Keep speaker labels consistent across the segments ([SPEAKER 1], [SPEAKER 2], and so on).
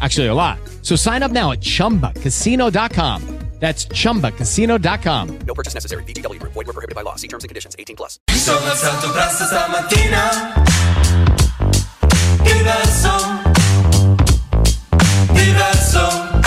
[SPEAKER 1] Actually, a lot. So sign up now at chumbacasino.com. That's chumbacasino.com.
[SPEAKER 2] No purchase necessary. VGW Group. Void were prohibited by law. See terms and conditions. 18 plus.
[SPEAKER 3] Mi sono alzato presto stamattina. Diverso. Diverso.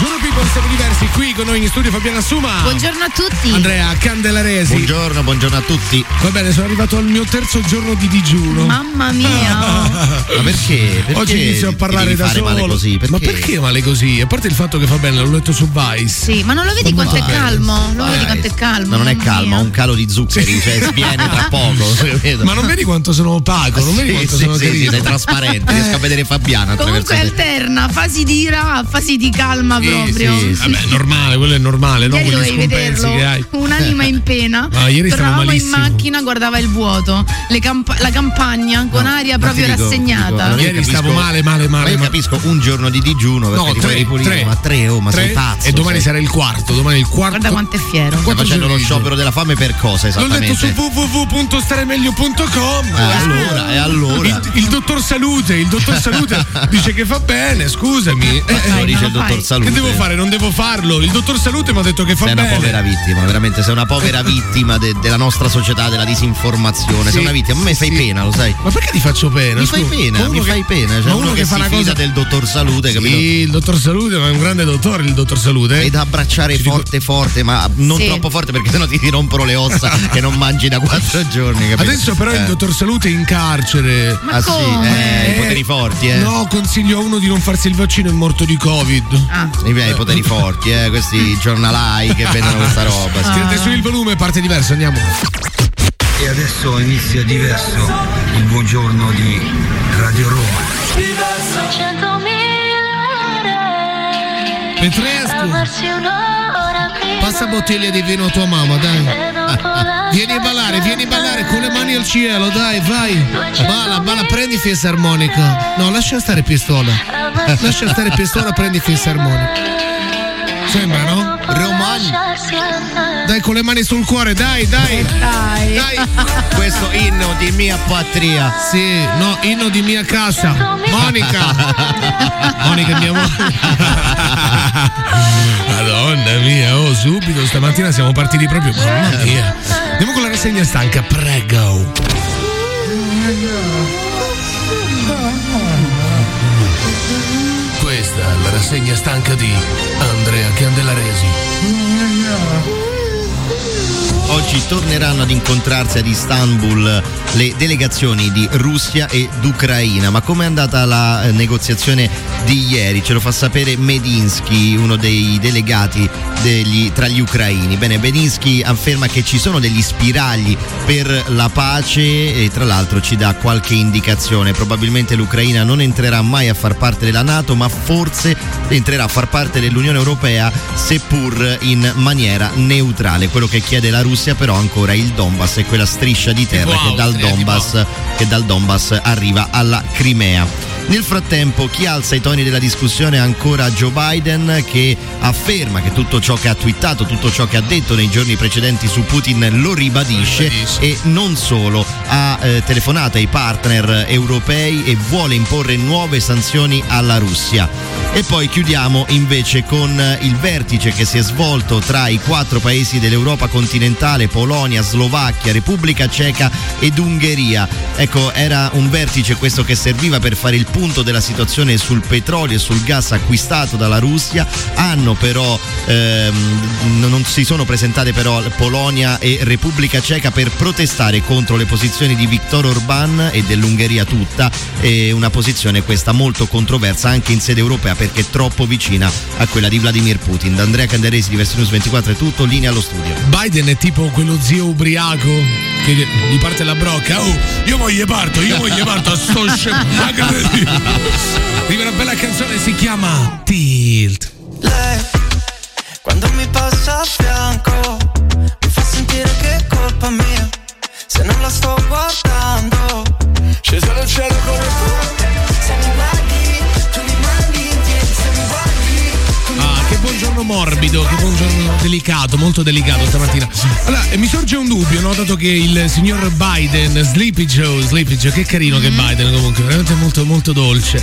[SPEAKER 4] Buongiorno people, siamo diversi qui con noi in studio Fabiana Suma.
[SPEAKER 5] Ah.
[SPEAKER 6] Buongiorno a tutti.
[SPEAKER 4] Andrea Candelaresi.
[SPEAKER 5] Buongiorno, buongiorno a tutti.
[SPEAKER 4] Va bene, sono arrivato al mio terzo giorno di digiuno.
[SPEAKER 6] Mamma mia.
[SPEAKER 5] Ma perché? perché
[SPEAKER 4] Oggi inizio a
[SPEAKER 5] ti
[SPEAKER 4] parlare
[SPEAKER 5] devi
[SPEAKER 4] da
[SPEAKER 5] fare
[SPEAKER 4] solo.
[SPEAKER 5] male così?
[SPEAKER 4] Ma perché male così? A parte il fatto che fa bene, l'ho letto su Vice.
[SPEAKER 6] Sì, ma non lo vedi quanto è calmo? Lo
[SPEAKER 5] Vai.
[SPEAKER 6] vedi quanto è calmo?
[SPEAKER 5] Ma non è
[SPEAKER 6] mamma
[SPEAKER 5] calmo,
[SPEAKER 6] mia.
[SPEAKER 5] ha un calo di zuccheri, cioè sviene tra poco. capito?
[SPEAKER 4] Ma non vedi quanto sono opaco, non vedi
[SPEAKER 5] Sì,
[SPEAKER 4] quanto
[SPEAKER 5] sì,
[SPEAKER 4] sono
[SPEAKER 5] sì, sì,
[SPEAKER 4] carino. Eh.
[SPEAKER 5] sei trasparente, riesco a vedere Fabiana attraverso
[SPEAKER 6] Comunque
[SPEAKER 5] te.
[SPEAKER 6] alterna fasi di ira a fasi di calma
[SPEAKER 5] Sì,
[SPEAKER 6] proprio.
[SPEAKER 5] sì, sì.
[SPEAKER 4] Vabbè, è normale, quello è normale, non
[SPEAKER 6] Ieri
[SPEAKER 4] quegli
[SPEAKER 6] dovevi
[SPEAKER 4] scompensi
[SPEAKER 6] vederlo,
[SPEAKER 4] che hai.
[SPEAKER 6] un'anima in pena.
[SPEAKER 4] Ah, ieri stavo
[SPEAKER 6] Tornavamo in
[SPEAKER 4] malissimo.
[SPEAKER 6] macchina, guardava il vuoto, le camp- la campagna con aria
[SPEAKER 5] Ma ti
[SPEAKER 6] proprio
[SPEAKER 5] dico- ti dico,
[SPEAKER 6] rassegnata.
[SPEAKER 5] non è che
[SPEAKER 4] Ieri
[SPEAKER 5] capisco-
[SPEAKER 4] stavo male, male, male,
[SPEAKER 5] Ma io
[SPEAKER 4] Eh, ma-
[SPEAKER 5] capisco un giorno di digiuno perché
[SPEAKER 4] No,
[SPEAKER 5] ti
[SPEAKER 4] tre,
[SPEAKER 5] puoi ripulire,
[SPEAKER 4] tre.
[SPEAKER 5] ma tre, oh, ma
[SPEAKER 4] Tre?
[SPEAKER 5] sei pazzo.
[SPEAKER 4] E domani
[SPEAKER 5] sei-
[SPEAKER 4] sarà il quarto, domani il quarto.
[SPEAKER 6] Guarda quanto è fiero.
[SPEAKER 5] Stai
[SPEAKER 4] quattro
[SPEAKER 5] facendo lo
[SPEAKER 4] giorni di
[SPEAKER 5] sciopero della fame per cosa
[SPEAKER 4] L'ho letto su
[SPEAKER 5] esattamente?
[SPEAKER 4] www.staremeglio.com.
[SPEAKER 5] Eh, allora, e allora.
[SPEAKER 4] Il, il dottor Salute, il dottor Salute dice che fa bene, scusami. Eh,
[SPEAKER 5] Lo
[SPEAKER 6] Dai,
[SPEAKER 5] dice
[SPEAKER 6] non
[SPEAKER 5] il
[SPEAKER 6] lo
[SPEAKER 5] dottor
[SPEAKER 6] fai.
[SPEAKER 5] Salute.
[SPEAKER 4] che devo fare? Non devo farlo. Il dottor Salute mi ha detto che fa
[SPEAKER 5] Sei una
[SPEAKER 4] bene.
[SPEAKER 5] povera vittima, veramente, sei una povera vittima de- della nostra società, della disinformazione.
[SPEAKER 4] Sì,
[SPEAKER 5] sei una vittima, a me
[SPEAKER 4] sì,
[SPEAKER 5] fai
[SPEAKER 4] sì.
[SPEAKER 5] pena, lo sai.
[SPEAKER 4] Ma perché ti faccio pena?
[SPEAKER 5] Mi fai
[SPEAKER 4] scusa? Ma
[SPEAKER 5] pena,
[SPEAKER 4] uno
[SPEAKER 5] mi
[SPEAKER 4] che-
[SPEAKER 5] fai pena. Cioè,
[SPEAKER 4] ma
[SPEAKER 5] uno, che,
[SPEAKER 4] fa
[SPEAKER 5] si
[SPEAKER 4] una
[SPEAKER 5] fida
[SPEAKER 4] cosa.
[SPEAKER 5] del dottor Salute, capito?
[SPEAKER 4] Sì, il dottor Salute ma è un grande dottore, il dottor Salute.
[SPEAKER 5] E
[SPEAKER 4] eh.
[SPEAKER 5] da abbracciare
[SPEAKER 4] dico-
[SPEAKER 5] forte, forte, ma non
[SPEAKER 6] Sì.
[SPEAKER 5] troppo forte perché sennò ti, ti rompono le ossa che non mangi da quattro giorni. Capito?
[SPEAKER 4] Adesso però il
[SPEAKER 5] Eh.
[SPEAKER 4] dottor Salute è in carcere.
[SPEAKER 6] Ma
[SPEAKER 5] Ah sì,
[SPEAKER 6] come?
[SPEAKER 5] eh, i poteri forti, eh.
[SPEAKER 4] No, consiglio a uno di non farsi il vaccino, è morto di Covid.
[SPEAKER 6] Ah,
[SPEAKER 5] I miei poteri forti, eh, questi giornalai che vedono questa roba. sì.
[SPEAKER 4] Tirate su il volume, parte diversa, andiamo.
[SPEAKER 7] E adesso inizia diverso il buongiorno di Radio Roma.
[SPEAKER 8] Centomila
[SPEAKER 4] Petrescu,
[SPEAKER 8] amarsi un'ora prima
[SPEAKER 4] passa bottiglia di vino a tua mamma, dai.
[SPEAKER 8] e dopo la
[SPEAKER 4] Vieni a ballare, vieni a ballare con le mani al cielo, dai, vai. Balla, balla, prendi fessa armonica. No, lascia stare pistola. Lascia stare pistola, prendi fessa armonica. Sembra, no?
[SPEAKER 5] Romani.
[SPEAKER 8] lasciarsi andare
[SPEAKER 4] Dai, con le mani sul cuore, dai, dai.
[SPEAKER 6] dai.
[SPEAKER 4] Dai.
[SPEAKER 5] Questo inno di mia patria.
[SPEAKER 4] Sì, no, inno di mia casa. Monica. Monica, mia moglie. Madonna mia, oh, subito stamattina siamo partiti proprio. Mamma mia. Andiamo con la rassegna stanca, prego. Questa è la rassegna stanca di Andrea Candelaresi.
[SPEAKER 5] Oggi torneranno ad incontrarsi ad Istanbul le delegazioni di Russia ed Ucraina. Ma com'è andata la eh, negoziazione di ieri? Ce lo fa sapere Medinsky, uno dei delegati degli- tra gli ucraini. Bene, Medinsky afferma che ci sono degli spiragli per la pace e tra l'altro ci dà qualche indicazione. Probabilmente l'Ucraina non entrerà mai a far parte della Nato, ma forse entrerà a far parte dell'Unione Europea seppur in maniera neutrale. Quello che chiede la Russia però ancora è il Donbass e quella striscia di terra
[SPEAKER 4] Tipo
[SPEAKER 5] che dal,
[SPEAKER 4] Austria, tipo
[SPEAKER 5] Donbass, che dal Donbass arriva alla Crimea. Nel frattempo chi alza i toni della discussione è ancora Joe Biden che afferma che tutto ciò che ha twittato, tutto ciò che ha detto nei giorni precedenti su Putin lo ribadisce
[SPEAKER 4] ribadisce.
[SPEAKER 5] e non solo ha eh, telefonato ai partner europei e vuole imporre nuove sanzioni alla Russia. E poi chiudiamo invece con eh, il vertice che si è svolto tra i quattro paesi dell'Europa continentale, Polonia, Slovacchia, Repubblica Ceca ed Ungheria. Ecco, era un vertice questo che serviva per fare il punto della situazione sul petrolio e sul gas acquistato dalla Russia. Hanno però ehm, non non si sono presentate però Polonia e Repubblica Ceca per protestare contro le posizioni di Viktor Orban e dell'Ungheria tutta, e una posizione questa molto controversa anche in sede europea perché troppo vicina a quella di Vladimir Putin. Da Andrea Candaresi di Versinus 24 è tutto, linea allo studio.
[SPEAKER 4] Biden è tipo quello zio ubriaco che gli parte la brocca. Oh, io mo gli parto, io mo gli parto. Sto scemo. ma che te dico? Arriva una bella canzone, si chiama Tilt.
[SPEAKER 3] Lei, quando mi passa a fianco, mi fa sentire che è colpa mia. Se non la sto guardando, sceso dal cielo come tu. Se mi guardi, tu rimani indietro. Se mi guardi, tu
[SPEAKER 4] Ah, che buongiorno morbido, che buongiorno delicato, molto delicato stamattina. Allora, eh, mi sorge un dubbio, no? Dato che il signor Biden, Sleepy Joe, Sleepy Joe, che carino che Biden comunque, veramente molto molto dolce.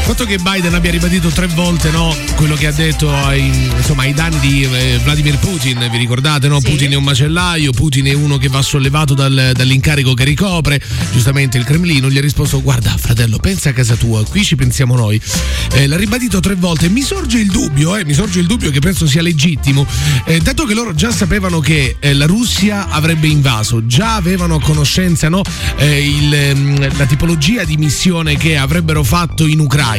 [SPEAKER 4] Il fatto che Biden abbia ribadito tre volte no, quello che ha detto ai, insomma, ai danni di eh, Vladimir Putin, vi ricordate? No? Putin è un macellaio, Putin è uno che va sollevato dal- dall'incarico che ricopre. Giustamente il Cremlino gli ha risposto: Guarda, fratello, pensa a casa tua, qui ci pensiamo noi. Eh, l'ha ribadito tre volte. Mi sorge il dubbio, eh, mi sorge il dubbio che penso sia legittimo, eh, dato che loro già sapevano che eh, la Russia avrebbe invaso, già avevano a conoscenza no, eh, il, ehm, la tipologia di missione che avrebbero fatto in Ucraina.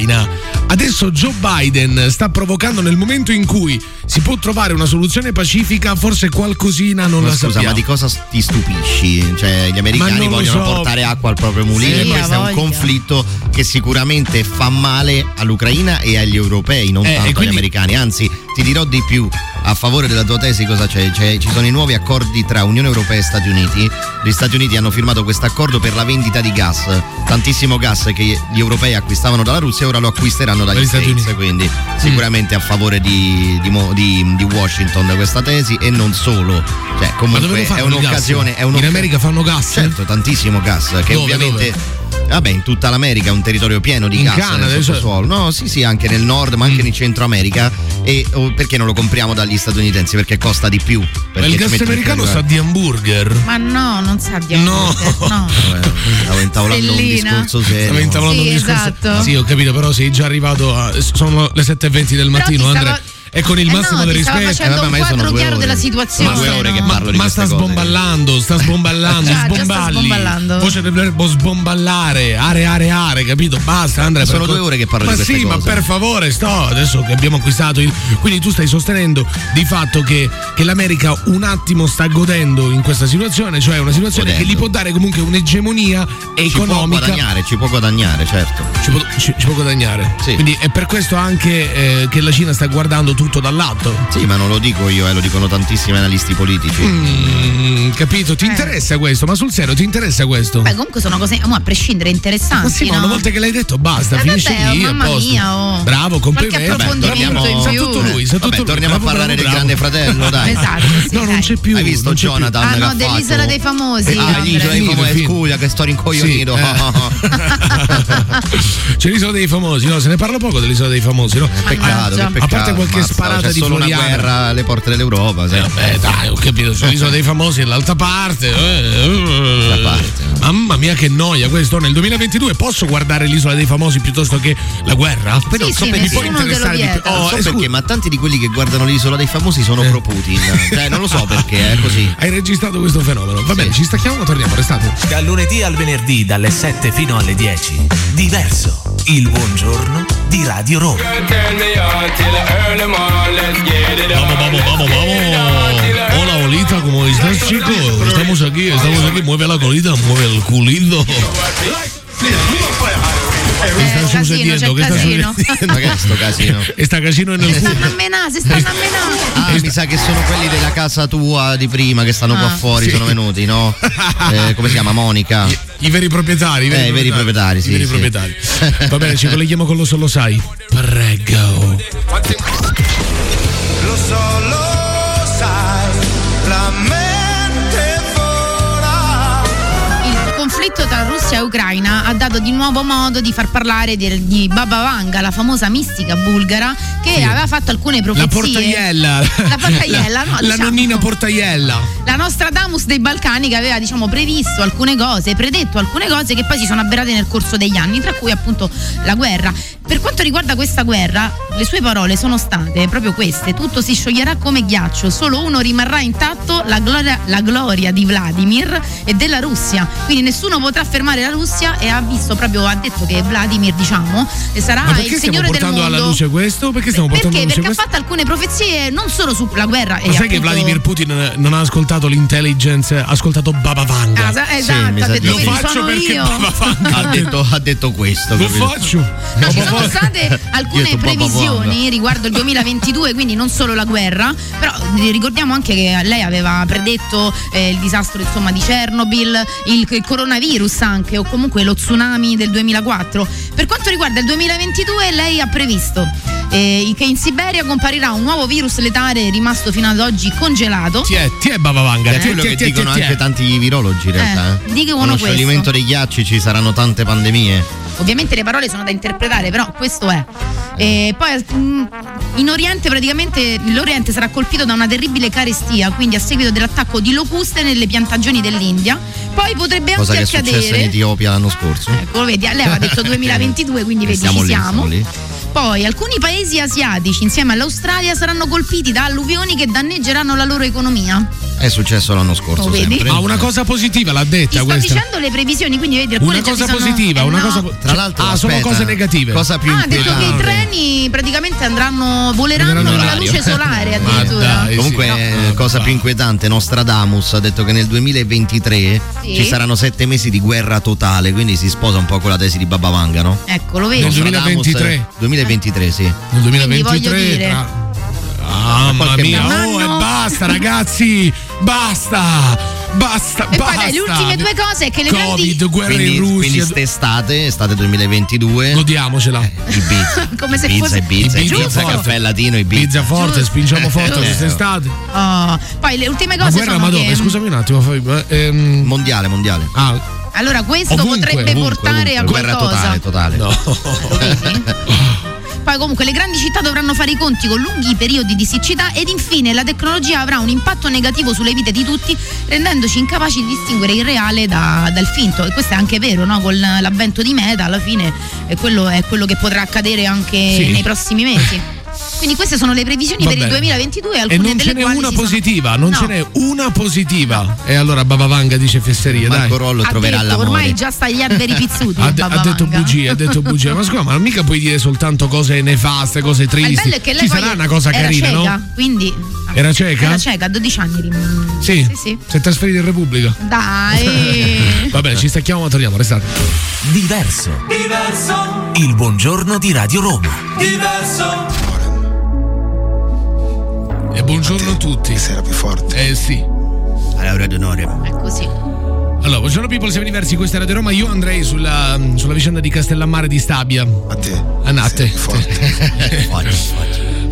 [SPEAKER 4] Adesso Joe Biden sta provocando nel momento in cui si può trovare una soluzione pacifica, forse qualcosina non
[SPEAKER 5] Ma
[SPEAKER 4] la
[SPEAKER 5] scusa, ma
[SPEAKER 4] sappiamo.
[SPEAKER 5] di cosa s- ti stupisci? Cioè, gli
[SPEAKER 4] Ma non
[SPEAKER 5] americani
[SPEAKER 4] lo
[SPEAKER 5] vogliono
[SPEAKER 4] so.
[SPEAKER 5] portare acqua al proprio mulino
[SPEAKER 4] Sì,
[SPEAKER 5] e questo
[SPEAKER 4] ha
[SPEAKER 5] è un
[SPEAKER 4] voglia.
[SPEAKER 5] conflitto che sicuramente fa male all'Ucraina e agli europei, non
[SPEAKER 4] Eh, e
[SPEAKER 5] tanto
[SPEAKER 4] quindi-
[SPEAKER 5] agli americani. Anzi, ti dirò di più. A favore della tua tesi cosa c'è? C'è- Ci sono i nuovi accordi tra Unione Europea e Stati Uniti. Gli Stati Uniti hanno firmato questo accordo per la vendita di gas, tantissimo gas che gli europei acquistavano dalla Russia e ora lo acquisteranno dagli
[SPEAKER 4] Dagli
[SPEAKER 5] Stati
[SPEAKER 4] Stati
[SPEAKER 5] Uniti. Quindi sicuramente a favore di, di Mo- di- di Washington questa tesi e non solo. Cioè,
[SPEAKER 4] Ma
[SPEAKER 5] comunque
[SPEAKER 4] dove lo
[SPEAKER 5] è
[SPEAKER 4] fanno il gas?
[SPEAKER 5] un'occasione. È un'oc-
[SPEAKER 4] In America fanno gas?
[SPEAKER 5] Certo, tantissimo gas che
[SPEAKER 4] Dove,
[SPEAKER 5] ovviamente. Vabbè, in tutta l'America è un territorio pieno di
[SPEAKER 4] In
[SPEAKER 5] gas
[SPEAKER 4] Canada, Mm.
[SPEAKER 5] nel
[SPEAKER 4] cioè-
[SPEAKER 5] sottosuolo. No, sì, sì, anche nel nord, ma anche in Centro America. E oh, perché non lo compriamo dagli statunitensi? Perché costa di più.
[SPEAKER 4] Ma
[SPEAKER 5] Perché
[SPEAKER 4] il
[SPEAKER 5] ci
[SPEAKER 4] gas
[SPEAKER 5] metti
[SPEAKER 4] americano
[SPEAKER 5] più-
[SPEAKER 4] sa di hamburger.
[SPEAKER 6] Ma no, non sappiamo.
[SPEAKER 4] No.
[SPEAKER 6] no.
[SPEAKER 5] Eh, Stavo intavolando un
[SPEAKER 6] Stellina.
[SPEAKER 5] discorso serio.
[SPEAKER 4] Stavo intavolando
[SPEAKER 6] Sì,
[SPEAKER 4] un discorso.
[SPEAKER 6] esatto.
[SPEAKER 4] Sì, ho capito, però sei già arrivato a. Sono le 7.20 del
[SPEAKER 6] Però ti
[SPEAKER 4] mattino,
[SPEAKER 6] stavo-
[SPEAKER 4] Andrea. E con il
[SPEAKER 6] Eh
[SPEAKER 4] massimo
[SPEAKER 6] no,
[SPEAKER 4] del
[SPEAKER 6] ti stavo
[SPEAKER 4] rispetto. Eh,
[SPEAKER 6] facendo
[SPEAKER 5] Eh, vabbè,
[SPEAKER 6] un
[SPEAKER 5] ma io sono
[SPEAKER 6] quadro
[SPEAKER 5] due
[SPEAKER 6] chiaro
[SPEAKER 5] ore.
[SPEAKER 6] della situazione.
[SPEAKER 5] Ma due ore
[SPEAKER 6] no?
[SPEAKER 5] che parlo di
[SPEAKER 4] ma
[SPEAKER 5] queste
[SPEAKER 4] sta
[SPEAKER 5] cose. Eh.
[SPEAKER 4] sbomballando, sta sbomballando,
[SPEAKER 6] Già, già sta
[SPEAKER 4] sbomballi.
[SPEAKER 6] sbomballando.
[SPEAKER 4] Voce del verbo sbomballare, are, are, are, capito? Basta, Andrea.
[SPEAKER 5] Sono
[SPEAKER 4] per
[SPEAKER 5] due
[SPEAKER 4] co-
[SPEAKER 5] ore che parlo
[SPEAKER 4] ma
[SPEAKER 5] di queste
[SPEAKER 4] sì,
[SPEAKER 5] cose.
[SPEAKER 4] ma per favore, sto. Adesso che abbiamo acquistato il. Quindi tu stai sostenendo di fatto che, che l'America un attimo sta godendo in questa situazione, cioè una situazione che
[SPEAKER 5] Godendo.
[SPEAKER 4] gli può dare comunque un'egemonia
[SPEAKER 5] Ci può
[SPEAKER 4] economica.
[SPEAKER 5] guadagnare, ci può guadagnare, certo.
[SPEAKER 4] ci può, ci- ci può guadagnare.
[SPEAKER 5] Sì.
[SPEAKER 4] Quindi è per questo anche eh, che la Cina sta guardando tutto dall'alto.
[SPEAKER 5] Sì, ma non lo dico io, eh, lo dicono tantissimi analisti politici.
[SPEAKER 4] Mm, capito? Ti interessa questo? Ma sul serio ti interessa questo?
[SPEAKER 6] Eh. Beh, comunque sono cose, mo, a prescindere, interessanti.
[SPEAKER 4] Ma sì, ma
[SPEAKER 6] no?
[SPEAKER 4] una volta che l'hai detto basta,
[SPEAKER 6] Ma
[SPEAKER 4] finisce
[SPEAKER 6] vabbè,
[SPEAKER 4] lì. a
[SPEAKER 6] mamma
[SPEAKER 4] posto.
[SPEAKER 6] mia, oh.
[SPEAKER 4] Bravo, complimenti.
[SPEAKER 6] Qualche approfondimento
[SPEAKER 4] Vabbè,
[SPEAKER 6] in
[SPEAKER 4] sa
[SPEAKER 6] più.
[SPEAKER 4] tutto lui, sa tutto
[SPEAKER 5] Vabbè,
[SPEAKER 4] lui.
[SPEAKER 5] torniamo a
[SPEAKER 4] Bravo,
[SPEAKER 5] parlare del
[SPEAKER 4] bravo,
[SPEAKER 5] Grande
[SPEAKER 4] bravo.
[SPEAKER 5] Fratello, dai.
[SPEAKER 6] Esatto, sì,
[SPEAKER 4] No, non
[SPEAKER 6] dai.
[SPEAKER 4] c'è più.
[SPEAKER 5] Hai visto
[SPEAKER 4] non c'è più.
[SPEAKER 5] Jonathan?
[SPEAKER 6] Ah
[SPEAKER 5] che ha
[SPEAKER 6] no, dell'isola
[SPEAKER 5] fatto?
[SPEAKER 6] dei famosi.
[SPEAKER 5] Eh, ah,
[SPEAKER 6] Andrea.
[SPEAKER 5] l'isola dei
[SPEAKER 4] Finito,
[SPEAKER 5] famosi,
[SPEAKER 4] finito.
[SPEAKER 5] scusa, che sto rincoglionito.
[SPEAKER 4] Sì, eh. C'è l'isola dei famosi, no? Se ne parla poco dell'isola dei famosi, no?
[SPEAKER 5] Eh, Peccato, che
[SPEAKER 6] A
[SPEAKER 5] peccato.
[SPEAKER 4] parte qualche
[SPEAKER 5] ammazza,
[SPEAKER 4] sparata
[SPEAKER 5] c'è
[SPEAKER 4] di
[SPEAKER 5] solo
[SPEAKER 4] Floriana.
[SPEAKER 5] una guerra alle porte dell'Europa, sai.
[SPEAKER 4] Beh, Eh, dai, ho capito, c'è l'isola dei famosi e l'altra parte. eh, eh.
[SPEAKER 5] Da parte.
[SPEAKER 4] Mamma mia che noia questo nel 2022 posso guardare l'isola dei famosi piuttosto che la guerra?
[SPEAKER 5] Poi non
[SPEAKER 6] Sì,
[SPEAKER 5] so
[SPEAKER 6] sì,
[SPEAKER 5] perché-
[SPEAKER 6] nessuno te lo vieta.
[SPEAKER 4] Oh,
[SPEAKER 5] non so
[SPEAKER 4] eh, scusa,
[SPEAKER 5] perché, ma tanti di quelli che guardano l'isola dei famosi sono pro Putin. Cioè, non lo so perché, è così.
[SPEAKER 4] Hai registrato questo fenomeno. Va bene,
[SPEAKER 5] Sì.
[SPEAKER 4] ci stacchiamo, ma torniamo, restate.
[SPEAKER 9] Dal lunedì al venerdì dalle 7 fino alle 10. Diverso. Il buongiorno di Radio Roma.
[SPEAKER 4] Vamos, vamos, vamos, vamos. Hola, bolita, ¿cómo estás, chicos? Estamos aquí, estamos aquí. Mueve la colita, mueve el culito. ¿Qué
[SPEAKER 6] Eh,
[SPEAKER 4] está
[SPEAKER 6] casino, c'è
[SPEAKER 4] sucediendo? ¿Qué está
[SPEAKER 6] casino.
[SPEAKER 5] Ma che è sto casino?
[SPEAKER 4] sucediendo? Está casino
[SPEAKER 5] Eh,
[SPEAKER 4] en el
[SPEAKER 6] Stanno
[SPEAKER 4] culo.
[SPEAKER 6] a menà, si stanno a menà.
[SPEAKER 5] Ah, mi sa che sono quelli della casa tua di prima che stanno qua
[SPEAKER 6] Ah.
[SPEAKER 5] fuori, sono venuti, no? Eh, come si chiama? Monica.
[SPEAKER 4] I veri proprietari, i
[SPEAKER 5] Eh, i veri proprietari, sì,
[SPEAKER 4] I veri
[SPEAKER 5] sì.
[SPEAKER 4] proprietari. Va bene, ci colleghiamo con lo solo sai. Prego.
[SPEAKER 10] Lo so, lo sai, la mente vola
[SPEAKER 6] Russia e Ucraina ha dato di nuovo modo di far parlare di, di Baba Vanga, la famosa mistica bulgara che aveva fatto alcune
[SPEAKER 4] La
[SPEAKER 6] profezie.
[SPEAKER 4] portaiella.
[SPEAKER 6] La portaiella, no,
[SPEAKER 4] La
[SPEAKER 6] diciamo.
[SPEAKER 4] nonnina portaiella.
[SPEAKER 6] La Nostradamus dei Balcani che aveva diciamo previsto alcune cose, predetto alcune cose che poi si sono avverate nel corso degli anni, tra cui appunto la guerra. Per quanto riguarda questa guerra, le sue parole sono state proprio queste: tutto si scioglierà come ghiaccio, solo uno rimarrà intatto, la gloria, la gloria di Vladimir e della Russia. Quindi nessuno potrà fermare la Russia e ha visto proprio, ha detto che Vladimir, diciamo, sarà
[SPEAKER 4] Ma
[SPEAKER 6] il
[SPEAKER 4] perché stiamo
[SPEAKER 6] signore del
[SPEAKER 4] portando
[SPEAKER 6] mondo.
[SPEAKER 4] alla luce questo? Perché stiamo portando
[SPEAKER 6] perché?
[SPEAKER 4] alla luce
[SPEAKER 6] Perché ha
[SPEAKER 4] questo?
[SPEAKER 6] fatto alcune profezie non solo sulla guerra.
[SPEAKER 5] Eh,
[SPEAKER 4] Ma
[SPEAKER 6] e
[SPEAKER 4] sai che
[SPEAKER 6] appunto-
[SPEAKER 4] Vladimir Putin eh, non ha ascoltato l'intelligence, ha ascoltato Baba Vanga.
[SPEAKER 6] Ah, sa- esatto, ha detto,
[SPEAKER 4] Lo
[SPEAKER 6] "Quindi
[SPEAKER 4] faccio
[SPEAKER 6] sono
[SPEAKER 4] perché
[SPEAKER 6] io".
[SPEAKER 4] Baba Vanga
[SPEAKER 5] ha, detto, ha detto questo.
[SPEAKER 4] Lo
[SPEAKER 5] capito?
[SPEAKER 4] faccio.
[SPEAKER 6] No, ci sono state
[SPEAKER 5] Io
[SPEAKER 6] alcune
[SPEAKER 5] sono Papa
[SPEAKER 6] previsioni
[SPEAKER 5] Wanda.
[SPEAKER 6] riguardo il 2022, quindi non solo la guerra, però eh, ricordiamo anche che lei aveva predetto eh, il disastro insomma, di Chernobyl, il, il coronavirus anche, o comunque lo tsunami del 2004. Per quanto riguarda il 2022, lei ha previsto eh, che in Siberia comparirà un nuovo virus letale rimasto fino ad oggi congelato.
[SPEAKER 4] Ti è, ti è Baba Vanga.
[SPEAKER 5] È
[SPEAKER 4] ti è,
[SPEAKER 5] quello
[SPEAKER 4] ti è,
[SPEAKER 5] che
[SPEAKER 4] ti è,
[SPEAKER 5] dicono
[SPEAKER 4] ti è.
[SPEAKER 5] anche tanti virologi in realtà.
[SPEAKER 6] Eh, dicono
[SPEAKER 5] Con lo
[SPEAKER 6] questo.
[SPEAKER 5] scioglimento dei ghiacci ci saranno tante pandemie.
[SPEAKER 6] Ovviamente le parole sono da interpretare, però questo è. E poi mm, in Oriente praticamente l'Oriente sarà colpito da una terribile carestia, quindi a seguito dell'attacco di locuste nelle piantagioni dell'India. Poi potrebbe
[SPEAKER 5] Cosa che
[SPEAKER 6] anche
[SPEAKER 5] è successa in
[SPEAKER 6] accadere.
[SPEAKER 5] Etiopia l'anno scorso.
[SPEAKER 6] Ecco, vedi, lei aveva detto 2022, quindi vedi,
[SPEAKER 5] siamo
[SPEAKER 6] ci
[SPEAKER 5] lì,
[SPEAKER 6] siamo.
[SPEAKER 5] siamo lì.
[SPEAKER 6] Poi alcuni paesi asiatici insieme all'Australia saranno colpiti da alluvioni che danneggeranno la loro economia.
[SPEAKER 5] È successo l'anno scorso.
[SPEAKER 6] Lo Oh, vedi?
[SPEAKER 5] sempre.
[SPEAKER 4] Ma Ah, una cosa positiva l'ha detta
[SPEAKER 6] Ti sto
[SPEAKER 4] Cioè, questa.
[SPEAKER 6] dicendo le previsioni, quindi vedi alcune
[SPEAKER 4] Una
[SPEAKER 6] già
[SPEAKER 4] cosa
[SPEAKER 6] si sono-
[SPEAKER 4] positiva,
[SPEAKER 6] eh,
[SPEAKER 4] una
[SPEAKER 6] no.
[SPEAKER 4] cosa. po-
[SPEAKER 5] Tra l'altro,
[SPEAKER 4] Ah, sono
[SPEAKER 5] aspetta,
[SPEAKER 4] cose negative.
[SPEAKER 5] Cosa più
[SPEAKER 6] Ah, ha detto che i
[SPEAKER 5] inquietante.
[SPEAKER 6] treni praticamente andranno, voleranno con la luce solare addirittura.
[SPEAKER 5] Comunque, eh, cosa più inquietante, Nostradamus ha detto che nel 2023
[SPEAKER 6] Sì.
[SPEAKER 5] ci saranno sette mesi di guerra totale, quindi si sposa un po' con la tesi di Baba Vanga, no?
[SPEAKER 6] Ecco, lo
[SPEAKER 4] Nel
[SPEAKER 6] vedi.
[SPEAKER 4] 2023.
[SPEAKER 5] 2023, sì.
[SPEAKER 4] Nel
[SPEAKER 6] Quindi
[SPEAKER 4] 2023.
[SPEAKER 6] voglio dire-
[SPEAKER 4] tra- Ah, Mamma
[SPEAKER 5] Qualche
[SPEAKER 4] mia,
[SPEAKER 5] mese.
[SPEAKER 4] oh, e basta, ragazzi! Basta! Basta!
[SPEAKER 6] E
[SPEAKER 4] basta!
[SPEAKER 6] poi dai, le ultime due cose è che le grandi
[SPEAKER 4] Covid, guerra
[SPEAKER 5] Quindi,
[SPEAKER 4] in
[SPEAKER 5] quindi Eh,
[SPEAKER 4] Russia.
[SPEAKER 5] st'estate, estate 2022,
[SPEAKER 4] Godiamocela.
[SPEAKER 5] Ibiza.
[SPEAKER 6] come se
[SPEAKER 5] Ibiza,
[SPEAKER 6] fosse
[SPEAKER 5] Ibiza,
[SPEAKER 4] Ibiza
[SPEAKER 5] Ibiza,
[SPEAKER 4] forte.
[SPEAKER 5] caffè latino, Ibiza.
[SPEAKER 4] Pizza forte,
[SPEAKER 6] Giusto.
[SPEAKER 4] spingiamo forte
[SPEAKER 6] Eh.
[SPEAKER 4] quest'estate.
[SPEAKER 6] Oh, Poi le ultime
[SPEAKER 4] La
[SPEAKER 6] cose
[SPEAKER 4] guerra
[SPEAKER 6] sono
[SPEAKER 4] madonna,
[SPEAKER 6] che
[SPEAKER 4] scusami un attimo, Fabio, eh, ehm,
[SPEAKER 5] Mondiale, mondiale.
[SPEAKER 4] ah,
[SPEAKER 6] Allora questo
[SPEAKER 4] Ovunque,
[SPEAKER 6] potrebbe
[SPEAKER 4] ovunque,
[SPEAKER 6] portare a
[SPEAKER 5] Guerra
[SPEAKER 6] qualcosa.
[SPEAKER 5] totale, totale.
[SPEAKER 6] Mhm. Poi comunque le grandi città dovranno fare i conti con lunghi periodi di siccità ed infine la tecnologia avrà un impatto negativo sulle vite di tutti rendendoci incapaci di distinguere il reale da- dal finto e questo è anche vero no? con l'avvento di Meta alla fine eh, quello è quello che potrà accadere anche
[SPEAKER 4] Sì.
[SPEAKER 6] nei prossimi mesi. Quindi queste sono le previsioni
[SPEAKER 4] Va
[SPEAKER 6] per il
[SPEAKER 4] bene.
[SPEAKER 6] 2022 alcune
[SPEAKER 4] e non
[SPEAKER 6] delle
[SPEAKER 4] ce n'è
[SPEAKER 6] quali
[SPEAKER 4] una
[SPEAKER 6] si sono-
[SPEAKER 4] positiva, non
[SPEAKER 6] No.
[SPEAKER 4] ce n'è una positiva. E allora Baba Vanga dice fesseria, dai.
[SPEAKER 5] Marco Rollo
[SPEAKER 6] Ha
[SPEAKER 5] troverà
[SPEAKER 6] detto,
[SPEAKER 5] l'amore.
[SPEAKER 6] ormai già sta agli alberi pizzuti.
[SPEAKER 4] Ha, de- ha
[SPEAKER 6] Babavanga.
[SPEAKER 4] detto bugie, ha detto bugie. Ma scusa, ma mica puoi dire soltanto cose nefaste,
[SPEAKER 6] Ma
[SPEAKER 4] cose
[SPEAKER 6] il
[SPEAKER 4] tristi.
[SPEAKER 6] bello è che lei
[SPEAKER 4] Ci
[SPEAKER 6] poi
[SPEAKER 4] sarà una cosa
[SPEAKER 6] era
[SPEAKER 4] carina,
[SPEAKER 6] cieca,
[SPEAKER 4] no?
[SPEAKER 6] Quindi
[SPEAKER 4] Era cieca?
[SPEAKER 6] Era cieca, a 12 anni. rim-
[SPEAKER 4] Sì.
[SPEAKER 6] Sì, sì.
[SPEAKER 4] Si è trasferito in Repubblica.
[SPEAKER 6] Dai.
[SPEAKER 4] Vabbè, ci stacchiamo, ma torniamo, restate.
[SPEAKER 9] Diverso.
[SPEAKER 10] Diverso,
[SPEAKER 9] Il buongiorno di Radio Roma.
[SPEAKER 10] diverso.
[SPEAKER 4] E buongiorno a tutti.
[SPEAKER 11] Sera più forte.
[SPEAKER 4] Eh sì.
[SPEAKER 5] Allora, d'onore.
[SPEAKER 6] È così.
[SPEAKER 4] Allora, buongiorno people, siamo diversi, questa era di Roma. Io andrei sulla, sulla vicenda di Castellammare di Stabia.
[SPEAKER 11] A te.
[SPEAKER 4] A Natte.
[SPEAKER 5] Fuori, fuori.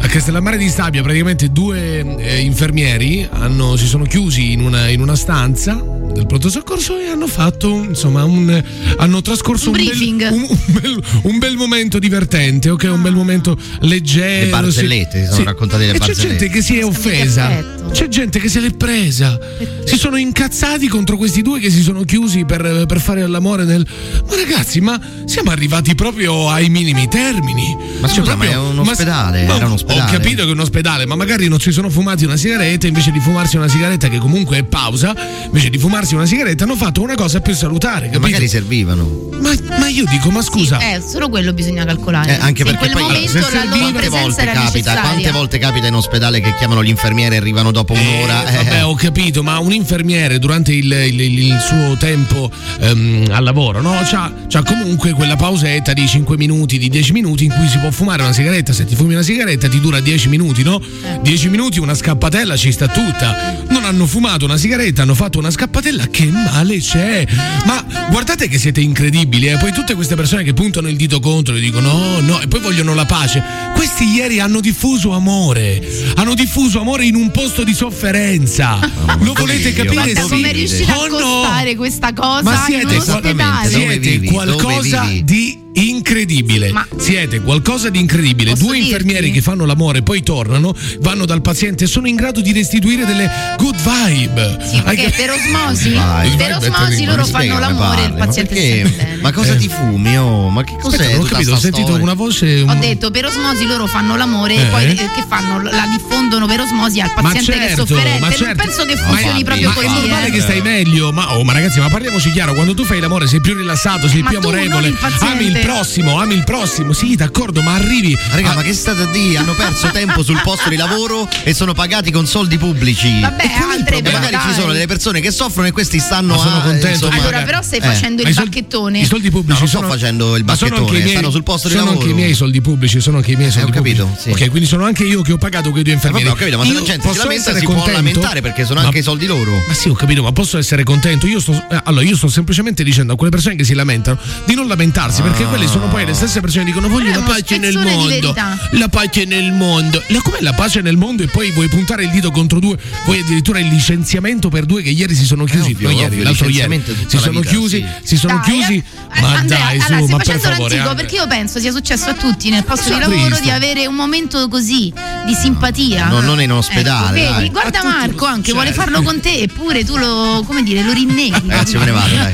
[SPEAKER 4] A Castellammare di Stabia praticamente due eh, infermieri hanno- si sono chiusi in una, in una stanza del pronto soccorso e hanno fatto insomma un hanno trascorso
[SPEAKER 6] Un
[SPEAKER 4] bel-
[SPEAKER 6] briefing. Ah.
[SPEAKER 4] un, un bel, un bel momento divertente ok un bel momento leggero
[SPEAKER 5] Le barzellette, si sono raccontate le
[SPEAKER 4] e c'è
[SPEAKER 5] barzellette.
[SPEAKER 4] gente che si è offesa
[SPEAKER 6] affetto.
[SPEAKER 4] c'è gente che se l'è presa si sono incazzati contro questi due che si sono chiusi per, per fare l'amore nel ma ragazzi ma siamo arrivati proprio ai minimi termini
[SPEAKER 5] Ma scusa, ma è un
[SPEAKER 4] ma-
[SPEAKER 5] ospedale,
[SPEAKER 4] ma-
[SPEAKER 5] era un ospedale.
[SPEAKER 4] Ho capito che è un ospedale, ma magari non si sono fumati una sigaretta, invece di fumarsi una sigaretta che comunque è pausa, invece di fumarsi una sigaretta hanno fatto una cosa più salutare, capito?
[SPEAKER 5] Magari servivano.
[SPEAKER 4] Ma, ma io dico, ma scusa,
[SPEAKER 6] Eh, solo quello bisogna calcolare.
[SPEAKER 5] Eh, anche
[SPEAKER 6] Se in quel
[SPEAKER 5] perché poi
[SPEAKER 6] momento
[SPEAKER 5] allora, se
[SPEAKER 6] la loro
[SPEAKER 5] serviva- quante
[SPEAKER 6] presenza
[SPEAKER 5] volte
[SPEAKER 6] era
[SPEAKER 5] capita,
[SPEAKER 6] necessaria.
[SPEAKER 5] quante volte capita in ospedale che chiamano l'infermiere e arrivano dopo un'ora.
[SPEAKER 4] Eh, vabbè, ho capito, ma un infermiere durante il, il- il- il suo tempo ehm, al lavoro, no? C'ha, c'ha comunque quella pausetta di 5 minuti, di 10 minuti in cui si può fumare una sigaretta. Se ti fumi una sigaretta ti dura 10 minuti, no? 10 minuti una scappatella ci sta tutta. Non hanno fumato una sigaretta, hanno fatto una scappatella, che male c'è. Ma guardate che siete incredibili, eh? Poi tutte queste persone che puntano il dito contro e dicono no, no, e poi vogliono la pace. Questi ieri hanno diffuso amore. Hanno diffuso amore in un posto di sofferenza. Lo volete
[SPEAKER 6] Dio,
[SPEAKER 4] capire?
[SPEAKER 6] guarda
[SPEAKER 4] sì
[SPEAKER 6] come riuscire a costare questa cosa
[SPEAKER 4] Oh, ma
[SPEAKER 6] in un
[SPEAKER 4] siete,
[SPEAKER 6] ospedale?
[SPEAKER 4] siete qualcosa di incredibile. Siete qualcosa di incredibile. Due infermieri che fanno l'amore, poi tornano, vanno dal paziente e sono in grado di restituire delle good vibe.
[SPEAKER 6] Sì,
[SPEAKER 4] Hai
[SPEAKER 6] perché
[SPEAKER 4] cap-
[SPEAKER 6] per osmosi,
[SPEAKER 4] Vai,
[SPEAKER 6] per
[SPEAKER 4] vai,
[SPEAKER 6] osmosi
[SPEAKER 4] Bettina,
[SPEAKER 6] loro
[SPEAKER 4] mi spiega
[SPEAKER 6] fanno
[SPEAKER 4] come
[SPEAKER 6] l'amore e il
[SPEAKER 4] parli, ma
[SPEAKER 6] paziente si
[SPEAKER 4] perché-
[SPEAKER 6] sente bene. Eh.
[SPEAKER 5] Ma cosa ti fumi? Oh, ma che cos'è?
[SPEAKER 4] Aspetta, non ho
[SPEAKER 5] tutta
[SPEAKER 4] capito, ho
[SPEAKER 5] sta
[SPEAKER 4] sentito
[SPEAKER 5] storia?
[SPEAKER 4] una voce.
[SPEAKER 6] Ho detto per osmosi loro fanno l'amore
[SPEAKER 4] Mm. Eh.
[SPEAKER 6] e poi eh, che fanno? La diffondono per osmosi al
[SPEAKER 4] Ma
[SPEAKER 6] paziente che
[SPEAKER 4] certo,
[SPEAKER 6] sofferente.
[SPEAKER 4] ma
[SPEAKER 6] Non
[SPEAKER 4] certo.
[SPEAKER 6] penso che funzioni
[SPEAKER 4] Ma-
[SPEAKER 6] proprio
[SPEAKER 4] ma
[SPEAKER 6] così.
[SPEAKER 4] è normale
[SPEAKER 6] eh.
[SPEAKER 4] che stai meglio, ma, oh, ma ragazzi, ma parliamoci chiaro: quando tu fai l'amore sei più rilassato, sei
[SPEAKER 6] Ma
[SPEAKER 4] più
[SPEAKER 6] tu,
[SPEAKER 4] amorevole,
[SPEAKER 6] non il paziente.
[SPEAKER 4] ami il prossimo, ami il prossimo. Sì, d'accordo, ma arrivi.
[SPEAKER 5] Raga, ma che state a dire? Hanno perso tempo sul posto di lavoro e sono pagati con soldi pubblici.
[SPEAKER 6] Vabbè,
[SPEAKER 5] E qual è il
[SPEAKER 6] Andre, però,
[SPEAKER 5] problema? magari ci
[SPEAKER 6] dai.
[SPEAKER 5] sono delle persone che soffrono e questi stanno
[SPEAKER 4] Ma sono
[SPEAKER 5] a, eh,
[SPEAKER 4] contento,
[SPEAKER 5] insomma-
[SPEAKER 6] Allora, però stai
[SPEAKER 5] Eh.
[SPEAKER 6] facendo
[SPEAKER 5] Ma
[SPEAKER 6] il
[SPEAKER 5] i soldi-
[SPEAKER 6] bacchettone.
[SPEAKER 4] I soldi
[SPEAKER 5] No,
[SPEAKER 4] pubblici
[SPEAKER 5] non
[SPEAKER 4] sono
[SPEAKER 5] sto facendo il
[SPEAKER 4] ma sono anche
[SPEAKER 5] bacchettone,
[SPEAKER 4] i miei-
[SPEAKER 5] stanno sul posto di
[SPEAKER 4] sono
[SPEAKER 5] lavoro. Eh,
[SPEAKER 4] anche i miei soldi pubblici, sono anche i miei soldi
[SPEAKER 5] ho
[SPEAKER 4] pubblici.
[SPEAKER 5] capito, sì.
[SPEAKER 4] Ok, quindi sono anche io che ho pagato quei due
[SPEAKER 5] Eh,
[SPEAKER 4] infermieri.
[SPEAKER 5] vabbè, ho capito, ma se la
[SPEAKER 4] Io
[SPEAKER 5] gente si
[SPEAKER 4] posso
[SPEAKER 5] lamenta,
[SPEAKER 4] essere
[SPEAKER 5] si può
[SPEAKER 4] contento?
[SPEAKER 5] lamentare perché sono
[SPEAKER 4] Ma-
[SPEAKER 5] anche i soldi loro. Eh,
[SPEAKER 4] Ma sì, ho capito, ma posso essere contento? Io sto, eh, allora, io sto semplicemente dicendo a quelle persone che si lamentano di non lamentarsi, perché quelle sono poi le stesse persone che dicono voglio
[SPEAKER 6] Però è
[SPEAKER 4] la
[SPEAKER 6] uno
[SPEAKER 4] pace nel
[SPEAKER 6] spezzone di
[SPEAKER 4] mondo.
[SPEAKER 6] verità.
[SPEAKER 4] La pace nel mondo. La, com'è la pace nel mondo e poi vuoi puntare il dito contro due? Vuoi addirittura il licenziamento per due che ieri si sono chiusi?
[SPEAKER 5] Eh, ovvio,
[SPEAKER 4] no, ieri,
[SPEAKER 5] ovvio,
[SPEAKER 4] l'altro ieri.
[SPEAKER 5] licenziamento tutta
[SPEAKER 4] Si
[SPEAKER 5] la
[SPEAKER 4] sono
[SPEAKER 5] vita,
[SPEAKER 4] chiusi,
[SPEAKER 5] sì.
[SPEAKER 4] si sono
[SPEAKER 6] Dai,
[SPEAKER 4] chiusi.
[SPEAKER 6] eh,
[SPEAKER 4] ma
[SPEAKER 6] Andrea,
[SPEAKER 4] dai, su,
[SPEAKER 6] allora, stai
[SPEAKER 4] ma per
[SPEAKER 6] facendo
[SPEAKER 4] favore.
[SPEAKER 6] l'antico
[SPEAKER 4] Andre.
[SPEAKER 6] perché io penso sia successo a tutti nel posto di
[SPEAKER 4] Sono
[SPEAKER 6] lavoro
[SPEAKER 4] triste.
[SPEAKER 6] di avere un momento così di simpatia.
[SPEAKER 5] No, non in ospedale,
[SPEAKER 6] Ecco, vedi,
[SPEAKER 5] dai.
[SPEAKER 6] guarda Marco anche,
[SPEAKER 4] cioè.
[SPEAKER 5] certo.
[SPEAKER 6] vuole farlo con te, eppure tu lo, come dire, lo rinneghi.
[SPEAKER 4] Eh,
[SPEAKER 5] Ragazzi, me ne vado, dai.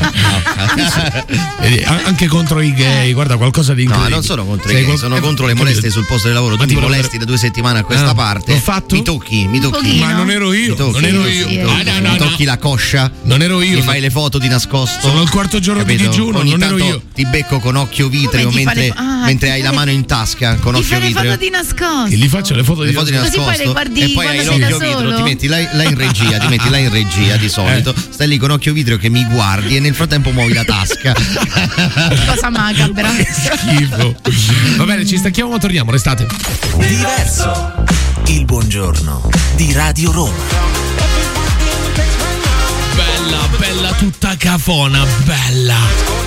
[SPEAKER 4] Vedi, a- Eh, anche contro i
[SPEAKER 6] Eh.
[SPEAKER 4] gay, guarda qualcosa di
[SPEAKER 5] No,
[SPEAKER 4] incredibile.
[SPEAKER 5] non sono contro i
[SPEAKER 4] Sei
[SPEAKER 5] gay,
[SPEAKER 4] qual-
[SPEAKER 5] sono
[SPEAKER 4] eh,
[SPEAKER 5] contro le
[SPEAKER 4] capito.
[SPEAKER 5] molestie sul posto di lavoro.
[SPEAKER 4] Ma
[SPEAKER 5] Tu
[SPEAKER 4] ti
[SPEAKER 5] mi
[SPEAKER 4] volevo-
[SPEAKER 5] molesti da due settimane a questa
[SPEAKER 4] Ah,
[SPEAKER 5] parte.
[SPEAKER 4] l'ho fatto?
[SPEAKER 5] Mi tocchi, mi
[SPEAKER 6] Un
[SPEAKER 5] tocchi.
[SPEAKER 6] pochino.
[SPEAKER 4] Ma non ero io,
[SPEAKER 5] Mi tocchi,
[SPEAKER 4] non ero
[SPEAKER 5] mi
[SPEAKER 4] io.
[SPEAKER 5] tocchi,
[SPEAKER 4] Ah, no, no,
[SPEAKER 5] mi
[SPEAKER 4] no.
[SPEAKER 5] tocchi la coscia.
[SPEAKER 4] Non ero io.
[SPEAKER 5] Mi fai le foto di nascosto.
[SPEAKER 4] Sono al quarto giorno di
[SPEAKER 5] capito?
[SPEAKER 4] digiuno,
[SPEAKER 5] Ogni
[SPEAKER 4] non ero
[SPEAKER 5] tanto
[SPEAKER 4] io.
[SPEAKER 5] Ti becco con occhio vitreo
[SPEAKER 6] Come ti fa le
[SPEAKER 5] mentre,
[SPEAKER 6] fo- ah,
[SPEAKER 5] mentre
[SPEAKER 6] ti
[SPEAKER 5] hai
[SPEAKER 6] fa
[SPEAKER 5] la
[SPEAKER 6] le-
[SPEAKER 5] mano in tasca con
[SPEAKER 6] Ti
[SPEAKER 5] occhio
[SPEAKER 6] fai le foto
[SPEAKER 5] vitreo.
[SPEAKER 6] di
[SPEAKER 4] Che
[SPEAKER 6] nascosto.
[SPEAKER 4] gli faccio le foto
[SPEAKER 5] Le
[SPEAKER 4] di
[SPEAKER 5] foto di
[SPEAKER 6] Così poi le
[SPEAKER 5] nascosto
[SPEAKER 6] guardi
[SPEAKER 5] e poi
[SPEAKER 6] quando
[SPEAKER 5] hai
[SPEAKER 6] sei da
[SPEAKER 5] l'occhio
[SPEAKER 6] solo.
[SPEAKER 5] vitro, ti metti là, là in regia, ti metti là in regia
[SPEAKER 4] Eh.
[SPEAKER 5] di solito, stai lì con occhio vitreo che mi guardi e nel frattempo muovi la tasca. Eh,
[SPEAKER 6] Cosa macabra.
[SPEAKER 4] schifo. Va bene, ci stacchiamo ma torniamo, restate.
[SPEAKER 9] Diverso. Il buongiorno di Radio Roma.
[SPEAKER 4] Bella, bella tutta cafona, bella.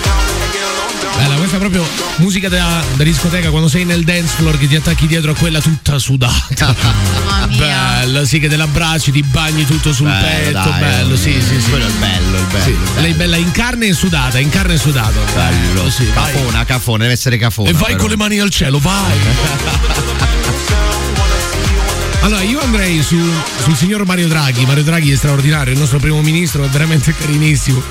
[SPEAKER 4] Bella, questa è proprio musica da, da discoteca quando sei nel dance floor che ti attacchi dietro a quella tutta sudata.
[SPEAKER 6] Mamma mia.
[SPEAKER 4] Ah, Bello, sì, che te l'abbracci, ti bagni tutto sul
[SPEAKER 5] Bello,
[SPEAKER 4] petto,
[SPEAKER 5] dai, oh.
[SPEAKER 4] bello, sì, sì, sì.
[SPEAKER 5] Quello è il bello, il bello.
[SPEAKER 4] Sì,
[SPEAKER 5] il bello.
[SPEAKER 4] Lei bella in carne e sudata, in carne e sudata.
[SPEAKER 5] Bello.
[SPEAKER 4] sì, vai.
[SPEAKER 5] cafona, cafona, deve essere cafona.
[SPEAKER 4] E vai
[SPEAKER 5] però.
[SPEAKER 4] con le mani al cielo, vai! Allora, io andrei su- sul signor Mario Draghi. Mario Draghi è straordinario, il nostro primo ministro è veramente carinissimo.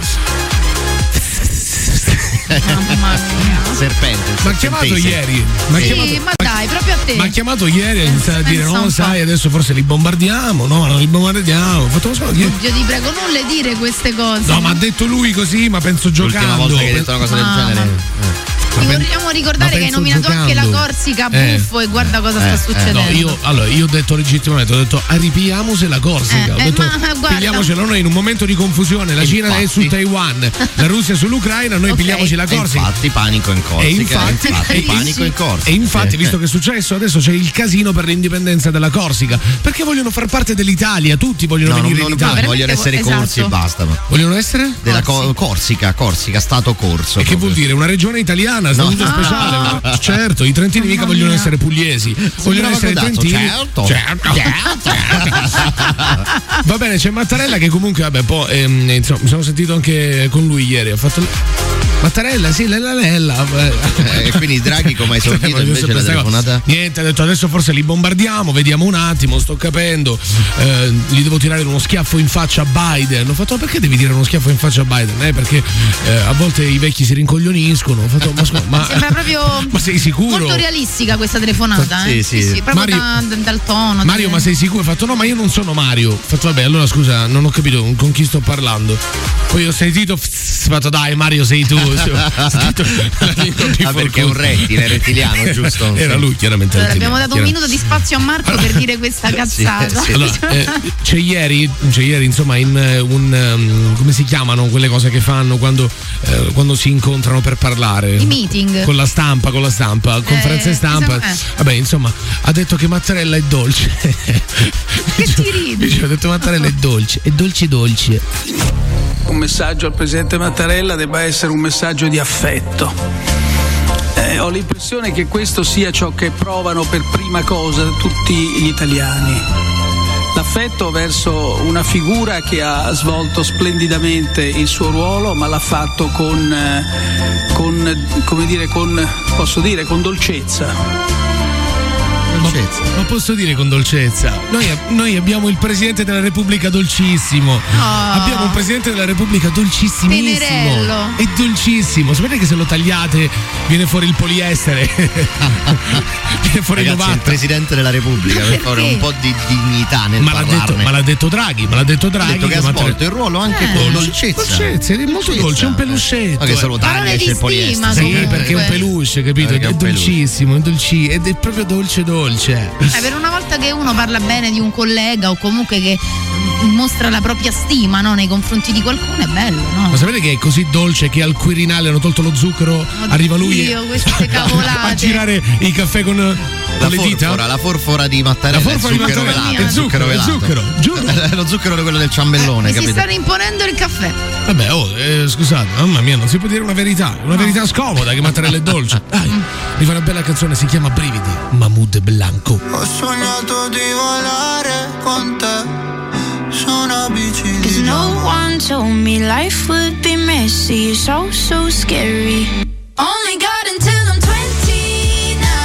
[SPEAKER 6] Mamma mia.
[SPEAKER 5] Serpente.
[SPEAKER 4] Mi ha chiamato
[SPEAKER 5] serpentese.
[SPEAKER 4] ieri. Mi ha
[SPEAKER 6] Sì,
[SPEAKER 4] chiamato.
[SPEAKER 6] ma dai, proprio a te.
[SPEAKER 4] m'ha chiamato ieri a dire
[SPEAKER 6] pensa un
[SPEAKER 4] no
[SPEAKER 6] po'."
[SPEAKER 4] sai adesso forse li bombardiamo no non li bombardiamo Ho fatto, "Ma scusa, io-"
[SPEAKER 6] Io ti prego, non le dire queste cose.
[SPEAKER 4] no ma ha detto lui così ma penso giocando Ah,
[SPEAKER 5] L'ultima volta che hai detto una cosa
[SPEAKER 6] Mamma.
[SPEAKER 5] del genere. Eh,
[SPEAKER 6] Ti vogliamo
[SPEAKER 4] ma
[SPEAKER 6] ricordare che hai
[SPEAKER 4] penso
[SPEAKER 6] nominato anche la
[SPEAKER 4] giocando.
[SPEAKER 6] Corsica
[SPEAKER 4] Eh.
[SPEAKER 6] buffo e guarda cosa sta succedendo.
[SPEAKER 4] No, io, allora, io ho detto legittimamente, ho detto arriviamose la Corsica,
[SPEAKER 6] Eh,
[SPEAKER 4] ho
[SPEAKER 6] eh,
[SPEAKER 4] detto
[SPEAKER 6] ma guarda.
[SPEAKER 4] pigliamocela noi in un momento di confusione, la Cina è su
[SPEAKER 5] Infatti.
[SPEAKER 4] Taiwan, la Russia sull'Ucraina, noi
[SPEAKER 6] Ok.
[SPEAKER 4] pigliamoci la
[SPEAKER 5] E
[SPEAKER 4] Corsica.
[SPEAKER 5] Eh, infatti panico in Corsica.
[SPEAKER 4] E infatti,
[SPEAKER 5] infatti,
[SPEAKER 4] e-
[SPEAKER 5] panico in Corsica.
[SPEAKER 4] E infatti,
[SPEAKER 5] Eh.
[SPEAKER 4] visto che è successo, adesso c'è il casino per l'indipendenza della Corsica. Perché vogliono far parte dell'Italia, tutti vogliono
[SPEAKER 5] No, non,
[SPEAKER 4] venire
[SPEAKER 5] non-
[SPEAKER 4] in Italia.
[SPEAKER 6] veramente
[SPEAKER 5] vogliono essere
[SPEAKER 6] esatto.
[SPEAKER 5] corsi e basta. ma-
[SPEAKER 4] Vogliono essere?
[SPEAKER 5] Della Co- Corsica, Corsica, stato corso.
[SPEAKER 4] E che
[SPEAKER 5] proprio.
[SPEAKER 4] vuol dire? Una regione italiana, statuto
[SPEAKER 5] No. Ah.
[SPEAKER 4] speciale. ma- Certo, i trentini mica vogliono essere pugliesi, vogliono
[SPEAKER 5] Sembrava
[SPEAKER 4] essere
[SPEAKER 5] codato,
[SPEAKER 4] trentini.
[SPEAKER 5] certo.
[SPEAKER 4] certo. Va bene, c'è Mattarella che comunque, vabbè, poi ehm, insomma, mi sono sentito anche con lui ieri. Ho fatto. Mattarella, sì, la la la la.
[SPEAKER 5] Eh, e quindi Draghi come ha
[SPEAKER 4] Eh,
[SPEAKER 5] esordito
[SPEAKER 4] ma io
[SPEAKER 5] invece la
[SPEAKER 4] sempre stavo-
[SPEAKER 5] telefonata?
[SPEAKER 4] Niente, ha detto adesso forse li bombardiamo, vediamo un attimo, sto capendo. Eh, gli devo tirare uno schiaffo in faccia a Biden. Ho fatto "Ma perché devi tirare uno schiaffo in faccia a Biden? Eh, perché eh, a volte i vecchi si rincoglioniscono. Ho fatto, ma, scusa, ma,
[SPEAKER 6] Sembra proprio
[SPEAKER 4] ma sei sicuro?
[SPEAKER 6] molto realistica questa telefonata,
[SPEAKER 5] Sì,
[SPEAKER 6] eh?
[SPEAKER 5] sì.
[SPEAKER 6] proprio
[SPEAKER 4] Mario-
[SPEAKER 6] da- da- dal tono.
[SPEAKER 4] Mario,
[SPEAKER 6] da-
[SPEAKER 4] ma sei sicuro? Ho fatto no, ma io non sono Mario. Ho fatto vabbè, allora scusa, non ho capito con chi sto parlando. Poi ho sentito, fss, ho fatto dai Mario sei tu. Ho sentito la lingua di
[SPEAKER 5] Ah, perché è un
[SPEAKER 4] Forcuno.
[SPEAKER 5] rettile, è rettiliano, giusto?
[SPEAKER 4] Era
[SPEAKER 5] Sì.
[SPEAKER 4] lui chiaramente.
[SPEAKER 6] Allora, abbiamo
[SPEAKER 4] rettiliano,
[SPEAKER 6] dato un
[SPEAKER 4] chiaramente.
[SPEAKER 6] minuto di spazio a Marco per dire questa cazzata.
[SPEAKER 5] sì.
[SPEAKER 4] Allora, eh, c'è ieri, c'è ieri, insomma, in eh, un ehm, come si chiamano quelle cose che fanno quando, eh, quando si incontrano per parlare?
[SPEAKER 6] I meeting.
[SPEAKER 4] Con la stampa, con la stampa, conferenze stampa.
[SPEAKER 6] esatto, eh.
[SPEAKER 4] Vabbè, insomma, ha detto che Mattarella è dolce.
[SPEAKER 6] Che ti ridi?
[SPEAKER 4] Dice, ha detto Mattarella è dolce, è dolce dolce.
[SPEAKER 11] un messaggio al presidente Mattarella debba essere un messaggio di affetto. Eh, ho l'impressione che questo sia ciò che provano per prima cosa tutti gli italiani. l'affetto verso una figura che ha svolto splendidamente il suo ruolo, ma l'ha fatto con, eh, con, come dire, con, posso dire, con dolcezza.
[SPEAKER 4] Dolcezza. Ma, posso dire con dolcezza? Noi, noi abbiamo il presidente della Repubblica dolcissimo.
[SPEAKER 6] Ah.
[SPEAKER 4] Abbiamo un presidente della Repubblica dolcissimissimo.
[SPEAKER 6] Tenerello.
[SPEAKER 4] È dolcissimo. Sapete che se lo tagliate viene fuori il poliestere. viene fuori il
[SPEAKER 5] Ragazzi, il
[SPEAKER 4] 90.
[SPEAKER 5] presidente della Repubblica per fare un po' di dignità nel
[SPEAKER 4] Ma l'ha,
[SPEAKER 5] parlarne.
[SPEAKER 4] detto, ma l'ha detto Draghi, ma l'ha detto Draghi.
[SPEAKER 5] Ha detto che ha
[SPEAKER 4] insomma,
[SPEAKER 5] svolto
[SPEAKER 4] tre-
[SPEAKER 5] il ruolo anche
[SPEAKER 4] Eh.
[SPEAKER 5] con
[SPEAKER 4] Dolce-
[SPEAKER 5] dolcezza.
[SPEAKER 4] dolcezza, è molto dolce, è un peluscetto.
[SPEAKER 5] Ma che solo taglia e c'è il poliestere.
[SPEAKER 4] Sì, perché è un peluche, capito?
[SPEAKER 5] Perché
[SPEAKER 4] È,
[SPEAKER 5] è un peluche.
[SPEAKER 4] dolcissimo, è dolci- ed è proprio dolce dolce.
[SPEAKER 6] Eh, per una volta che uno parla bene di un collega o comunque che mostra la propria stima no, nei confronti di qualcuno è bello, no?
[SPEAKER 4] Ma sapete che è così dolce che al Quirinale hanno tolto lo zucchero, arriva lui
[SPEAKER 6] Io queste
[SPEAKER 4] a
[SPEAKER 6] cavolate.
[SPEAKER 4] girare i caffè con, con
[SPEAKER 5] La
[SPEAKER 4] le dita?
[SPEAKER 5] forfora, la forfora di Mattarella,
[SPEAKER 4] La forfora
[SPEAKER 5] il
[SPEAKER 4] di
[SPEAKER 5] zucchero
[SPEAKER 4] Mattarella,
[SPEAKER 5] velato,
[SPEAKER 4] il zucchero,
[SPEAKER 5] il
[SPEAKER 4] il zucchero, Eh,
[SPEAKER 5] giuro. Lo zucchero è quello del ciambellone,
[SPEAKER 6] Mi si
[SPEAKER 5] capito?
[SPEAKER 6] stanno imponendo il caffè.
[SPEAKER 4] Vabbè, oh, eh, scusate, mamma mia, non si può dire una verità, una verità scomoda che Mattarella è dolce. Dai, mi fa una bella canzone, si chiama Brividi, Mahmood Blanco.
[SPEAKER 10] Ho sognato di volare con te su una bici
[SPEAKER 12] Cause
[SPEAKER 10] di
[SPEAKER 12] no
[SPEAKER 10] gomma.
[SPEAKER 12] one told me life would be messy. It's all so scary. Only got until I'm 29.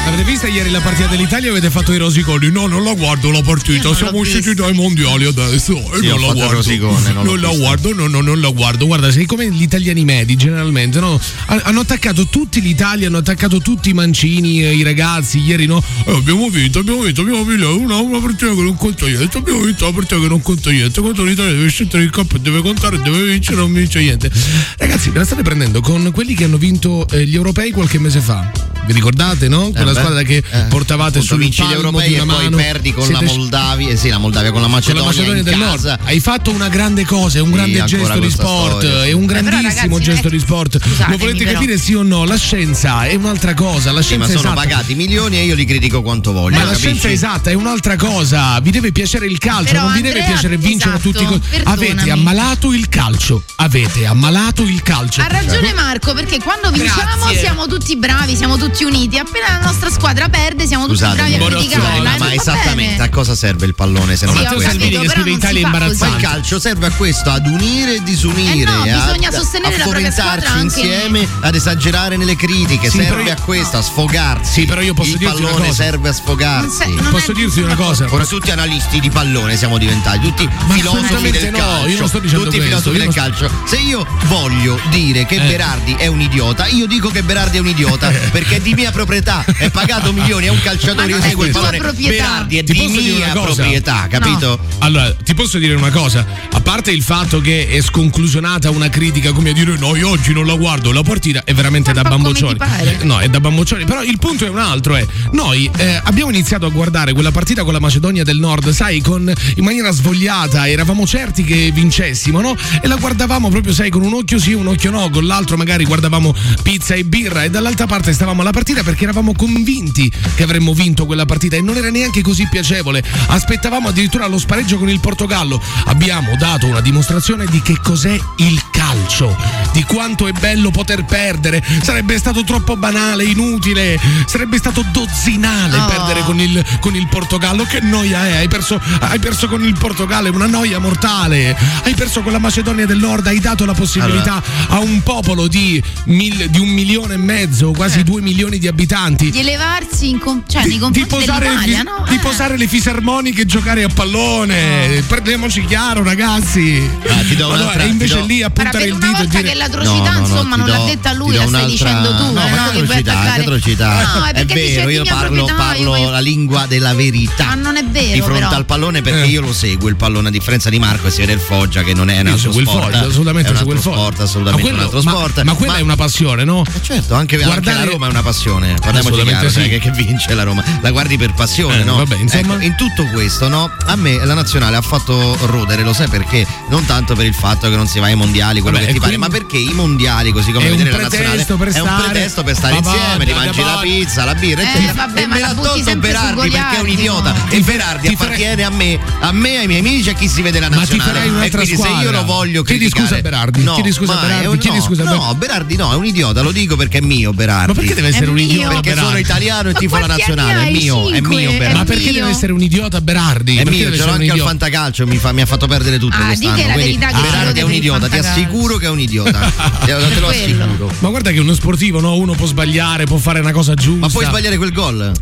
[SPEAKER 4] Avete visto ieri la partita dell'Italia e avete fatto i rosiconi? No, non la guardo la partita, siamo usciti dai mondiali adesso. e
[SPEAKER 5] Sì, ho
[SPEAKER 4] non la
[SPEAKER 5] fatto il
[SPEAKER 4] guardo.
[SPEAKER 5] rosicone, non l'ho
[SPEAKER 4] non la
[SPEAKER 5] visto.
[SPEAKER 4] guardo, no, no, non la guardo. Guarda, siccome gli italiani medi generalmente no, ha- hanno attaccato tutti l'Italia, hanno attaccato tutti i mancini, eh, i ragazzi, ieri no. Eh, abbiamo vinto, abbiamo vinto, abbiamo vinto una, una partita che non conta niente, abbiamo vinto una partita che non conta niente. Quando l'Italia deve scegliere il campo e deve contare, deve vincere, non vince niente. Ragazzi, ve la state prendendo con quelli che hanno vinto eh, gli europei qualche mese fa. Vi ricordate, no? Quella
[SPEAKER 5] Eh beh,
[SPEAKER 4] squadra che
[SPEAKER 5] eh,
[SPEAKER 4] portavate
[SPEAKER 5] appunto,
[SPEAKER 4] sul
[SPEAKER 5] vinci gli
[SPEAKER 4] palmo
[SPEAKER 5] europei
[SPEAKER 4] di una
[SPEAKER 5] e poi
[SPEAKER 4] mano.
[SPEAKER 5] perdi con
[SPEAKER 4] Siete
[SPEAKER 5] la
[SPEAKER 4] sc-
[SPEAKER 5] Moldavia, eh sì, la Moldavia con la
[SPEAKER 4] con la
[SPEAKER 5] Macedonia,
[SPEAKER 4] Macedonia
[SPEAKER 5] in
[SPEAKER 4] del
[SPEAKER 5] casa.
[SPEAKER 4] Nord hai fatto una grande cosa, è un
[SPEAKER 5] Sì,
[SPEAKER 4] grande
[SPEAKER 5] ancora
[SPEAKER 4] gesto di
[SPEAKER 5] questa
[SPEAKER 4] sport,
[SPEAKER 5] storia, sì.
[SPEAKER 4] è un
[SPEAKER 5] Eh, però,
[SPEAKER 4] grandissimo
[SPEAKER 5] ragazzi,
[SPEAKER 4] gesto di sport. Lo
[SPEAKER 5] scusatemi,
[SPEAKER 4] volete
[SPEAKER 5] però.
[SPEAKER 4] capire sì o no? La scienza è un'altra cosa, la
[SPEAKER 5] Sì,
[SPEAKER 4] scienza
[SPEAKER 5] ma
[SPEAKER 4] è
[SPEAKER 5] sono
[SPEAKER 4] esatta.
[SPEAKER 5] pagati milioni e io li critico quanto voglio.
[SPEAKER 4] Ma la
[SPEAKER 5] capisci?
[SPEAKER 4] scienza è esatta, è un'altra cosa. Vi deve piacere il calcio,
[SPEAKER 6] Però,
[SPEAKER 4] non vi deve
[SPEAKER 6] Andrea,
[SPEAKER 4] piacere vincere a
[SPEAKER 6] esatto,
[SPEAKER 4] tutti i costi. Avete
[SPEAKER 6] perdonami.
[SPEAKER 4] ammalato il calcio. Avete ammalato il calcio. Certo.
[SPEAKER 6] Ha ragione Marco perché quando vinciamo
[SPEAKER 4] Grazie.
[SPEAKER 6] siamo tutti bravi, siamo tutti uniti. Appena la nostra squadra perde siamo tutti
[SPEAKER 5] Scusate,
[SPEAKER 6] bravi a criticarla. eh,
[SPEAKER 5] ma
[SPEAKER 6] non va
[SPEAKER 5] esattamente
[SPEAKER 6] bene.
[SPEAKER 5] a cosa serve il pallone se
[SPEAKER 6] Sì,
[SPEAKER 5] non
[SPEAKER 6] ho
[SPEAKER 5] a
[SPEAKER 6] capito,
[SPEAKER 5] questo?
[SPEAKER 6] Salvini che però scrive non Italia si fa imbarazzante.
[SPEAKER 5] Ma
[SPEAKER 6] così.
[SPEAKER 5] il calcio serve a questo, ad unire e disunire,
[SPEAKER 6] Eh no,
[SPEAKER 5] a-
[SPEAKER 6] bisogna
[SPEAKER 5] a,
[SPEAKER 6] sostenere la
[SPEAKER 5] a
[SPEAKER 6] propria squadra
[SPEAKER 5] fomentarci
[SPEAKER 6] anche-
[SPEAKER 5] insieme, ad esagerare nelle critiche,
[SPEAKER 4] Sì, però
[SPEAKER 5] serve
[SPEAKER 4] io-
[SPEAKER 5] a questo, a sfogarsi.
[SPEAKER 4] Sì, però io posso
[SPEAKER 5] il
[SPEAKER 4] dirti una
[SPEAKER 5] pallone
[SPEAKER 4] cosa.
[SPEAKER 5] serve a sfogarsi.
[SPEAKER 4] Posso dirti una cosa?
[SPEAKER 5] Ora tutti analisti di pallone siamo diventati, tutti
[SPEAKER 4] Ma
[SPEAKER 5] filosofi
[SPEAKER 4] assolutamente
[SPEAKER 5] del
[SPEAKER 4] no,
[SPEAKER 5] calcio.
[SPEAKER 4] io non sto dicendo
[SPEAKER 5] tutti
[SPEAKER 4] questo,
[SPEAKER 5] filosofi
[SPEAKER 4] io
[SPEAKER 5] del
[SPEAKER 4] non sto-
[SPEAKER 5] calcio. Se io voglio dire che
[SPEAKER 4] Eh.
[SPEAKER 5] Berardi è un idiota, io dico che Berardi è un idiota perché è di mia proprietà, è pagato milioni, è un calciatore, io seguo il pallone. Berardi è
[SPEAKER 4] Ti
[SPEAKER 5] di
[SPEAKER 4] posso dire una
[SPEAKER 5] mia
[SPEAKER 4] cosa?
[SPEAKER 5] proprietà, capito?
[SPEAKER 4] Allora, ti posso dire una cosa, a parte il fatto che è sconclusionata una critica come a dire no, io oggi non la guardo, la partita è veramente da bamboccioni. Eh, No, è da bamboccioni, però il punto è un altro, è noi eh, abbiamo iniziato a guardare quella partita con la Macedonia del Nord, sai, con in maniera svogliata, eravamo certi che vincessimo, no? E la guardavamo proprio, sai, con un occhio sì, un occhio no, con l'altro magari guardavamo pizza e birra e dall'altra parte stavamo alla partita perché eravamo convinti che avremmo vinto quella partita e non era neanche così piacevole. Aspettavamo addirittura lo spareggio con il Portogallo. Abbiamo dato una dimostrazione di che cos'è il calcio, di quanto è bello poter perdere. Sarebbe stato troppo banale, inutile, sarebbe stato dozzinale
[SPEAKER 13] Oh.
[SPEAKER 4] perdere con il, con il Portogallo. Che noia è? Hai perso, hai perso con il Portogallo, è una noia mortale. Hai perso con la Macedonia del Nord, hai dato la possibilità a un popolo di, mil- di un milione e mezzo, quasi due milioni di abitanti,
[SPEAKER 6] Di elevarsi in com- cioè, Eh. nei
[SPEAKER 4] di, di
[SPEAKER 6] confronti
[SPEAKER 4] posare,
[SPEAKER 6] dell'Italia,
[SPEAKER 4] di-
[SPEAKER 6] no? Eh.
[SPEAKER 4] di posare le fisarmoniche e giocare a pallone. Parliamoci chiaro, ragazzi.
[SPEAKER 5] Ah, ti do un'altra-
[SPEAKER 4] Ma allora,
[SPEAKER 5] ti
[SPEAKER 4] invece
[SPEAKER 5] do-
[SPEAKER 4] lì a
[SPEAKER 6] Guarda,
[SPEAKER 4] puntare
[SPEAKER 6] per
[SPEAKER 4] il
[SPEAKER 6] una
[SPEAKER 4] dito e
[SPEAKER 6] volta
[SPEAKER 4] dire
[SPEAKER 6] che l'atrocità,
[SPEAKER 5] No, no, no,
[SPEAKER 6] insomma,
[SPEAKER 5] ti
[SPEAKER 6] non
[SPEAKER 5] do-
[SPEAKER 6] l'ha detta lui,
[SPEAKER 5] ti
[SPEAKER 6] la
[SPEAKER 5] do
[SPEAKER 6] stai
[SPEAKER 5] un'altra-
[SPEAKER 6] dicendo tu.
[SPEAKER 5] No, ma
[SPEAKER 6] eh,
[SPEAKER 5] che
[SPEAKER 6] no, che vuoi
[SPEAKER 5] atrocità, che
[SPEAKER 6] attaccare.
[SPEAKER 5] atrocità.
[SPEAKER 6] No, è
[SPEAKER 5] è
[SPEAKER 6] perché dice
[SPEAKER 5] vero,
[SPEAKER 6] di
[SPEAKER 5] io
[SPEAKER 6] mia
[SPEAKER 5] parlo,
[SPEAKER 6] proprietà, io
[SPEAKER 5] parlo
[SPEAKER 6] voglio-
[SPEAKER 5] la lingua della verità.
[SPEAKER 6] Ma non è vero,
[SPEAKER 5] di fronte
[SPEAKER 6] però.
[SPEAKER 5] al pallone
[SPEAKER 4] Eh.
[SPEAKER 5] perché io lo seguo il pallone a differenza di Marco e si vede il Foggia che non è un
[SPEAKER 4] Io
[SPEAKER 5] altro
[SPEAKER 4] seguo il
[SPEAKER 5] sport
[SPEAKER 4] Foggia, assolutamente
[SPEAKER 5] è un
[SPEAKER 4] seguo
[SPEAKER 5] altro
[SPEAKER 4] il Foggia.
[SPEAKER 5] sport assolutamente
[SPEAKER 4] Ma
[SPEAKER 5] un
[SPEAKER 4] quello-
[SPEAKER 5] altro
[SPEAKER 4] ma-
[SPEAKER 5] sport
[SPEAKER 4] ma quella è una passione no?
[SPEAKER 5] certo anche, anche
[SPEAKER 4] Guardare-
[SPEAKER 5] la Roma è una passione parliamoci
[SPEAKER 4] Assolutamente
[SPEAKER 5] chiaro
[SPEAKER 4] sì.
[SPEAKER 5] sai che, che vince la Roma la guardi per passione
[SPEAKER 4] Eh,
[SPEAKER 5] no?
[SPEAKER 4] vabbè, insomma.
[SPEAKER 5] Ecco, in tutto questo no? a me la nazionale ha fatto rodere lo sai perché non tanto per il fatto che non si va ai mondiali quello
[SPEAKER 4] Vabbè,
[SPEAKER 5] che ti
[SPEAKER 4] e
[SPEAKER 5] pare ma
[SPEAKER 4] quindi-
[SPEAKER 5] perché i mondiali così come
[SPEAKER 4] È un
[SPEAKER 5] vedere la nazionale
[SPEAKER 4] pretesto per
[SPEAKER 5] è un
[SPEAKER 4] stare-
[SPEAKER 5] pretesto per stare
[SPEAKER 4] Ma va,
[SPEAKER 5] insieme ti
[SPEAKER 4] ma
[SPEAKER 5] mangi
[SPEAKER 4] va.
[SPEAKER 5] la pizza la birra
[SPEAKER 6] Eh,
[SPEAKER 5] eccetera.
[SPEAKER 6] vabbè,
[SPEAKER 5] e
[SPEAKER 6] ma
[SPEAKER 5] me
[SPEAKER 6] la
[SPEAKER 5] l'ha
[SPEAKER 6] butti
[SPEAKER 5] tolto
[SPEAKER 6] sempre su
[SPEAKER 5] Berardi perché è un
[SPEAKER 6] Goliardi,
[SPEAKER 5] idiota
[SPEAKER 6] no?
[SPEAKER 5] e Berardi
[SPEAKER 4] ti farei-
[SPEAKER 5] appartiene a me a me ai miei amici a chi si vede la
[SPEAKER 4] Ma ti
[SPEAKER 5] nazionale
[SPEAKER 4] farai un'altra
[SPEAKER 5] e quindi se io
[SPEAKER 4] squadra.
[SPEAKER 5] lo voglio
[SPEAKER 4] Chiedi
[SPEAKER 5] criticare
[SPEAKER 4] scusa a Berardi,
[SPEAKER 5] no,
[SPEAKER 4] chiedi scusa a
[SPEAKER 5] ma è
[SPEAKER 4] Berardi,
[SPEAKER 5] un-
[SPEAKER 4] chiedi
[SPEAKER 5] Oh, no,
[SPEAKER 4] scusa a Ber-
[SPEAKER 5] no Berardi no è un idiota lo dico perché è mio Berardi
[SPEAKER 4] Ma perché deve essere un idiota
[SPEAKER 5] Perché
[SPEAKER 4] Berardi?
[SPEAKER 5] sono italiano e tifo la nazionale, è mio, è mio Berardi.
[SPEAKER 4] Eh, Ma perché deve essere un idiota Berardi?
[SPEAKER 5] È
[SPEAKER 4] Perché
[SPEAKER 5] mio,
[SPEAKER 4] deve
[SPEAKER 5] ce l'ho
[SPEAKER 4] essere un
[SPEAKER 5] anche al
[SPEAKER 4] idiota?
[SPEAKER 5] fantacalcio, mi, fa- mi ha fatto perdere tutto
[SPEAKER 4] Ah, di
[SPEAKER 5] quest'anno.
[SPEAKER 4] che la
[SPEAKER 5] quindi
[SPEAKER 4] verità che
[SPEAKER 5] Berardi
[SPEAKER 4] ci
[SPEAKER 5] è
[SPEAKER 4] vuole
[SPEAKER 5] un
[SPEAKER 4] per il
[SPEAKER 5] idiota, ti
[SPEAKER 4] fantacalcio.
[SPEAKER 5] assicuro che è un idiota. Te lo- te lo assicuro.
[SPEAKER 4] Ma guarda che uno sportivo, no? Uno può sbagliare, può fare una cosa giusta. Ma
[SPEAKER 5] puoi sbagliare quel gol?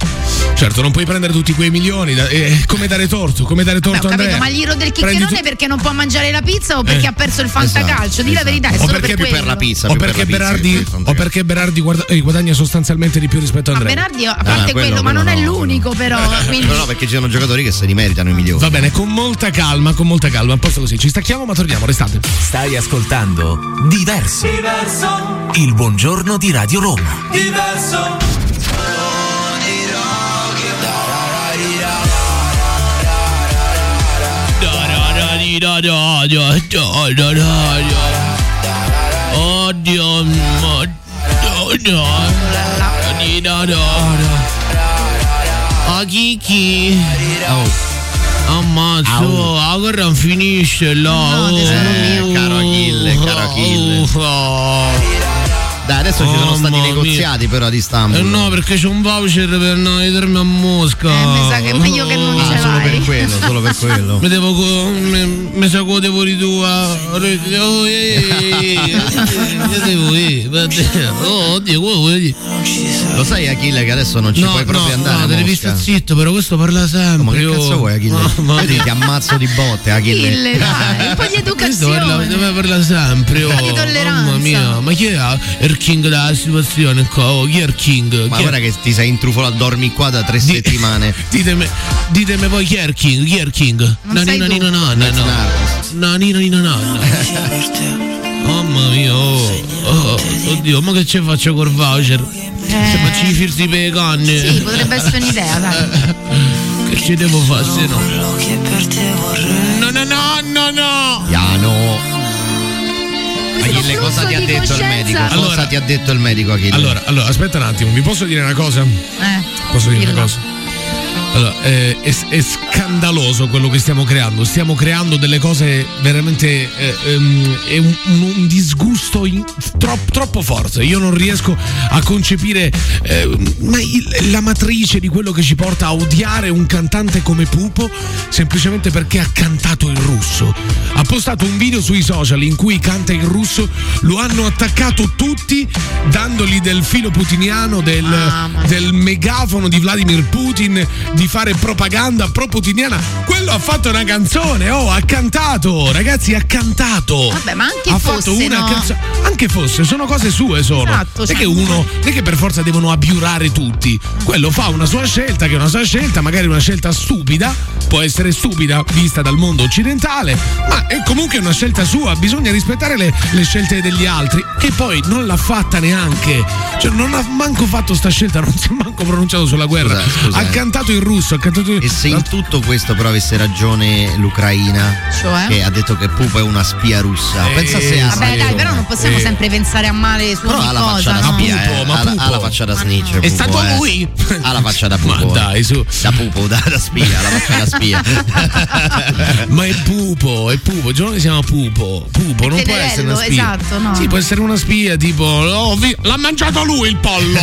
[SPEAKER 4] Certo, non puoi prendere tutti quei milioni. da- eh, come dare torto? Come dare
[SPEAKER 6] Beh, ho
[SPEAKER 4] torto a
[SPEAKER 6] capito, ma
[SPEAKER 4] Andrea?
[SPEAKER 6] gli iro del
[SPEAKER 4] Prendi
[SPEAKER 6] chiccherone perché non può mangiare la pizza o perché
[SPEAKER 4] Eh,
[SPEAKER 6] ha perso il fantacalcio? Dì la verità, è
[SPEAKER 4] O
[SPEAKER 6] solo
[SPEAKER 4] perché
[SPEAKER 6] per quello.
[SPEAKER 5] pizza,
[SPEAKER 4] o
[SPEAKER 5] più esatto. per
[SPEAKER 4] perché,
[SPEAKER 5] la pizza che
[SPEAKER 4] Berardi,
[SPEAKER 5] per il
[SPEAKER 4] o perché Berardi guarda- eh, guadagna sostanzialmente di più rispetto a
[SPEAKER 6] Ma
[SPEAKER 4] Andrea.
[SPEAKER 6] Berardi, a
[SPEAKER 5] No,
[SPEAKER 6] parte
[SPEAKER 5] no, Ah, quello-
[SPEAKER 6] quello, ma
[SPEAKER 5] quello
[SPEAKER 6] non è
[SPEAKER 5] no,
[SPEAKER 6] l'unico però, quindi
[SPEAKER 5] Però no, perché ci sono giocatori che se li meritano i migliori.
[SPEAKER 4] Va bene, con molta calma, con molta calma. A posto così, ci stacchiamo, ma torniamo, restate.
[SPEAKER 9] Stai ascoltando Diverso. Il buongiorno di Radio Roma.
[SPEAKER 3] Diverso.
[SPEAKER 13] Oddio, oddio, a Kiki,
[SPEAKER 4] oh.
[SPEAKER 13] ammazzo, ancora non finisce là. Oh.
[SPEAKER 5] No, tesoro mio. Caro Achille, caro Achille. Dai, adesso ci sono
[SPEAKER 13] Oh,
[SPEAKER 5] stati
[SPEAKER 13] mamma
[SPEAKER 5] negoziati però di
[SPEAKER 13] Eh
[SPEAKER 5] Istanbul.
[SPEAKER 13] no, perché c'è un voucher per non vedermi a Mosca. Eh, mi sa che è meglio che non
[SPEAKER 5] Ah, solo per quello, solo per quello.
[SPEAKER 13] Mi devo. co- Mi, mi sa che devo ritua. Oh, eh, Io devo eh, guarda. Oh, oddio, quello vuol dire.
[SPEAKER 5] Lo sai Achille che adesso non ci
[SPEAKER 13] No,
[SPEAKER 5] puoi proprio
[SPEAKER 13] no,
[SPEAKER 5] andare.
[SPEAKER 13] no,
[SPEAKER 5] a
[SPEAKER 13] devi
[SPEAKER 5] Mosca?
[SPEAKER 13] stare zitto, però questo parla sempre.
[SPEAKER 5] Ma che
[SPEAKER 13] oh.
[SPEAKER 5] cazzo vuoi Achille?
[SPEAKER 13] Mamma
[SPEAKER 5] Io ti,
[SPEAKER 13] mia.
[SPEAKER 5] ti ammazzo di botte
[SPEAKER 6] Achille,
[SPEAKER 5] Achille.
[SPEAKER 6] dai, un po' di
[SPEAKER 13] Questo parla,
[SPEAKER 6] educazione.
[SPEAKER 13] deve parlare sempre. Oh,
[SPEAKER 6] Di tolleranza.
[SPEAKER 13] mamma mia, ma chi è il king della situazione? qua? Oh, chi è il king?
[SPEAKER 5] Ma
[SPEAKER 13] Chi è-
[SPEAKER 5] guarda che ti sei intrufolato, dormi qua da tre settimane.
[SPEAKER 13] Ditemi, ditemi voi chi è il king? Chi è il king?
[SPEAKER 5] Non sei
[SPEAKER 13] Nanino,
[SPEAKER 5] tu.
[SPEAKER 13] nino, nonna, no. Nanino, nino, nonna. Mamma mia, oh, oh, oddio, ma che ce faccio col voucher? Se faccio i firsi per le canne.
[SPEAKER 6] Eh. Sì, potrebbe essere un'idea,
[SPEAKER 5] Eh,
[SPEAKER 6] dai.
[SPEAKER 13] Che ci devo fare se no? No, no, no, no, no!
[SPEAKER 5] Piano. Achille,
[SPEAKER 13] Questo
[SPEAKER 5] cosa ti
[SPEAKER 13] flusso
[SPEAKER 5] ha
[SPEAKER 13] di
[SPEAKER 5] detto il
[SPEAKER 13] coscienza.
[SPEAKER 5] medico? cosa
[SPEAKER 4] Allora-
[SPEAKER 5] ti ha detto il medico Achille?
[SPEAKER 4] Allora, allora, aspetta un attimo, vi posso dire una cosa?
[SPEAKER 6] Eh.
[SPEAKER 4] Posso dire una cosa? Allora, eh, è, è scandaloso quello che stiamo creando. Stiamo creando delle cose veramente. eh, ehm, è un, un- un disgusto in- tro- troppo forte. Io non riesco a concepire eh, ma il- la matrice di quello che ci porta a odiare un cantante come Pupo semplicemente perché ha cantato in russo. Ha postato un video sui social in cui canta in russo, lo hanno attaccato tutti dandogli del filo putiniano, del, del megafono di Vladimir Putin, di fare propaganda pro-putiniana. Quello ha fatto una canzone, oh, ha cantato, ragazzi, ha cantato.
[SPEAKER 6] Vabbè, ma anche
[SPEAKER 4] ha fatto
[SPEAKER 6] fosse,
[SPEAKER 4] una
[SPEAKER 6] no?
[SPEAKER 4] canzone, anche fosse, sono cose sue sono.
[SPEAKER 6] Esatto,
[SPEAKER 4] non è
[SPEAKER 6] cioè-
[SPEAKER 4] che uno, non è che per forza devono abbiurare tutti. Quello fa una sua scelta, che è una sua scelta, magari una scelta stupida, può essere stupida vista dal mondo occidentale, ma è comunque una scelta sua, bisogna rispettare le, le scelte degli altri, che poi non l'ha fatta neanche. Cioè non ha manco fatto sta scelta, non si è manco pronunciato sulla guerra.
[SPEAKER 5] Scusa, scusa,
[SPEAKER 4] ha
[SPEAKER 5] eh.
[SPEAKER 4] cantato in russo, ha cantato in
[SPEAKER 5] E se in tutto questo però avesse ragione l'Ucraina,
[SPEAKER 6] Cioè?
[SPEAKER 5] che ha detto che Pupo è una spia russa, pensa
[SPEAKER 13] Eh,
[SPEAKER 5] se ha
[SPEAKER 6] Vabbè, dai,
[SPEAKER 5] ragione.
[SPEAKER 6] però non possiamo
[SPEAKER 5] Eh.
[SPEAKER 6] sempre pensare a male su
[SPEAKER 5] Però
[SPEAKER 6] ogni
[SPEAKER 5] ha la
[SPEAKER 6] cosa,
[SPEAKER 5] faccia da
[SPEAKER 6] no?
[SPEAKER 5] spia, eh. ha, la- ha la faccia da snitch. Pupo,
[SPEAKER 6] stato
[SPEAKER 5] eh.
[SPEAKER 6] lui?
[SPEAKER 5] Ha la faccia da
[SPEAKER 4] Ma
[SPEAKER 5] pupo. eh.
[SPEAKER 4] dai, su.
[SPEAKER 5] Da pupo, da, da spia, ha la faccia da spia.
[SPEAKER 4] Ma è pupo, è pupo, Giorno si chiama pupo. Pupo, non può
[SPEAKER 6] tenerello,
[SPEAKER 4] essere una spia.
[SPEAKER 6] esatto, no.
[SPEAKER 4] Sì, può essere una spia, tipo. "Oh, vi- l'ha mangiato lui il pollo!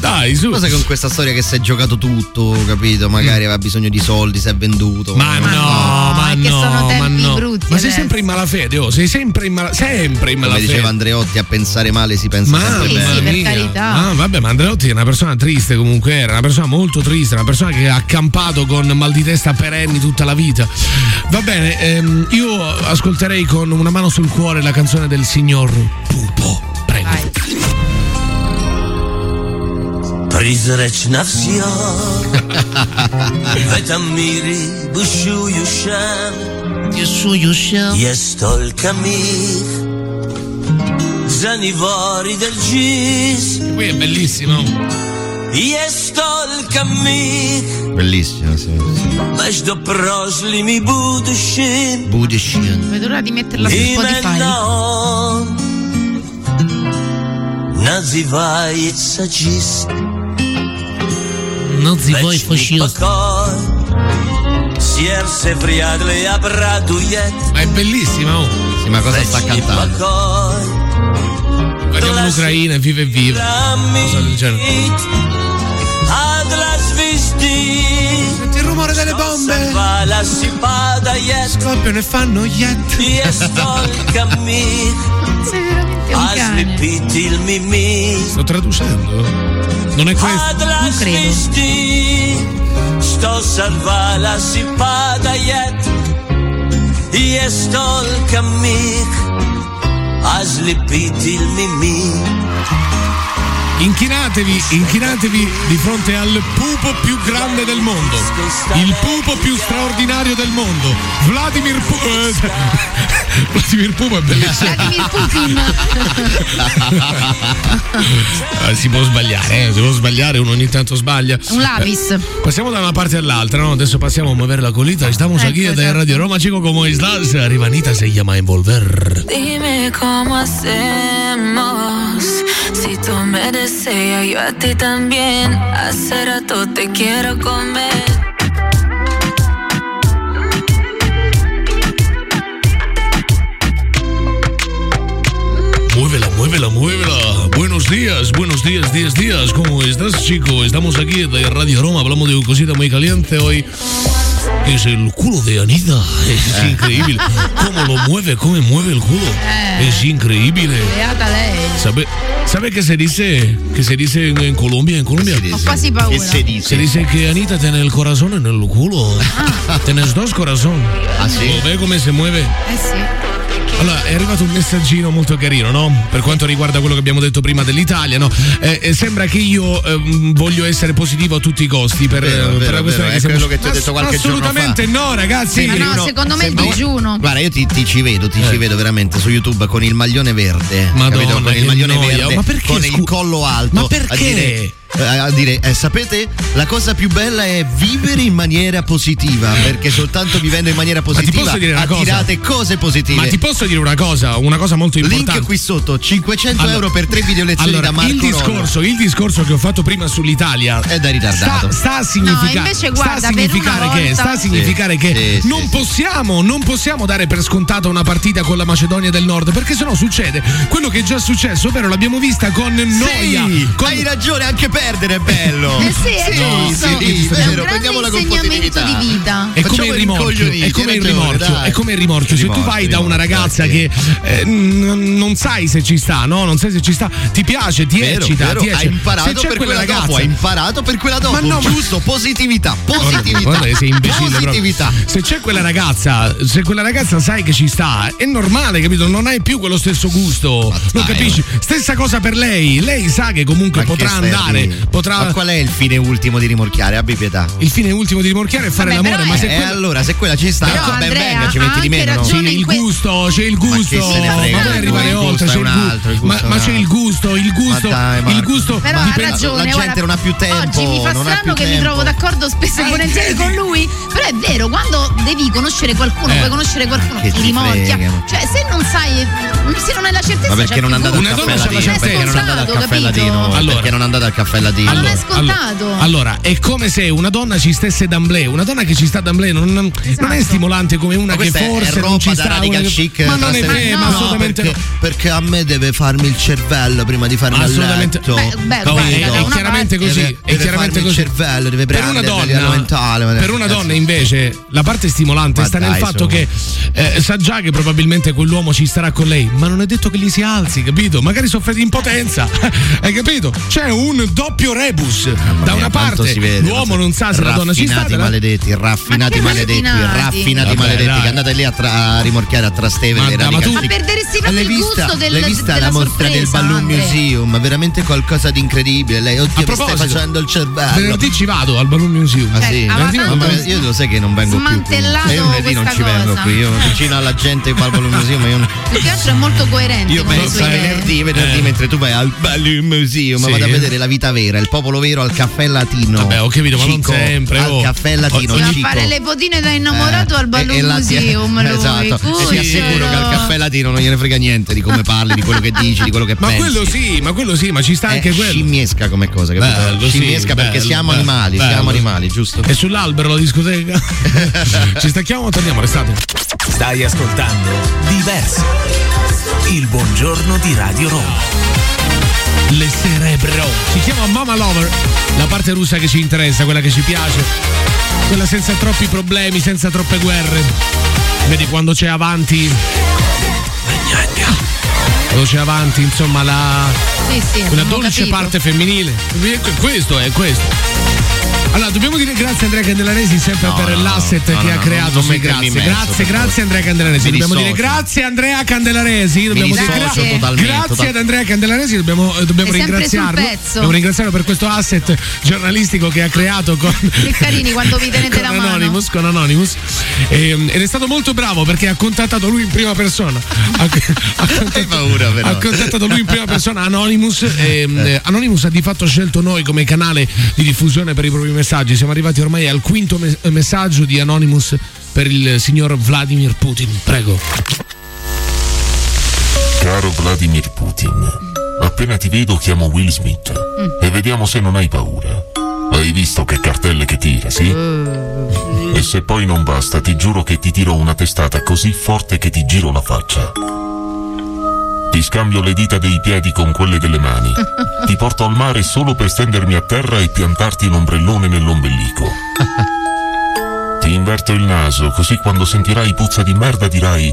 [SPEAKER 4] dai, su.
[SPEAKER 5] Cosa con questa storia che si è giocato tutto, capito? Magari aveva bisogno di soldi, si è venduto.
[SPEAKER 4] Ma no, ma no, ma no. Ma sei
[SPEAKER 5] adesso.
[SPEAKER 4] sempre in malafede, oh, sei sempre in malafede. Sempre in
[SPEAKER 5] Come
[SPEAKER 4] malafede.
[SPEAKER 5] diceva Andreotti, a pensare male si pensa sempre
[SPEAKER 4] Mamma
[SPEAKER 5] bene.
[SPEAKER 4] mia. Ah, vabbè, ma Andreotti è una persona triste comunque, era una persona molto triste, una persona che ha campato con mal di testa perenni tutta la vita. Va bene, ehm, io ascolterei con una mano sul cuore la canzone del signor Pupo. Prego.
[SPEAKER 3] Призрачна вся В этом мире бушующем Есть только миг Занивари del gis
[SPEAKER 4] Qui è bellissimo
[SPEAKER 3] Есть только миг
[SPEAKER 5] Bellissimo, sì.
[SPEAKER 3] Между прошлым и будущим
[SPEAKER 5] Будущее.
[SPEAKER 6] Vedo l'ora di metterla su
[SPEAKER 3] Именно
[SPEAKER 6] Spotify.
[SPEAKER 3] он Называется gis
[SPEAKER 13] Называй фашист.
[SPEAKER 3] покой Сердце вряд ли обрадует
[SPEAKER 4] Ma è bellissimo. Eh,
[SPEAKER 5] Sì, ma cosa sta
[SPEAKER 3] Вечный
[SPEAKER 5] cantando?
[SPEAKER 3] покой
[SPEAKER 4] Guardiamo l'Ucraina, viva e viva. Cosa del genere.
[SPEAKER 14] Senti il rumore delle bombe. Scoppiano e fanno yet.
[SPEAKER 3] Ah,
[SPEAKER 4] Sto traducendo. Non è questo.
[SPEAKER 6] Non
[SPEAKER 3] Sto salvala si pada yet Je stolka mih A zlepiti il mimih
[SPEAKER 4] Inchinatevi, inchinatevi di fronte al pupo più grande del mondo, il pupo più straordinario del mondo, Vladimir Pupo. Vladimir Pupo è bellissimo.
[SPEAKER 6] Vladimir Putin.
[SPEAKER 4] Eh, si può sbagliare, eh, si può sbagliare, uno ogni tanto sbaglia.
[SPEAKER 6] Un lapis.
[SPEAKER 4] Eh, passiamo da una parte all'altra, no? Adesso passiamo a mover la colita. Estamos aquí de Radio Roma, chico, como estás? Rivanita se llama Envolver.
[SPEAKER 12] Dime cómo hacemos. Si tú me deseas, yo a ti también. Hace rato te quiero comer.
[SPEAKER 4] Muévela, muévela, muévela. Buenos días, buenos días, 10 días. ¿Cómo estás, chico? Estamos aquí de Radio Roma. Hablamos de una cosita muy caliente hoy. que Es el culo de Anita. Es increíble. ¿Cómo lo mueve? ¿Cómo mueve el culo? Es increíble.
[SPEAKER 6] Beata lei.
[SPEAKER 4] ¿Sabe, sabe qué se dice? ¿Qué se dice en, en Colombia? En Colombia.
[SPEAKER 6] Ho quasi paura.
[SPEAKER 4] Se dice que Anita tiene el corazón en el culo. Tienes dos corazones.
[SPEAKER 5] Ah,
[SPEAKER 4] Así. Ve cómo se mueve.
[SPEAKER 6] Eh sì.
[SPEAKER 4] Allora, è arrivato un messaggino molto carino, no? Per quanto riguarda quello che abbiamo detto prima dell'Italia, no? Eh, eh, sembra che io ehm, voglio essere positivo a tutti i costi per,
[SPEAKER 5] Vero,
[SPEAKER 4] eh, per
[SPEAKER 5] vero,
[SPEAKER 4] la
[SPEAKER 5] vero,
[SPEAKER 4] questione che
[SPEAKER 5] è
[SPEAKER 4] siamo-
[SPEAKER 5] quello che ti ho
[SPEAKER 4] Ma-
[SPEAKER 5] detto qualche giorno fa.
[SPEAKER 4] Assolutamente no, ragazzi.
[SPEAKER 6] Ma Eh, no,
[SPEAKER 5] Bruno,
[SPEAKER 6] secondo me è il
[SPEAKER 5] sembra-
[SPEAKER 6] digiuno.
[SPEAKER 5] Guarda, io ti, ti ci vedo, ti ci vedo veramente su YouTube con il maglione verde.
[SPEAKER 4] Eh. Madonna,
[SPEAKER 5] capito? Con
[SPEAKER 4] che
[SPEAKER 5] il maglione
[SPEAKER 4] noia.
[SPEAKER 5] verde,
[SPEAKER 4] Ma perché,
[SPEAKER 5] con il
[SPEAKER 4] scu-
[SPEAKER 5] collo alto.
[SPEAKER 4] Ma perché?
[SPEAKER 5] A dire, eh, a dire, eh, sapete, la cosa più bella è vivere in maniera positiva, perché soltanto vivendo in maniera
[SPEAKER 4] Ma ti
[SPEAKER 5] positiva
[SPEAKER 4] posso dire una cosa?
[SPEAKER 5] attirate cose positive.
[SPEAKER 4] Ma ti posso dire una cosa, una cosa molto importante.
[SPEAKER 5] Link qui sotto, 500
[SPEAKER 4] Allora-
[SPEAKER 5] euro per tre video lezioni
[SPEAKER 4] allora,
[SPEAKER 5] da Marco
[SPEAKER 4] il
[SPEAKER 5] Rona.
[SPEAKER 4] discorso, il discorso che ho fatto prima sull'Italia è
[SPEAKER 5] da ritardato.
[SPEAKER 4] Sta, sta a
[SPEAKER 6] No,
[SPEAKER 4] significa-
[SPEAKER 6] invece,
[SPEAKER 4] sta
[SPEAKER 6] guarda,
[SPEAKER 4] a
[SPEAKER 6] per
[SPEAKER 4] significare
[SPEAKER 6] una
[SPEAKER 4] che,
[SPEAKER 6] volta-
[SPEAKER 4] sta a
[SPEAKER 6] Sì,
[SPEAKER 4] significare che
[SPEAKER 5] sì,
[SPEAKER 4] non possiamo, non possiamo dare per scontata una partita con la Macedonia del Nord, perché sennò succede quello che è già successo, ovvero l'abbiamo vista con noia.
[SPEAKER 5] Sì,
[SPEAKER 4] con-
[SPEAKER 5] hai ragione, anche perdere è bello.
[SPEAKER 6] Eh sì, è giusto.
[SPEAKER 5] sì,
[SPEAKER 6] è un
[SPEAKER 5] sì, vero,
[SPEAKER 6] grande
[SPEAKER 5] prendiamola con
[SPEAKER 6] insegnamento di
[SPEAKER 5] positività.
[SPEAKER 6] vita.
[SPEAKER 4] È come,
[SPEAKER 5] Facciamo
[SPEAKER 4] il
[SPEAKER 5] i
[SPEAKER 4] rimorchio,
[SPEAKER 5] rincoglioniti,
[SPEAKER 4] è come
[SPEAKER 5] hai
[SPEAKER 4] il
[SPEAKER 5] ragione,
[SPEAKER 4] rimorchio,
[SPEAKER 5] dai.
[SPEAKER 4] è come il rimorchio. Se tu
[SPEAKER 5] Rimorchio,
[SPEAKER 4] vai da una ragazza che eh, n- non sai se ci sta, no? Non sai se ci sta, ti piace, ti
[SPEAKER 5] Vero,
[SPEAKER 4] eccita,
[SPEAKER 5] vero,
[SPEAKER 4] ti eccita.
[SPEAKER 5] hai imparato
[SPEAKER 4] Se c'è
[SPEAKER 5] per quella dopo, hai imparato per quella dopo.
[SPEAKER 4] Ma no, ma-
[SPEAKER 5] giusto, positività,
[SPEAKER 4] Guarda,
[SPEAKER 5] positività.
[SPEAKER 4] guarda che sei imbecille proprio.
[SPEAKER 5] positività.
[SPEAKER 4] Se c'è quella ragazza, se quella ragazza sai che ci sta, è normale, capito? Non hai più quello stesso gusto. lo capisci? Stessa cosa per lei. Lei sa che comunque
[SPEAKER 5] Ma che
[SPEAKER 4] potrà
[SPEAKER 5] stai a
[SPEAKER 4] andare,
[SPEAKER 5] dire?
[SPEAKER 4] potrà.
[SPEAKER 5] Ma qual è il fine ultimo di rimorchiare? Abbi pietà.
[SPEAKER 4] Il fine ultimo di rimorchiare è fare
[SPEAKER 6] Vabbè,
[SPEAKER 4] l'amore,
[SPEAKER 6] però
[SPEAKER 4] ma
[SPEAKER 6] è-
[SPEAKER 4] se
[SPEAKER 5] E
[SPEAKER 4] quella-
[SPEAKER 5] eh, allora, se quella ci sta,
[SPEAKER 6] Però,
[SPEAKER 5] va ben
[SPEAKER 6] Andrea,
[SPEAKER 5] venga, ci metti
[SPEAKER 6] ha
[SPEAKER 5] di
[SPEAKER 6] anche
[SPEAKER 5] meno, no?
[SPEAKER 4] C'è
[SPEAKER 6] ragione. in
[SPEAKER 4] il
[SPEAKER 6] que-
[SPEAKER 4] gusto, c'è il
[SPEAKER 5] Ma
[SPEAKER 4] gusto,
[SPEAKER 5] che se ne frega,
[SPEAKER 4] ma puoi
[SPEAKER 5] il
[SPEAKER 4] arrivare
[SPEAKER 5] gusto
[SPEAKER 4] oltre,
[SPEAKER 5] è
[SPEAKER 4] c'è il
[SPEAKER 5] un altro, il gusto
[SPEAKER 4] gusto, ma,
[SPEAKER 5] è
[SPEAKER 4] ma
[SPEAKER 5] un
[SPEAKER 4] c'è il gusto, il gusto,
[SPEAKER 5] dai,
[SPEAKER 4] il
[SPEAKER 5] Marco.
[SPEAKER 4] gusto,
[SPEAKER 6] Però ha
[SPEAKER 4] dipende-
[SPEAKER 6] ragione.
[SPEAKER 5] la gente
[SPEAKER 6] guarda,
[SPEAKER 5] non ha più tempo,
[SPEAKER 6] Oggi mi fa
[SPEAKER 5] non ha
[SPEAKER 6] strano
[SPEAKER 5] più
[SPEAKER 6] che mi
[SPEAKER 5] tempo.
[SPEAKER 6] trovo d'accordo spesso e volentieri con lui. Però è vero, quando devi conoscere qualcuno,
[SPEAKER 4] Eh.
[SPEAKER 6] puoi conoscere qualcuno,
[SPEAKER 5] che
[SPEAKER 6] ti
[SPEAKER 5] ti
[SPEAKER 6] rimorchia.
[SPEAKER 5] frega.
[SPEAKER 6] Cioè, se non sai, se non hai la certezza,
[SPEAKER 5] Ma perché
[SPEAKER 6] c'è
[SPEAKER 5] non
[SPEAKER 6] più
[SPEAKER 5] andate al
[SPEAKER 6] gusto.
[SPEAKER 4] Una
[SPEAKER 5] caffè
[SPEAKER 4] donna c'ha la
[SPEAKER 5] latino?
[SPEAKER 4] certezza.
[SPEAKER 5] Perché non andate al
[SPEAKER 6] Scontato,
[SPEAKER 5] caffè
[SPEAKER 6] capito?
[SPEAKER 5] latino?
[SPEAKER 4] Allora.
[SPEAKER 5] Perché non andate al caffè
[SPEAKER 6] Ma non
[SPEAKER 5] latino?
[SPEAKER 6] è scontato.
[SPEAKER 4] allora, allora, è come se una donna ci stesse d'amblè, una donna che ci sta d'amblè non, non
[SPEAKER 5] Esatto.
[SPEAKER 4] è stimolante come una
[SPEAKER 5] Ma
[SPEAKER 4] che
[SPEAKER 5] questa è-
[SPEAKER 4] forse
[SPEAKER 5] è
[SPEAKER 4] non ci
[SPEAKER 5] roba da
[SPEAKER 4] sta una
[SPEAKER 5] radical
[SPEAKER 4] che-
[SPEAKER 5] chic
[SPEAKER 4] Ma non è
[SPEAKER 5] trasfer-
[SPEAKER 4] vero, ma
[SPEAKER 5] No,
[SPEAKER 4] assolutamente
[SPEAKER 5] perché, perché a me deve farmi il cervello prima di farmi
[SPEAKER 4] Ma assolutamente-
[SPEAKER 5] assolutamente
[SPEAKER 6] Beh, beh,
[SPEAKER 4] Capito?
[SPEAKER 6] guarda,
[SPEAKER 4] è,
[SPEAKER 6] da una
[SPEAKER 4] chiaramente
[SPEAKER 5] parte-
[SPEAKER 4] così,
[SPEAKER 5] Deve-
[SPEAKER 4] è
[SPEAKER 5] deve
[SPEAKER 4] chiaramente
[SPEAKER 5] farmi il
[SPEAKER 4] così.
[SPEAKER 5] cervello, deve
[SPEAKER 4] per una
[SPEAKER 5] prendere a livello
[SPEAKER 4] donna,
[SPEAKER 5] mentale, ma-
[SPEAKER 4] per una
[SPEAKER 5] cazzo.
[SPEAKER 4] donna invece la parte stimolante
[SPEAKER 5] Ma
[SPEAKER 4] sta nel
[SPEAKER 5] dai,
[SPEAKER 4] fatto
[SPEAKER 5] su.
[SPEAKER 4] che eh, sa già che probabilmente quell'uomo ci starà con lei, ma non è detto che gli si alzi, capito? Magari soffre di impotenza, hai capito? C'è un doppio rebus. da
[SPEAKER 5] Mia, quanto
[SPEAKER 4] una parte
[SPEAKER 5] Eh, si vede,
[SPEAKER 4] l'uuomo
[SPEAKER 5] ma-
[SPEAKER 4] non sa se la donna ci sta,
[SPEAKER 5] raffinati
[SPEAKER 4] dalla-
[SPEAKER 5] maledetti raffinati
[SPEAKER 6] Ma che
[SPEAKER 5] maledetti
[SPEAKER 6] raffinati?
[SPEAKER 5] raffinati
[SPEAKER 4] Vabbè,
[SPEAKER 5] maledetti
[SPEAKER 4] dai.
[SPEAKER 5] che andate lì a, tra- a rimorchiare a Trastevere
[SPEAKER 4] Ma
[SPEAKER 5] le
[SPEAKER 4] dai, ma
[SPEAKER 5] radical
[SPEAKER 4] tu-
[SPEAKER 6] Ma
[SPEAKER 5] chic.
[SPEAKER 6] perderesti proprio
[SPEAKER 5] l'hai
[SPEAKER 6] il
[SPEAKER 5] vista,
[SPEAKER 6] gusto del,
[SPEAKER 5] l'hai vista
[SPEAKER 6] della
[SPEAKER 5] la mostra del
[SPEAKER 6] sorpresa,
[SPEAKER 5] Balloon
[SPEAKER 6] Andre.
[SPEAKER 5] Museum veramente qualcosa di incredibile lei oddio mi stai
[SPEAKER 4] proposito,
[SPEAKER 5] facendo il cervello
[SPEAKER 4] Venerdì ci vado al Balloon Museum.
[SPEAKER 5] Ah, sì?
[SPEAKER 6] aveva
[SPEAKER 5] Venerdì-
[SPEAKER 6] tanto
[SPEAKER 5] ma io lo sai che non vengo più qui.
[SPEAKER 6] Cioè, smantellato
[SPEAKER 5] Io venerdì non
[SPEAKER 6] questa
[SPEAKER 5] ci vengo
[SPEAKER 6] cosa.
[SPEAKER 5] qui. Io vicino alla gente qua al Balloon Museum io non-
[SPEAKER 6] Perché oggi è molto coerente
[SPEAKER 5] Io
[SPEAKER 6] con le
[SPEAKER 5] penso
[SPEAKER 6] sue
[SPEAKER 5] a
[SPEAKER 6] idee.
[SPEAKER 4] Eh.
[SPEAKER 5] venerdì, venerdì mentre tu vai al Balloon Museum,
[SPEAKER 4] Sì.
[SPEAKER 5] vado a vedere la vita vera, il popolo vero al caffè latino.
[SPEAKER 4] Vabbè, ho capito, ma non
[SPEAKER 5] Cico,
[SPEAKER 4] sempre,
[SPEAKER 5] Al
[SPEAKER 4] oh.
[SPEAKER 5] caffè latino,
[SPEAKER 6] Deve
[SPEAKER 5] Cico.
[SPEAKER 6] fare le potine da innamorato al oh, Balloon
[SPEAKER 5] Eh, la-
[SPEAKER 6] Museum. lui,
[SPEAKER 5] esatto. E ti
[SPEAKER 6] cucciolo.
[SPEAKER 5] assicuro che al caffè latino non gliene frega niente di come parli, di quello che dici, di quello che
[SPEAKER 4] Ma
[SPEAKER 5] pensi.
[SPEAKER 4] quello sì, ma quello sì, ma ci sta anche
[SPEAKER 5] È
[SPEAKER 4] quello.
[SPEAKER 5] Scimmiesca come cosa, capito?
[SPEAKER 4] Bello, sì,
[SPEAKER 5] Scimmiesca perché
[SPEAKER 4] bello,
[SPEAKER 5] siamo
[SPEAKER 4] bello,
[SPEAKER 5] animali,
[SPEAKER 4] bello.
[SPEAKER 5] siamo animali, giusto?
[SPEAKER 4] E sull'albero la discoteca. ci stacchiamo o torniamo, restate.
[SPEAKER 9] Stai ascoltando Diverso. Il buongiorno di Radio Roma.
[SPEAKER 4] Le Cerebro. Si chiama Mama Lover, la parte russa che ci interessa, quella che ci piace, quella senza troppi problemi, senza troppe guerre. Vedi quando c'è avanti. Quando c'è avanti, insomma, la.
[SPEAKER 6] Sì, sì,
[SPEAKER 4] Una
[SPEAKER 6] abbiamo
[SPEAKER 4] dolce
[SPEAKER 6] capito.
[SPEAKER 4] parte femminile. E que- Questo è questo. Allora, dobbiamo dire grazie a Andrea Candelaresi sempre
[SPEAKER 5] No,
[SPEAKER 4] per
[SPEAKER 5] no, no,
[SPEAKER 4] l'asset
[SPEAKER 5] no,
[SPEAKER 4] che
[SPEAKER 5] no,
[SPEAKER 4] ha
[SPEAKER 5] no,
[SPEAKER 4] creato.
[SPEAKER 5] non
[SPEAKER 4] Sì,
[SPEAKER 5] mettermi
[SPEAKER 4] grazie,
[SPEAKER 5] in mezzo,
[SPEAKER 4] grazie,
[SPEAKER 5] per
[SPEAKER 4] grazie
[SPEAKER 5] favore.
[SPEAKER 4] Andrea Candelaresi.
[SPEAKER 5] Mi
[SPEAKER 4] Dobbiamo dire
[SPEAKER 5] dissocio.
[SPEAKER 4] grazie Andrea Candelaresi. Dobbiamo dire
[SPEAKER 5] dissocio
[SPEAKER 4] grazie.
[SPEAKER 5] totalmente,
[SPEAKER 4] Grazie
[SPEAKER 5] total-
[SPEAKER 4] ad Andrea Candelaresi, dobbiamo, eh, dobbiamo
[SPEAKER 6] È sempre
[SPEAKER 4] ringraziarlo.
[SPEAKER 6] sul pezzo.
[SPEAKER 4] Dobbiamo ringraziarlo per questo asset giornalistico che ha creato con
[SPEAKER 6] Che carini quando vi tenete
[SPEAKER 4] con
[SPEAKER 6] la mano.
[SPEAKER 4] Anonymous, con Anonymous. Ehm, ed è stato molto bravo perché ha contattato lui in prima persona. Ha, ha contattato, ha contattato lui in prima persona Anonymous. ehm, eh, Anonymous ha di fatto scelto noi come canale di diffusione per i propri messaggi. Siamo arrivati ormai al quinto mes- messaggio di Anonymous per il signor Vladimir Putin. Prego.
[SPEAKER 15] Caro Vladimir Putin, appena ti vedo chiamo Will Smith e vediamo se non hai paura. Hai visto che cartelle che tira, sì? E se poi non basta, ti giuro che ti tiro una testata così forte che ti giro la faccia. Ti scambio le dita dei piedi con quelle delle mani. Ti porto al mare solo per stendermi a terra e piantarti l'ombrellone nell'ombelico. Ti inverto il naso, così quando sentirai puzza di merda dirai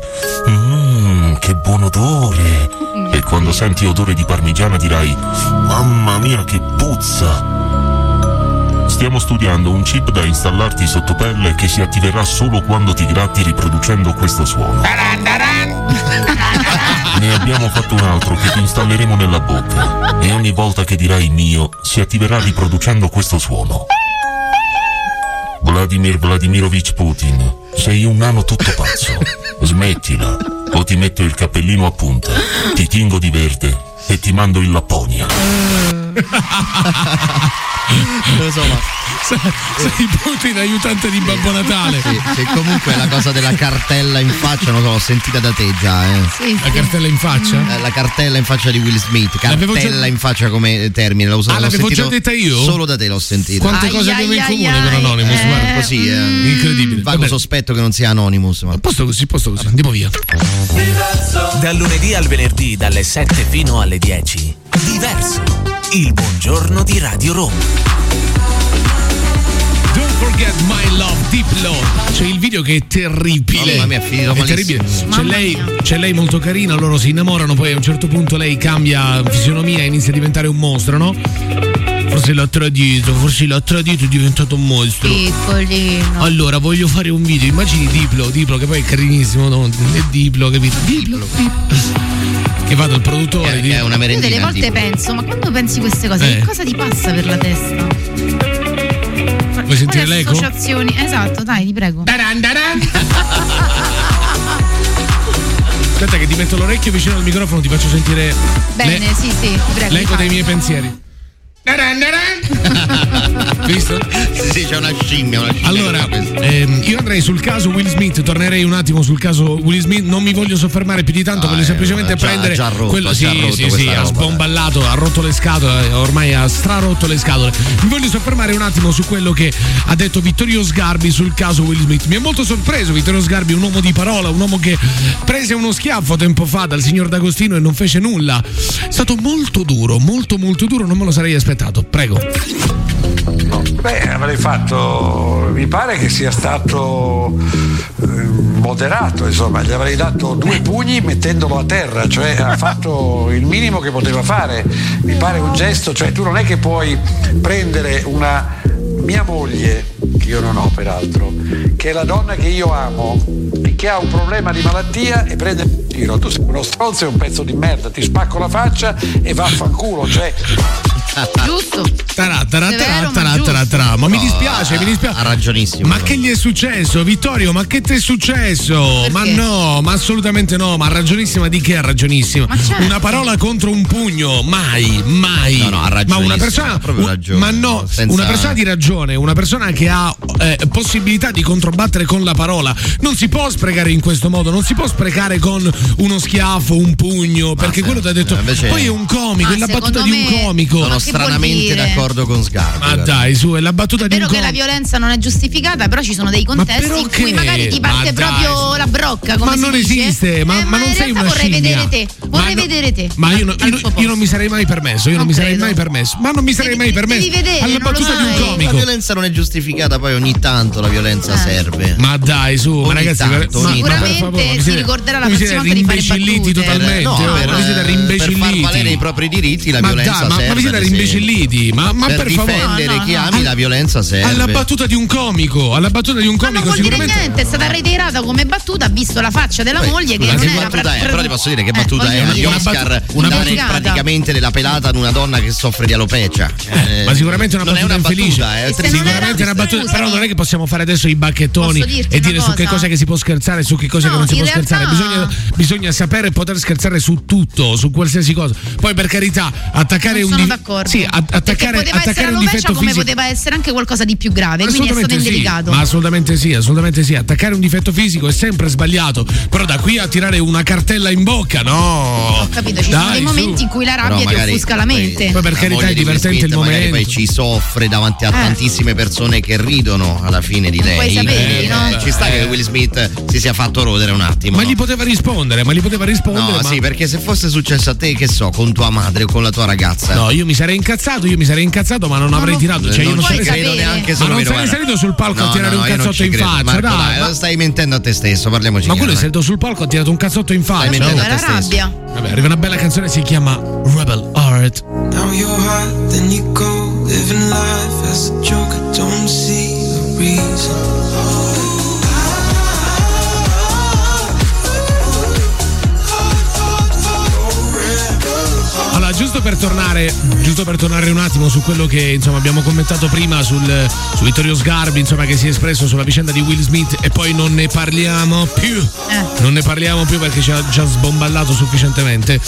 [SPEAKER 15] Mmm, che buon odore! E quando senti odore di parmigiana dirai Mamma mia che puzza! Stiamo studiando un chip da installarti sotto pelle che si attiverà solo quando ti gratti riproducendo questo suono. Ne abbiamo fatto un altro che ti installeremo nella bocca e ogni volta che dirai mio si attiverà riproducendo questo suono. Vladimir Vladimirovich Putin, sei un nano tutto pazzo. Smettila o ti metto il cappellino a punta, ti tingo di verde e ti mando in Lapponia.
[SPEAKER 4] Sei Putin aiutante di Babbo Natale.
[SPEAKER 5] Sì, sì, comunque la cosa della cartella in faccia, non so, l'ho sentita da te già, eh.
[SPEAKER 4] La cartella in faccia?
[SPEAKER 5] Eh, La cartella in faccia di Will Smith,
[SPEAKER 4] L'avevo già-
[SPEAKER 5] cartella in faccia come eh, termine, l'ho usata.
[SPEAKER 4] Ah,
[SPEAKER 5] l'ho
[SPEAKER 4] l'avevo
[SPEAKER 5] sentito
[SPEAKER 4] già detta io?
[SPEAKER 5] Solo da te l'ho sentita.
[SPEAKER 4] Quante cose avevo in comune con Anonymous, guarda.
[SPEAKER 5] Così, eh.
[SPEAKER 4] Mm. Incredibile.
[SPEAKER 5] Vago sospetto che non sia Anonymous. Ma...
[SPEAKER 4] Posto così, posto così, andiamo via.
[SPEAKER 9] Dal lunedì al venerdì, dalle 7 fino alle 10. Diverso. Il buongiorno di Radio Roma.
[SPEAKER 4] Don't forget my love, Deep Love. C'è il video che è terribile.
[SPEAKER 5] Mamma mia, è finito
[SPEAKER 4] È
[SPEAKER 5] malissimo.
[SPEAKER 4] terribile. C'è lei, c'è lei molto carina, loro si innamorano, poi a un certo punto lei cambia fisionomia e inizia a diventare un mostro, no? Forse l'ha tradito, forse l'ha tradito, è diventato un mostro.
[SPEAKER 6] Piccolino.
[SPEAKER 4] Allora, voglio fare un video, immagini Diplo, Diplo che poi è carinissimo, no? È Diplo, capito? Diplo. Che va dal produttore. Che è una
[SPEAKER 6] Io delle volte penso, ma quando pensi queste cose,
[SPEAKER 4] Eh.
[SPEAKER 6] che cosa ti passa per la testa?
[SPEAKER 4] Vuoi sentire
[SPEAKER 6] Quali
[SPEAKER 4] l'eco?
[SPEAKER 6] associazioni? Esatto, dai, ti prego.
[SPEAKER 4] Aspetta che ti metto l'orecchio vicino al microfono, ti faccio sentire
[SPEAKER 6] Bene,
[SPEAKER 4] le-
[SPEAKER 6] sì, sì, ti prego.
[SPEAKER 4] l'eco
[SPEAKER 6] fai.
[SPEAKER 4] dei miei pensieri. Visto?
[SPEAKER 5] Sì, sì, c'è una scimmia, una scimmia.
[SPEAKER 4] Allora, ehm, io andrei sul caso Will Smith, tornerei un attimo sul caso Will Smith, non mi voglio soffermare più di tanto, voglio semplicemente
[SPEAKER 5] eh, già-
[SPEAKER 4] prendere
[SPEAKER 5] già rotto,
[SPEAKER 4] quello
[SPEAKER 5] già
[SPEAKER 4] sì,
[SPEAKER 5] rotto
[SPEAKER 4] sì,
[SPEAKER 5] questa
[SPEAKER 4] sì, ha
[SPEAKER 5] roba, eh. dai.
[SPEAKER 4] sbomballato, ha rotto le scatole, eh, ormai ha strarotto le scatole. Mi voglio soffermare un attimo su quello che ha detto Vittorio Sgarbi sul caso Will Smith. Mi è molto sorpreso Vittorio Sgarbi, un uomo di parola, un uomo che prese uno schiaffo tempo fa dal signor D'Agostino e non fece nulla. È stato molto duro, molto molto duro, non me lo sarei aspettato. Prego.
[SPEAKER 16] Beh, avrei fatto, mi pare che sia stato eh, moderato, insomma, gli avrei dato
[SPEAKER 9] Eh.
[SPEAKER 16] due pugni mettendolo a terra, cioè ha fatto il minimo che poteva fare, mi pare un gesto, cioè tu non è che puoi prendere una mia moglie, che io non ho peraltro, che è la donna che io amo, che ha un problema di malattia e prende... tiro. Tu sei uno stronzo e un pezzo di merda, ti spacco la faccia e vaffanculo, cioè.
[SPEAKER 6] Giusto.
[SPEAKER 4] Tarà, tarà, tarà, tarà, tarà, tarà. Ma mi
[SPEAKER 5] No, eh,
[SPEAKER 4] dispiace, mi dispiace.
[SPEAKER 5] Ha ragionissimo.
[SPEAKER 4] Ma che gli è successo, Vittorio? Ma che ti è successo? Ma no, ma assolutamente no. Ma ragionissima di che ha ragionissima?
[SPEAKER 6] certo.
[SPEAKER 4] Una parola contro un pugno, mai, mai.
[SPEAKER 5] No, no, ha
[SPEAKER 4] ma
[SPEAKER 5] ragionissimo,
[SPEAKER 4] una
[SPEAKER 5] ha
[SPEAKER 4] persona,
[SPEAKER 5] proprio
[SPEAKER 4] un-
[SPEAKER 5] ragione,
[SPEAKER 4] ma no,
[SPEAKER 5] senza-
[SPEAKER 4] una persona di ragione, una persona che ha eh, possibilità di controbattere con la parola, non si può sprecare in questo modo, non si può sprecare con uno schiaffo, un pugno, perché quello ti ha detto.
[SPEAKER 5] invece-
[SPEAKER 4] Poi è un comico,
[SPEAKER 6] Ma
[SPEAKER 4] è la
[SPEAKER 6] secondo
[SPEAKER 4] battuta di un
[SPEAKER 6] me-
[SPEAKER 4] comico.
[SPEAKER 6] Sono Ma che vuol stranamente dire? d'accordo
[SPEAKER 5] con Sgarbi.
[SPEAKER 4] Ma dai, su, è la battuta
[SPEAKER 6] È
[SPEAKER 4] di un
[SPEAKER 6] vero che
[SPEAKER 4] comico.
[SPEAKER 6] la violenza non è giustificata, però ci sono dei contesti in cui
[SPEAKER 4] perché?
[SPEAKER 6] magari ti parte
[SPEAKER 4] Ma dai,
[SPEAKER 6] proprio
[SPEAKER 4] su.
[SPEAKER 6] la brocca. Come
[SPEAKER 4] Ma
[SPEAKER 6] si
[SPEAKER 4] non
[SPEAKER 6] dice.
[SPEAKER 4] esiste, ma-
[SPEAKER 6] Eh,
[SPEAKER 4] ma non
[SPEAKER 6] in
[SPEAKER 4] sei
[SPEAKER 6] realtà
[SPEAKER 4] una
[SPEAKER 6] vorrei
[SPEAKER 4] scimmia.
[SPEAKER 6] vedere te. Vorrei
[SPEAKER 4] no-
[SPEAKER 6] vedere te.
[SPEAKER 4] Ma io, no- io no- io non mi sarei mai permesso, io non, mi sarei mai permesso. Ma non mi sarei mai permesso.
[SPEAKER 6] devi vedere,
[SPEAKER 4] Alla
[SPEAKER 6] non lo
[SPEAKER 4] battuta di un
[SPEAKER 6] fai.
[SPEAKER 5] La
[SPEAKER 4] comico.
[SPEAKER 5] violenza non è giustificata, poi ogni tanto la
[SPEAKER 6] Ah.
[SPEAKER 5] violenza serve.
[SPEAKER 4] Ma dai, su, ma
[SPEAKER 5] Ogni
[SPEAKER 4] ragazzi,
[SPEAKER 5] tanto,
[SPEAKER 4] ma-
[SPEAKER 5] ogni
[SPEAKER 4] ma per
[SPEAKER 5] tanto.
[SPEAKER 4] favore, mi
[SPEAKER 6] si
[SPEAKER 4] siete-
[SPEAKER 6] ricorderà la
[SPEAKER 4] mi
[SPEAKER 6] prossima
[SPEAKER 4] siete
[SPEAKER 6] volta di fare
[SPEAKER 4] rimbecilliti
[SPEAKER 6] battute.
[SPEAKER 4] totalmente.
[SPEAKER 5] No, eh,
[SPEAKER 4] ma
[SPEAKER 5] per,
[SPEAKER 4] vi siete
[SPEAKER 5] per far
[SPEAKER 4] rimbecilliti.
[SPEAKER 5] valere i propri diritti la
[SPEAKER 4] Ma
[SPEAKER 5] violenza
[SPEAKER 4] dai, ma- ma vi
[SPEAKER 5] serve.
[SPEAKER 4] siete
[SPEAKER 5] ad esempio.
[SPEAKER 4] rimbecilliti? Ma- ma
[SPEAKER 5] per
[SPEAKER 4] per favore.
[SPEAKER 5] difendere
[SPEAKER 4] No, no,
[SPEAKER 5] chi
[SPEAKER 4] no.
[SPEAKER 5] ami la violenza serve.
[SPEAKER 4] Alla battuta di un comico, alla battuta di un
[SPEAKER 6] Non
[SPEAKER 4] comico,
[SPEAKER 6] vuol dire
[SPEAKER 4] sicuramente.
[SPEAKER 6] niente, è stata reiterata come battuta, ha visto la faccia della moglie che
[SPEAKER 5] Ma
[SPEAKER 6] non
[SPEAKER 5] che
[SPEAKER 6] era
[SPEAKER 5] battuta
[SPEAKER 6] pra-
[SPEAKER 5] è? Però ti posso
[SPEAKER 4] Eh,
[SPEAKER 5] dire che battuta
[SPEAKER 6] voglio
[SPEAKER 5] è una
[SPEAKER 6] dire.
[SPEAKER 5] di Oscar
[SPEAKER 6] Una battuta-
[SPEAKER 5] dare
[SPEAKER 6] una battuta-
[SPEAKER 5] praticamente della pelata ad una donna che soffre di alopecia. Eh,
[SPEAKER 4] Ma sicuramente è una
[SPEAKER 5] non è
[SPEAKER 4] battuta
[SPEAKER 5] una
[SPEAKER 4] infelice.
[SPEAKER 5] battuta, eh, è
[SPEAKER 6] se non
[SPEAKER 5] triste.
[SPEAKER 6] era-
[SPEAKER 4] Sicuramente è una battuta,
[SPEAKER 6] Scusami.
[SPEAKER 4] però non è che possiamo fare adesso i bacchettoni
[SPEAKER 6] Posso dirti
[SPEAKER 4] e
[SPEAKER 6] una
[SPEAKER 4] dire su che
[SPEAKER 6] cosa?
[SPEAKER 4] cosa che si può scherzare e su che cosa
[SPEAKER 6] No,
[SPEAKER 4] che non si
[SPEAKER 6] in
[SPEAKER 4] può
[SPEAKER 6] realtà-
[SPEAKER 4] scherzare. Bisogna, bisogna sapere e poter scherzare su tutto, su qualsiasi cosa. Poi per carità, attaccare
[SPEAKER 6] Non
[SPEAKER 4] un
[SPEAKER 6] sono
[SPEAKER 4] dif-
[SPEAKER 6] d'accordo.
[SPEAKER 4] Sì, a-
[SPEAKER 6] Perché
[SPEAKER 4] attaccare,
[SPEAKER 6] poteva essere
[SPEAKER 4] attaccare un
[SPEAKER 6] alopecia
[SPEAKER 4] difetto
[SPEAKER 6] come
[SPEAKER 4] fisico.
[SPEAKER 6] poteva essere anche qualcosa di più grave, quindi è stato
[SPEAKER 4] Assolutamente sì,
[SPEAKER 6] indelicato.
[SPEAKER 4] ma assolutamente sì, assolutamente sì. Attaccare un difetto fisico è sempre sbagliato. Però da qui a tirare una cartella in bocca, no.
[SPEAKER 6] Ho capito, ci sono
[SPEAKER 4] Dai,
[SPEAKER 6] dei
[SPEAKER 4] su.
[SPEAKER 6] momenti in cui la
[SPEAKER 5] Però
[SPEAKER 6] rabbia ti
[SPEAKER 5] magari-
[SPEAKER 6] offusca la mente.
[SPEAKER 4] Poi per
[SPEAKER 5] La
[SPEAKER 4] carità
[SPEAKER 5] moglie
[SPEAKER 4] è
[SPEAKER 5] di
[SPEAKER 4] divertente il
[SPEAKER 5] Mesquita magari
[SPEAKER 4] momento.
[SPEAKER 5] Poi ci soffre davanti a
[SPEAKER 6] Eh.
[SPEAKER 5] tantissime persone che ridono alla fine di
[SPEAKER 6] Non puoi
[SPEAKER 5] lei.
[SPEAKER 6] saperli,
[SPEAKER 5] Eh,
[SPEAKER 6] no?
[SPEAKER 5] Ci sta che Will Smith si sia fatto rodere un attimo.
[SPEAKER 4] Ma
[SPEAKER 5] no?
[SPEAKER 4] gli poteva rispondere, ma gli poteva rispondere.
[SPEAKER 5] No,
[SPEAKER 4] ma-
[SPEAKER 5] sì, perché se fosse successo a te, che so, con tua madre o con la tua ragazza.
[SPEAKER 4] No, io mi sarei incazzato, io mi sarei incazzato, ma non
[SPEAKER 5] Eh.
[SPEAKER 4] avrei
[SPEAKER 5] no. Eh,
[SPEAKER 4] tirato. Cioè, io
[SPEAKER 5] non
[SPEAKER 4] non
[SPEAKER 5] ci
[SPEAKER 4] sarei
[SPEAKER 5] credo
[SPEAKER 4] salito-
[SPEAKER 5] neanche
[SPEAKER 4] ma
[SPEAKER 5] solo
[SPEAKER 4] non
[SPEAKER 5] io,
[SPEAKER 4] sarei
[SPEAKER 5] guarda.
[SPEAKER 4] salito sul palco a
[SPEAKER 5] No,
[SPEAKER 4] tirare
[SPEAKER 5] no,
[SPEAKER 4] un
[SPEAKER 5] io non
[SPEAKER 4] cazzotto
[SPEAKER 5] ci
[SPEAKER 4] in
[SPEAKER 5] credo.
[SPEAKER 4] faccia.
[SPEAKER 5] Marco,
[SPEAKER 4] dai,
[SPEAKER 5] dai,
[SPEAKER 4] ma-
[SPEAKER 5] stai mentendo a te stesso, parliamoci.
[SPEAKER 4] ma quello è
[SPEAKER 5] chiaro, eh.
[SPEAKER 4] salito sul palco ha tirato un cazzotto in faccia.
[SPEAKER 5] Stai mentendo
[SPEAKER 4] no?
[SPEAKER 5] a te
[SPEAKER 6] La
[SPEAKER 5] stesso.
[SPEAKER 6] rabbia.
[SPEAKER 4] Vabbè, arriva una bella canzone si chiama Rebel Heart.
[SPEAKER 3] Now you're hot, then you go. Living life as a joke, I don't see a reason.
[SPEAKER 4] Allora, giusto per tornare, giusto per tornare un attimo su quello che insomma abbiamo commentato prima sul, su Vittorio Sgarbi, insomma, che si è espresso sulla vicenda di Will Smith e poi non ne parliamo più.
[SPEAKER 5] Eh.
[SPEAKER 4] Non ne parliamo più perché ci ha già sbomballato sufficientemente.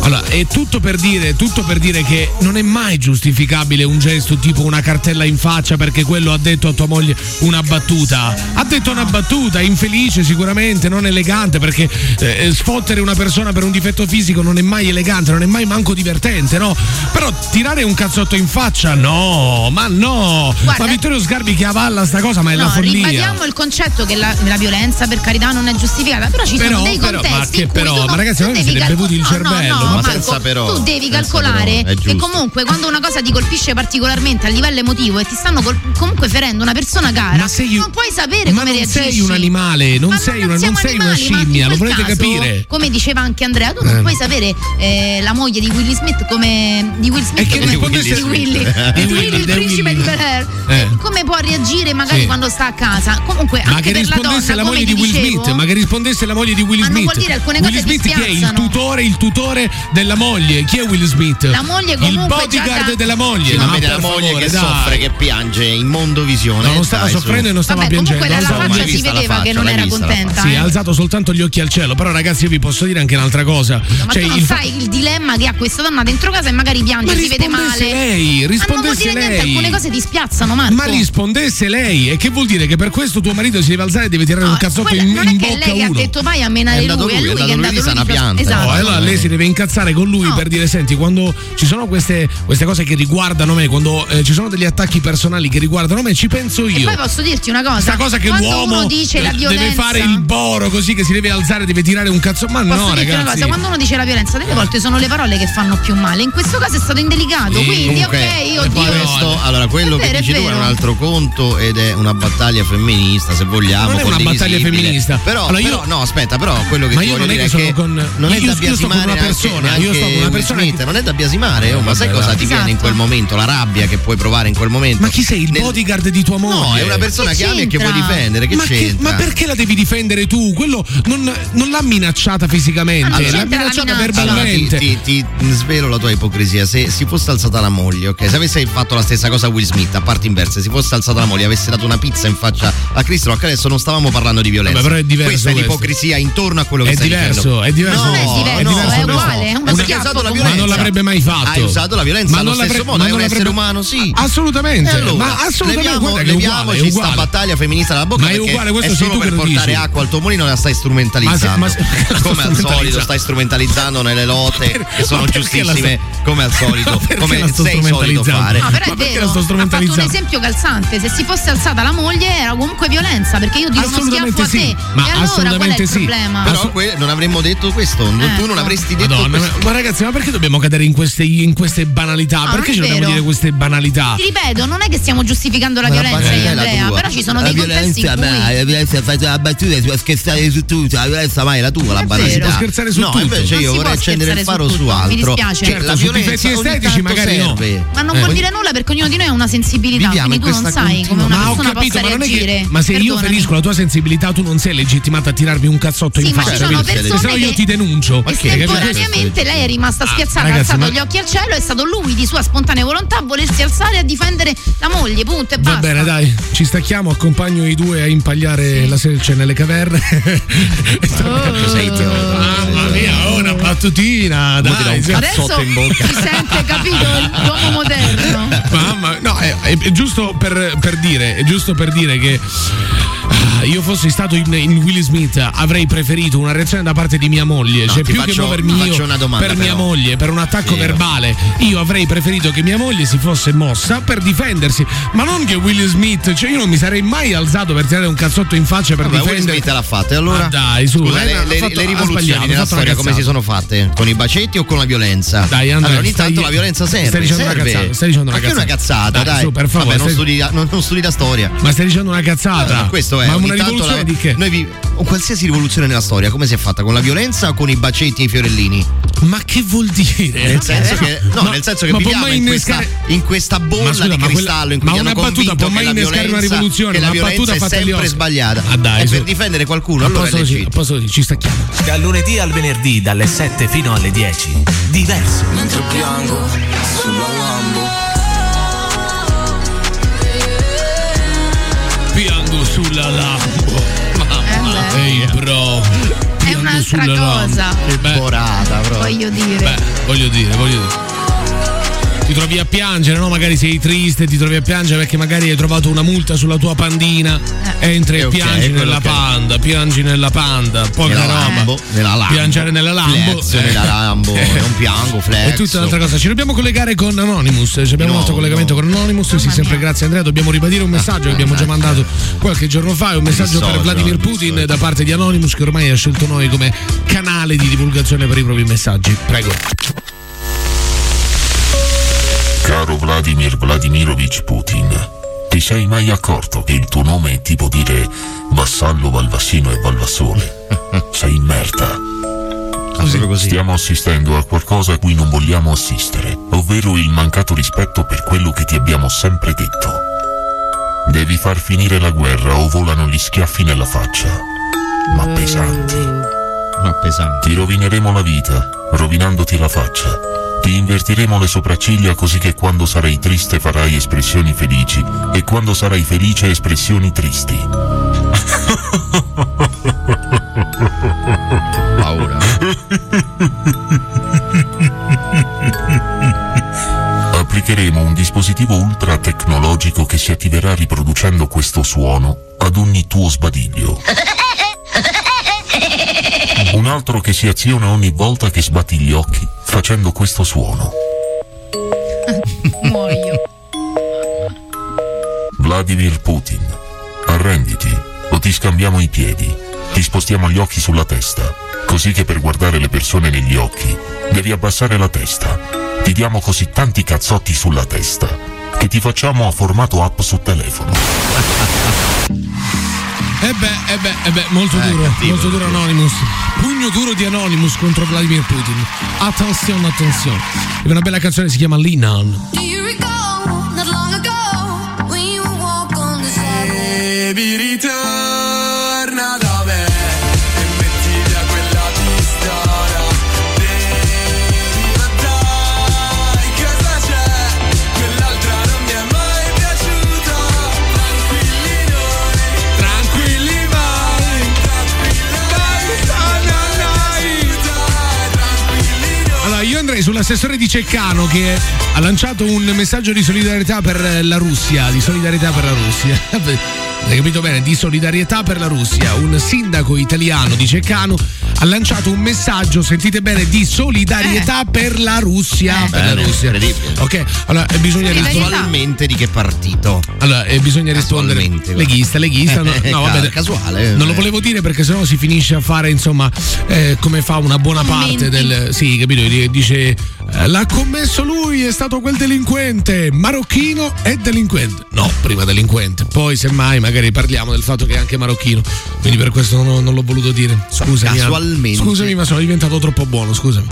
[SPEAKER 4] Allora, è tutto per dire, tutto per dire che non è mai giustificabile un gesto tipo una cartella in faccia perché quello ha detto a tua moglie una battuta. Ha detto una battuta, infelice sicuramente, non elegante perché eh, sfottere una persona per un difetto fisico non è mai elegante, non è mai manco divertente, no? Però tirare un cazzotto in faccia, no, ma no!
[SPEAKER 6] Guarda-
[SPEAKER 4] ma Vittorio Sgarbi che avalla sta cosa, ma è la
[SPEAKER 6] No,
[SPEAKER 4] follia.
[SPEAKER 6] ribadiamo il concetto che la, la violenza per carità non è giustificata, però ci
[SPEAKER 4] Però,
[SPEAKER 6] sono dei
[SPEAKER 4] però,
[SPEAKER 6] contesti
[SPEAKER 4] ma che
[SPEAKER 6] in cui
[SPEAKER 4] però,
[SPEAKER 6] tu non-
[SPEAKER 4] ma ragazzi,
[SPEAKER 6] tu
[SPEAKER 4] ma voi vi
[SPEAKER 6] devi
[SPEAKER 4] siete
[SPEAKER 6] calco-
[SPEAKER 4] bevuti il
[SPEAKER 6] no,
[SPEAKER 4] cervello,
[SPEAKER 6] no, no,
[SPEAKER 4] ma
[SPEAKER 6] Marco,
[SPEAKER 5] senza però,
[SPEAKER 6] tu devi
[SPEAKER 5] senza
[SPEAKER 6] calcolare
[SPEAKER 5] però, è
[SPEAKER 6] che
[SPEAKER 5] giusto.
[SPEAKER 6] comunque quando una cosa ti colpisce particolarmente a livello emotivo e ti stanno col- comunque ferendo una persona cara, non puoi sapere
[SPEAKER 4] ma
[SPEAKER 6] come
[SPEAKER 4] non
[SPEAKER 6] reagisci.
[SPEAKER 4] sei un animale, non
[SPEAKER 6] Ma
[SPEAKER 4] sei,
[SPEAKER 6] non
[SPEAKER 4] una, non
[SPEAKER 6] siamo
[SPEAKER 4] sei
[SPEAKER 6] animali,
[SPEAKER 4] una
[SPEAKER 6] ma in
[SPEAKER 4] scimmia, lo
[SPEAKER 6] quel
[SPEAKER 4] volete
[SPEAKER 6] caso,
[SPEAKER 4] capire?
[SPEAKER 6] Come diceva anche Andrea, tu non
[SPEAKER 4] Eh.
[SPEAKER 6] puoi sapere eh, la moglie di Will Smith come di Will Smith
[SPEAKER 4] E che
[SPEAKER 6] come
[SPEAKER 4] rispondesse-
[SPEAKER 6] di Willy,
[SPEAKER 4] Di
[SPEAKER 6] di Willy,
[SPEAKER 4] Willy,
[SPEAKER 6] il
[SPEAKER 4] di
[SPEAKER 6] principe
[SPEAKER 4] Willy.
[SPEAKER 6] di Bel Air.
[SPEAKER 4] Eh.
[SPEAKER 6] Come può reagire magari
[SPEAKER 4] Sì.
[SPEAKER 6] quando sta a casa? Comunque
[SPEAKER 4] Ma
[SPEAKER 6] anche
[SPEAKER 4] che
[SPEAKER 6] per la donna,
[SPEAKER 4] rispondesse la
[SPEAKER 6] come
[SPEAKER 4] moglie
[SPEAKER 6] ti
[SPEAKER 4] di Will
[SPEAKER 6] dicevo,
[SPEAKER 4] Smith, ma che rispondesse la moglie di Will
[SPEAKER 6] Ma non
[SPEAKER 4] Smith.
[SPEAKER 6] vuol dire, alcune
[SPEAKER 4] Will
[SPEAKER 6] cose ti
[SPEAKER 4] Smith chi è il
[SPEAKER 6] spiazzano.
[SPEAKER 4] tutore, il tutore della moglie? Chi è Will Smith?
[SPEAKER 6] La moglie
[SPEAKER 4] Il
[SPEAKER 6] comunque già
[SPEAKER 4] bodyguard
[SPEAKER 6] da-
[SPEAKER 4] della moglie.
[SPEAKER 5] Sì, ma
[SPEAKER 4] Ma
[SPEAKER 5] vedi la
[SPEAKER 4] per
[SPEAKER 5] moglie
[SPEAKER 4] favore,
[SPEAKER 5] che
[SPEAKER 4] dai.
[SPEAKER 5] soffre, che piange, in mondo visione.
[SPEAKER 4] No, non stava
[SPEAKER 5] Dai, su.
[SPEAKER 4] soffrendo e non stava
[SPEAKER 6] Vabbè,
[SPEAKER 4] piangendo.
[SPEAKER 6] comunque dalla
[SPEAKER 4] alzava-
[SPEAKER 6] faccia
[SPEAKER 5] mai
[SPEAKER 6] si
[SPEAKER 5] vista la
[SPEAKER 6] vedeva che
[SPEAKER 5] faccia,
[SPEAKER 6] non
[SPEAKER 5] l'hai
[SPEAKER 6] era
[SPEAKER 5] vista la
[SPEAKER 6] contenta.
[SPEAKER 4] Sì,
[SPEAKER 6] eh.
[SPEAKER 4] ha alzato soltanto gli occhi al cielo, però ragazzi io vi posso dire anche un'altra cosa.
[SPEAKER 6] Ma
[SPEAKER 4] Cioè,
[SPEAKER 6] tu non
[SPEAKER 4] il fa-
[SPEAKER 6] sai il dilemma che ha questa donna dentro casa e magari piange,
[SPEAKER 4] Ma
[SPEAKER 6] si vede
[SPEAKER 4] rispondesse
[SPEAKER 6] male.
[SPEAKER 4] lei, rispondesse
[SPEAKER 6] ma non vuol dire niente,
[SPEAKER 4] lei.
[SPEAKER 6] alcune cose ti spiazzano, Marco.
[SPEAKER 4] Ma rispondesse lei, e che vuol dire che per questo tuo marito si deve alzare e deve tirare
[SPEAKER 6] No,
[SPEAKER 4] un cazzotto
[SPEAKER 6] Ah, quella-
[SPEAKER 4] in,
[SPEAKER 6] non è
[SPEAKER 4] in
[SPEAKER 6] che
[SPEAKER 4] bocca a
[SPEAKER 6] lei che ha
[SPEAKER 4] uno?
[SPEAKER 6] detto vai a menare
[SPEAKER 5] È andato
[SPEAKER 6] lui, è
[SPEAKER 5] lui,
[SPEAKER 6] lui
[SPEAKER 5] è
[SPEAKER 6] che è
[SPEAKER 5] andato
[SPEAKER 6] andato
[SPEAKER 5] lui di sana
[SPEAKER 6] di-
[SPEAKER 5] pianta.
[SPEAKER 6] Esatto.
[SPEAKER 4] No,
[SPEAKER 5] No,
[SPEAKER 4] Oh, allora
[SPEAKER 5] no,
[SPEAKER 4] lei
[SPEAKER 5] no.
[SPEAKER 4] si deve incazzare con lui per dire: Senti, quando ci sono queste, queste cose che riguardano me, quando eh, ci sono degli attacchi personali che riguardano me, ci penso
[SPEAKER 6] E
[SPEAKER 4] io.
[SPEAKER 6] poi posso dirti una cosa.
[SPEAKER 4] Questa cosa che
[SPEAKER 6] Quando
[SPEAKER 4] l'uomo
[SPEAKER 6] uno dice la
[SPEAKER 4] de-
[SPEAKER 6] violenza,
[SPEAKER 4] deve fare il boro così che si deve alzare, deve tirare un cazzo. Ma
[SPEAKER 6] Posso
[SPEAKER 4] no,
[SPEAKER 6] dirti una
[SPEAKER 4] ragazzi.
[SPEAKER 6] cosa, quando uno dice la violenza, delle volte sono le parole che fanno più male. In questo caso è stato indelicato,
[SPEAKER 5] Sì,
[SPEAKER 6] quindi
[SPEAKER 5] comunque,
[SPEAKER 6] ok, io,
[SPEAKER 4] eh,
[SPEAKER 5] e poi questo, allora quello
[SPEAKER 6] È
[SPEAKER 5] che
[SPEAKER 6] vero, è
[SPEAKER 5] dici tu è
[SPEAKER 6] vero.
[SPEAKER 5] un altro conto ed è una battaglia femminista, se vogliamo.
[SPEAKER 4] Non è una
[SPEAKER 5] condivisibile.
[SPEAKER 4] battaglia femminista.
[SPEAKER 5] Però,
[SPEAKER 4] Allora, io-
[SPEAKER 5] però, no, aspetta, però quello che
[SPEAKER 4] Ma
[SPEAKER 5] ti
[SPEAKER 4] io
[SPEAKER 5] voglio
[SPEAKER 4] non è
[SPEAKER 5] dire
[SPEAKER 4] che sono con-
[SPEAKER 5] non è
[SPEAKER 4] io-
[SPEAKER 5] da
[SPEAKER 4] io sto con
[SPEAKER 5] biasimare
[SPEAKER 4] una
[SPEAKER 5] neanche-
[SPEAKER 4] persona, io
[SPEAKER 5] neanche
[SPEAKER 4] sto con una
[SPEAKER 5] Will
[SPEAKER 4] persona
[SPEAKER 5] Smith,
[SPEAKER 4] che-
[SPEAKER 5] non è da biasimare, oh, ma sai
[SPEAKER 4] vabbè,
[SPEAKER 5] cosa
[SPEAKER 4] dai.
[SPEAKER 5] ti viene in quel momento? La rabbia che puoi provare in quel momento.
[SPEAKER 4] Ma chi sei? Il
[SPEAKER 5] Nel-
[SPEAKER 4] bodyguard di tua moglie?
[SPEAKER 5] No, è una persona che ami e che vuoi difendere, che
[SPEAKER 4] ma
[SPEAKER 5] c'entra?
[SPEAKER 4] ma perché la devi difendere tu? Quello non, non l'ha minacciata
[SPEAKER 6] Ah,
[SPEAKER 4] fisicamente,
[SPEAKER 5] Allora,
[SPEAKER 4] l'ha minacciata
[SPEAKER 5] Allora,
[SPEAKER 4] verbalmente.
[SPEAKER 5] ti, ti- ti svelo la tua ipocrisia. Se si fosse alzata la moglie, ok? Se avesse fatto la stessa cosa a Will Smith, a parte inverse, si fosse alzata la moglie, avesse dato una pizza in faccia a Cristo, Rock, adesso non stavamo parlando di violenza.
[SPEAKER 4] Vabbè, però è diverso
[SPEAKER 5] Questa è
[SPEAKER 4] questo.
[SPEAKER 5] l'ipocrisia intorno a quello che
[SPEAKER 4] È
[SPEAKER 5] stai
[SPEAKER 4] diverso,
[SPEAKER 5] dicendo.
[SPEAKER 4] è diverso.
[SPEAKER 5] No,
[SPEAKER 4] questo.
[SPEAKER 5] no,
[SPEAKER 4] diverso
[SPEAKER 5] no,
[SPEAKER 4] questo.
[SPEAKER 5] no.
[SPEAKER 4] Una-
[SPEAKER 5] Perché hai usato la violenza.
[SPEAKER 4] Ma non l'avrebbe mai fatto.
[SPEAKER 5] Hai usato la violenza
[SPEAKER 4] Ma
[SPEAKER 5] allo
[SPEAKER 4] non
[SPEAKER 5] stesso
[SPEAKER 4] l'avrebbe-
[SPEAKER 5] modo,
[SPEAKER 4] ma
[SPEAKER 5] è un
[SPEAKER 4] non
[SPEAKER 5] essere
[SPEAKER 4] l'avrebbe- Ah,
[SPEAKER 5] umano, sì.
[SPEAKER 4] Assolutamente,
[SPEAKER 5] E allora,
[SPEAKER 4] ma assolutamente,
[SPEAKER 5] leviamo-
[SPEAKER 4] guarda che è
[SPEAKER 5] leviamo
[SPEAKER 4] uguale, è
[SPEAKER 5] ci sta
[SPEAKER 4] uguale.
[SPEAKER 5] battaglia femminista dalla bocca
[SPEAKER 4] Ma è
[SPEAKER 5] perché
[SPEAKER 4] uguale, questo
[SPEAKER 5] è
[SPEAKER 4] sei
[SPEAKER 5] solo
[SPEAKER 4] tu
[SPEAKER 5] per
[SPEAKER 4] che lo
[SPEAKER 5] portare
[SPEAKER 4] dici.
[SPEAKER 5] acqua al tuo mulino la stai strumentalizzando.
[SPEAKER 4] Ma se- ma se-
[SPEAKER 5] come al solito stai strumentalizzando nelle lotte che sono
[SPEAKER 4] ma perché la
[SPEAKER 5] giustissime come al solito,
[SPEAKER 4] perché
[SPEAKER 5] come
[SPEAKER 4] la sto
[SPEAKER 5] sei solito
[SPEAKER 4] strumentalizzando?
[SPEAKER 5] fare.
[SPEAKER 4] Ah,
[SPEAKER 6] No, però è
[SPEAKER 4] Ma perché
[SPEAKER 6] vero.
[SPEAKER 4] la sto
[SPEAKER 6] Ha fatto un
[SPEAKER 4] strumentalizzando?
[SPEAKER 6] esempio calzante. Se si fosse alzata la moglie era comunque violenza, perché io tiro uno schiaffo
[SPEAKER 4] Assolutamente
[SPEAKER 6] a te.
[SPEAKER 4] sì.
[SPEAKER 6] e allora qual è il problema?
[SPEAKER 5] Però que- non avremmo detto questo, non- tu non avresti detto
[SPEAKER 4] Madonna,
[SPEAKER 5] questo.
[SPEAKER 4] ma- ma ragazzi, ma perché dobbiamo cadere in queste, in queste banalità?
[SPEAKER 6] No, Ah, non
[SPEAKER 4] perché
[SPEAKER 6] è
[SPEAKER 4] ci dobbiamo
[SPEAKER 6] vero.
[SPEAKER 4] dire queste banalità?
[SPEAKER 6] Ti ripeto, non è che stiamo giustificando la
[SPEAKER 4] Ma la
[SPEAKER 6] violenza
[SPEAKER 4] banalità
[SPEAKER 6] io,
[SPEAKER 4] è la
[SPEAKER 6] Andrea,
[SPEAKER 4] tua.
[SPEAKER 6] però ci sono
[SPEAKER 5] la
[SPEAKER 6] dei contesti in
[SPEAKER 5] violenza
[SPEAKER 6] cui
[SPEAKER 4] eh.
[SPEAKER 5] mai, la violenza fai la battuta, tu scherzare su tutto, la violenza mai è la tua, la banalità.
[SPEAKER 4] può scherzare su
[SPEAKER 5] no,
[SPEAKER 4] tutto.
[SPEAKER 5] invece
[SPEAKER 4] Non
[SPEAKER 5] io
[SPEAKER 4] si
[SPEAKER 5] vorrei
[SPEAKER 4] può
[SPEAKER 5] accendere il
[SPEAKER 4] scherzare
[SPEAKER 5] faro
[SPEAKER 4] su
[SPEAKER 5] su
[SPEAKER 4] tutto,
[SPEAKER 5] altro.
[SPEAKER 4] mi dispiace.
[SPEAKER 5] Che
[SPEAKER 4] Certo,
[SPEAKER 5] la
[SPEAKER 4] su
[SPEAKER 5] violenza
[SPEAKER 4] difetti
[SPEAKER 5] ogni
[SPEAKER 4] estetici
[SPEAKER 5] tanto
[SPEAKER 4] magari no.
[SPEAKER 5] serve.
[SPEAKER 6] Ma non
[SPEAKER 4] Eh.
[SPEAKER 6] vuol dire nulla perché ognuno di noi ha una sensibilità,
[SPEAKER 5] Viviamo
[SPEAKER 6] quindi
[SPEAKER 5] in
[SPEAKER 6] tu non
[SPEAKER 5] questa
[SPEAKER 6] sai come
[SPEAKER 5] continua-
[SPEAKER 6] una
[SPEAKER 4] ma ho
[SPEAKER 6] persona
[SPEAKER 4] capito,
[SPEAKER 6] possa
[SPEAKER 4] ma non è
[SPEAKER 6] reagire.
[SPEAKER 4] che. Ma se io
[SPEAKER 6] Perdonami.
[SPEAKER 4] ferisco la tua sensibilità, tu non sei legittimata a tirarmi un cazzotto
[SPEAKER 6] Sì,
[SPEAKER 4] in
[SPEAKER 6] ma
[SPEAKER 4] faccia.
[SPEAKER 6] ci sono
[SPEAKER 4] capito?
[SPEAKER 6] persone
[SPEAKER 4] Se no io
[SPEAKER 6] che
[SPEAKER 4] ti denuncio.
[SPEAKER 6] Estemporaneamente lei è rimasta spiazzata,
[SPEAKER 4] ragazzi,
[SPEAKER 6] ha alzato gli
[SPEAKER 4] ma-
[SPEAKER 6] occhi al cielo, è stato lui di sua spontanea volontà a volersi alzare e a difendere la moglie, punto e
[SPEAKER 4] Va
[SPEAKER 6] basta.
[SPEAKER 4] bene, dai, ci stacchiamo, accompagno i due a impagliare la selce nelle caverne.
[SPEAKER 6] Oh.
[SPEAKER 4] Mamma mia, oh, una battutina,
[SPEAKER 5] Mo' ti do
[SPEAKER 4] dai.
[SPEAKER 5] un
[SPEAKER 4] cioè-
[SPEAKER 5] cazzotto in bocca.
[SPEAKER 6] Si sente, capito? L'uomo moderno.
[SPEAKER 4] Mamma, no, è, è- è giusto per, per dire, è giusto per dire che ah, io fossi stato in, in Will Smith avrei preferito una reazione da parte di mia moglie,
[SPEAKER 5] No,
[SPEAKER 4] cioè
[SPEAKER 5] ti
[SPEAKER 4] più che
[SPEAKER 5] faccio-
[SPEAKER 4] muovermi
[SPEAKER 5] ti
[SPEAKER 4] io
[SPEAKER 5] faccio una domanda,
[SPEAKER 4] per mia
[SPEAKER 5] però.
[SPEAKER 4] moglie, per un attacco
[SPEAKER 5] Sì.
[SPEAKER 4] verbale. Io avrei preferito che mia moglie si fosse mossa per difendersi, ma non che Will Smith, cioè io non mi sarei mai alzato per tirare un cazzotto in faccia per
[SPEAKER 5] Vabbè, Will
[SPEAKER 4] difendere.
[SPEAKER 5] Smith l'ha fatta, e allora?
[SPEAKER 4] Ma dai, su,
[SPEAKER 5] Scusa,
[SPEAKER 4] eh,
[SPEAKER 5] le,
[SPEAKER 4] ha
[SPEAKER 5] le-
[SPEAKER 4] fatto-
[SPEAKER 5] le
[SPEAKER 4] ha sbagliato,
[SPEAKER 5] rivoluzioni nella
[SPEAKER 4] ha fatto una
[SPEAKER 5] storia come
[SPEAKER 4] cazzata.
[SPEAKER 5] si sono fatte? Con i bacetti o con la violenza?
[SPEAKER 4] Dai, Andrea,
[SPEAKER 5] allora, ogni
[SPEAKER 4] stai-
[SPEAKER 5] tanto la violenza
[SPEAKER 4] stai
[SPEAKER 5] serve.
[SPEAKER 4] dicendo una
[SPEAKER 5] serve.
[SPEAKER 4] cazzata, stai dicendo una
[SPEAKER 5] Anche una
[SPEAKER 4] cazzata.
[SPEAKER 5] cazzata,
[SPEAKER 4] Dai,
[SPEAKER 5] dai.
[SPEAKER 4] su, per favore,
[SPEAKER 5] Vabbè, non,
[SPEAKER 4] stai-
[SPEAKER 5] studi la, non, non studi la storia.
[SPEAKER 4] Ma stai dicendo una
[SPEAKER 5] No,
[SPEAKER 4] cazzata.
[SPEAKER 5] no, questo è
[SPEAKER 4] Ma
[SPEAKER 5] ogni
[SPEAKER 4] una
[SPEAKER 5] tanto
[SPEAKER 4] rivoluzione
[SPEAKER 5] la-
[SPEAKER 4] di che?
[SPEAKER 5] Noi vi- o qualsiasi rivoluzione nella storia, come si è fatta? Con la violenza o con i bacetti e i fiorellini?
[SPEAKER 4] Ma che vuol dire?
[SPEAKER 5] Nel senso che, no,
[SPEAKER 4] Eh, Ma-
[SPEAKER 5] nel senso che
[SPEAKER 4] ma può
[SPEAKER 5] viviamo
[SPEAKER 4] mai
[SPEAKER 5] in questa,
[SPEAKER 4] innescare-
[SPEAKER 5] in questa bolla
[SPEAKER 4] Ma scusa,
[SPEAKER 5] di
[SPEAKER 4] ma quella-
[SPEAKER 5] cristallo in cui
[SPEAKER 4] ma
[SPEAKER 5] hanno
[SPEAKER 4] una battuta
[SPEAKER 5] convinto
[SPEAKER 4] può
[SPEAKER 5] che
[SPEAKER 4] mai
[SPEAKER 5] la
[SPEAKER 4] innescare una
[SPEAKER 5] violenza-
[SPEAKER 4] rivoluzione,
[SPEAKER 5] che la
[SPEAKER 4] una
[SPEAKER 5] violenza
[SPEAKER 4] battuta
[SPEAKER 5] è
[SPEAKER 4] fatta agli
[SPEAKER 5] sempre
[SPEAKER 4] Oscar.
[SPEAKER 5] sbagliata.
[SPEAKER 4] Ah, dai,
[SPEAKER 5] e
[SPEAKER 4] su.
[SPEAKER 5] per difendere qualcuno,
[SPEAKER 4] A
[SPEAKER 5] allora è
[SPEAKER 4] posto così,
[SPEAKER 5] legittima.
[SPEAKER 4] a posto così, ci stacchiamo.
[SPEAKER 9] Dal lunedì al venerdì, dalle 7 fino alle 10. Diverso.
[SPEAKER 3] Mentre piango sulla Lambo
[SPEAKER 4] Piango sulla Lambo. Mamma. Ehi, bro.
[SPEAKER 6] Eh, È un'altra cosa.
[SPEAKER 4] Porata,
[SPEAKER 6] Voglio dire.
[SPEAKER 4] Eh, Beh, voglio dire, voglio dire. Ti trovi a piangere, no? Magari sei triste, ti trovi a piangere perché magari hai trovato una multa sulla tua pandina. Entri e
[SPEAKER 5] Eh, ok,
[SPEAKER 4] piangi
[SPEAKER 5] quello
[SPEAKER 4] nella
[SPEAKER 5] ok.
[SPEAKER 4] panda, piangi nella panda, povera
[SPEAKER 5] Nella
[SPEAKER 4] roba.
[SPEAKER 5] Lambo, nella Lambo.
[SPEAKER 4] Piangere nella Lambo.
[SPEAKER 5] Flexo
[SPEAKER 4] eh.
[SPEAKER 5] nella Lambo, non piango, flexo.
[SPEAKER 4] È tutta un'altra cosa. Ci dobbiamo collegare con Anonymous. Ci abbiamo un altro collegamento con Anonymous. Sì, sempre grazie Andrea. Dobbiamo ribadire un messaggio che abbiamo già mandato qualche giorno fa. È un eh, messaggio per
[SPEAKER 5] dissocio,
[SPEAKER 4] Vladimir Putin da parte di Anonymous che ormai ha scelto noi come canale di divulgazione per i propri messaggi. Prego.
[SPEAKER 15] Caro Vladimir Vladimirovich Putin, ti sei mai accorto che il tuo nome è tipo dire Vassallo Valvassino e Valvassone? Sei merda. Stiamo assistendo a qualcosa a cui non vogliamo assistere, ovvero il mancato rispetto per quello che ti abbiamo sempre detto. Devi far finire la guerra o volano gli schiaffi nella faccia. Ma pesanti.
[SPEAKER 5] Ma pesanti.
[SPEAKER 15] Ti rovineremo la vita, rovinandoti la faccia. Ti invertiremo le sopracciglia così che quando sarai triste farai espressioni felici e quando sarai felice espressioni tristi.
[SPEAKER 5] Paura.
[SPEAKER 15] Applicheremo un dispositivo ultra tecnologico che si attiverà riproducendo questo suono ad ogni tuo sbadiglio. Un altro che si aziona ogni volta che sbatti gli occhi facendo questo suono.
[SPEAKER 6] Muoio.
[SPEAKER 15] Vladimir Putin, arrenditi o ti scambiamo i piedi. Ti spostiamo gli occhi sulla testa, così che per guardare le persone negli occhi devi abbassare la testa. Ti diamo così tanti cazzotti sulla testa che ti facciamo a formato app su telefono.
[SPEAKER 4] E Eh beh, e beh, e beh, molto duro, molto duro Anonymous. Pugno duro di Anonymous contro Vladimir Putin. Attenzione, attenzione. È una bella canzone, si chiama Linan.
[SPEAKER 17] Do you recall not long ago when you would walk on the side?
[SPEAKER 3] Baby ritorna da me e mettiti a quella pistola. Deriva dai, cosa c'è? Quell'altra non mi è mai piaciuta. Tranquilli noi, tranquilli vai, tranquilla vai, torna noi.
[SPEAKER 4] Allora, io andrei sull'assessore di Ceccano che ha lanciato un messaggio di solidarietà per eh, la Russia. Di solidarietà per la Russia. Hai capito bene? Di solidarietà per la Russia. Un sindaco italiano di Ceccano ha lanciato un messaggio, sentite bene, di solidarietà per la Russia. Per la
[SPEAKER 5] Eh. Bene,
[SPEAKER 4] Russia.
[SPEAKER 5] incredibile.
[SPEAKER 4] Ok, allora eh, bisogna rispondere.
[SPEAKER 5] Casualmente di che partito?
[SPEAKER 4] Allora, eh, bisogna rispondere. Leghista, leghista. No, no, vabbè,
[SPEAKER 5] casuale.
[SPEAKER 4] Non lo
[SPEAKER 5] eh.
[SPEAKER 4] volevo dire perché sennò si finisce a fare, insomma, eh, come fa una buona parte del. Sì, capito? Di- Dice. eh, L'ha commesso lui, è stato quel delinquente. Marocchino è delinquente. No, prima delinquente. Poi, semmai, magari parliamo del fatto che è anche marocchino. Quindi per questo non, non l'ho voluto dire. Scusami. Anna.
[SPEAKER 5] Casualmente.
[SPEAKER 4] Scusami, ma sono diventato troppo buono, scusami.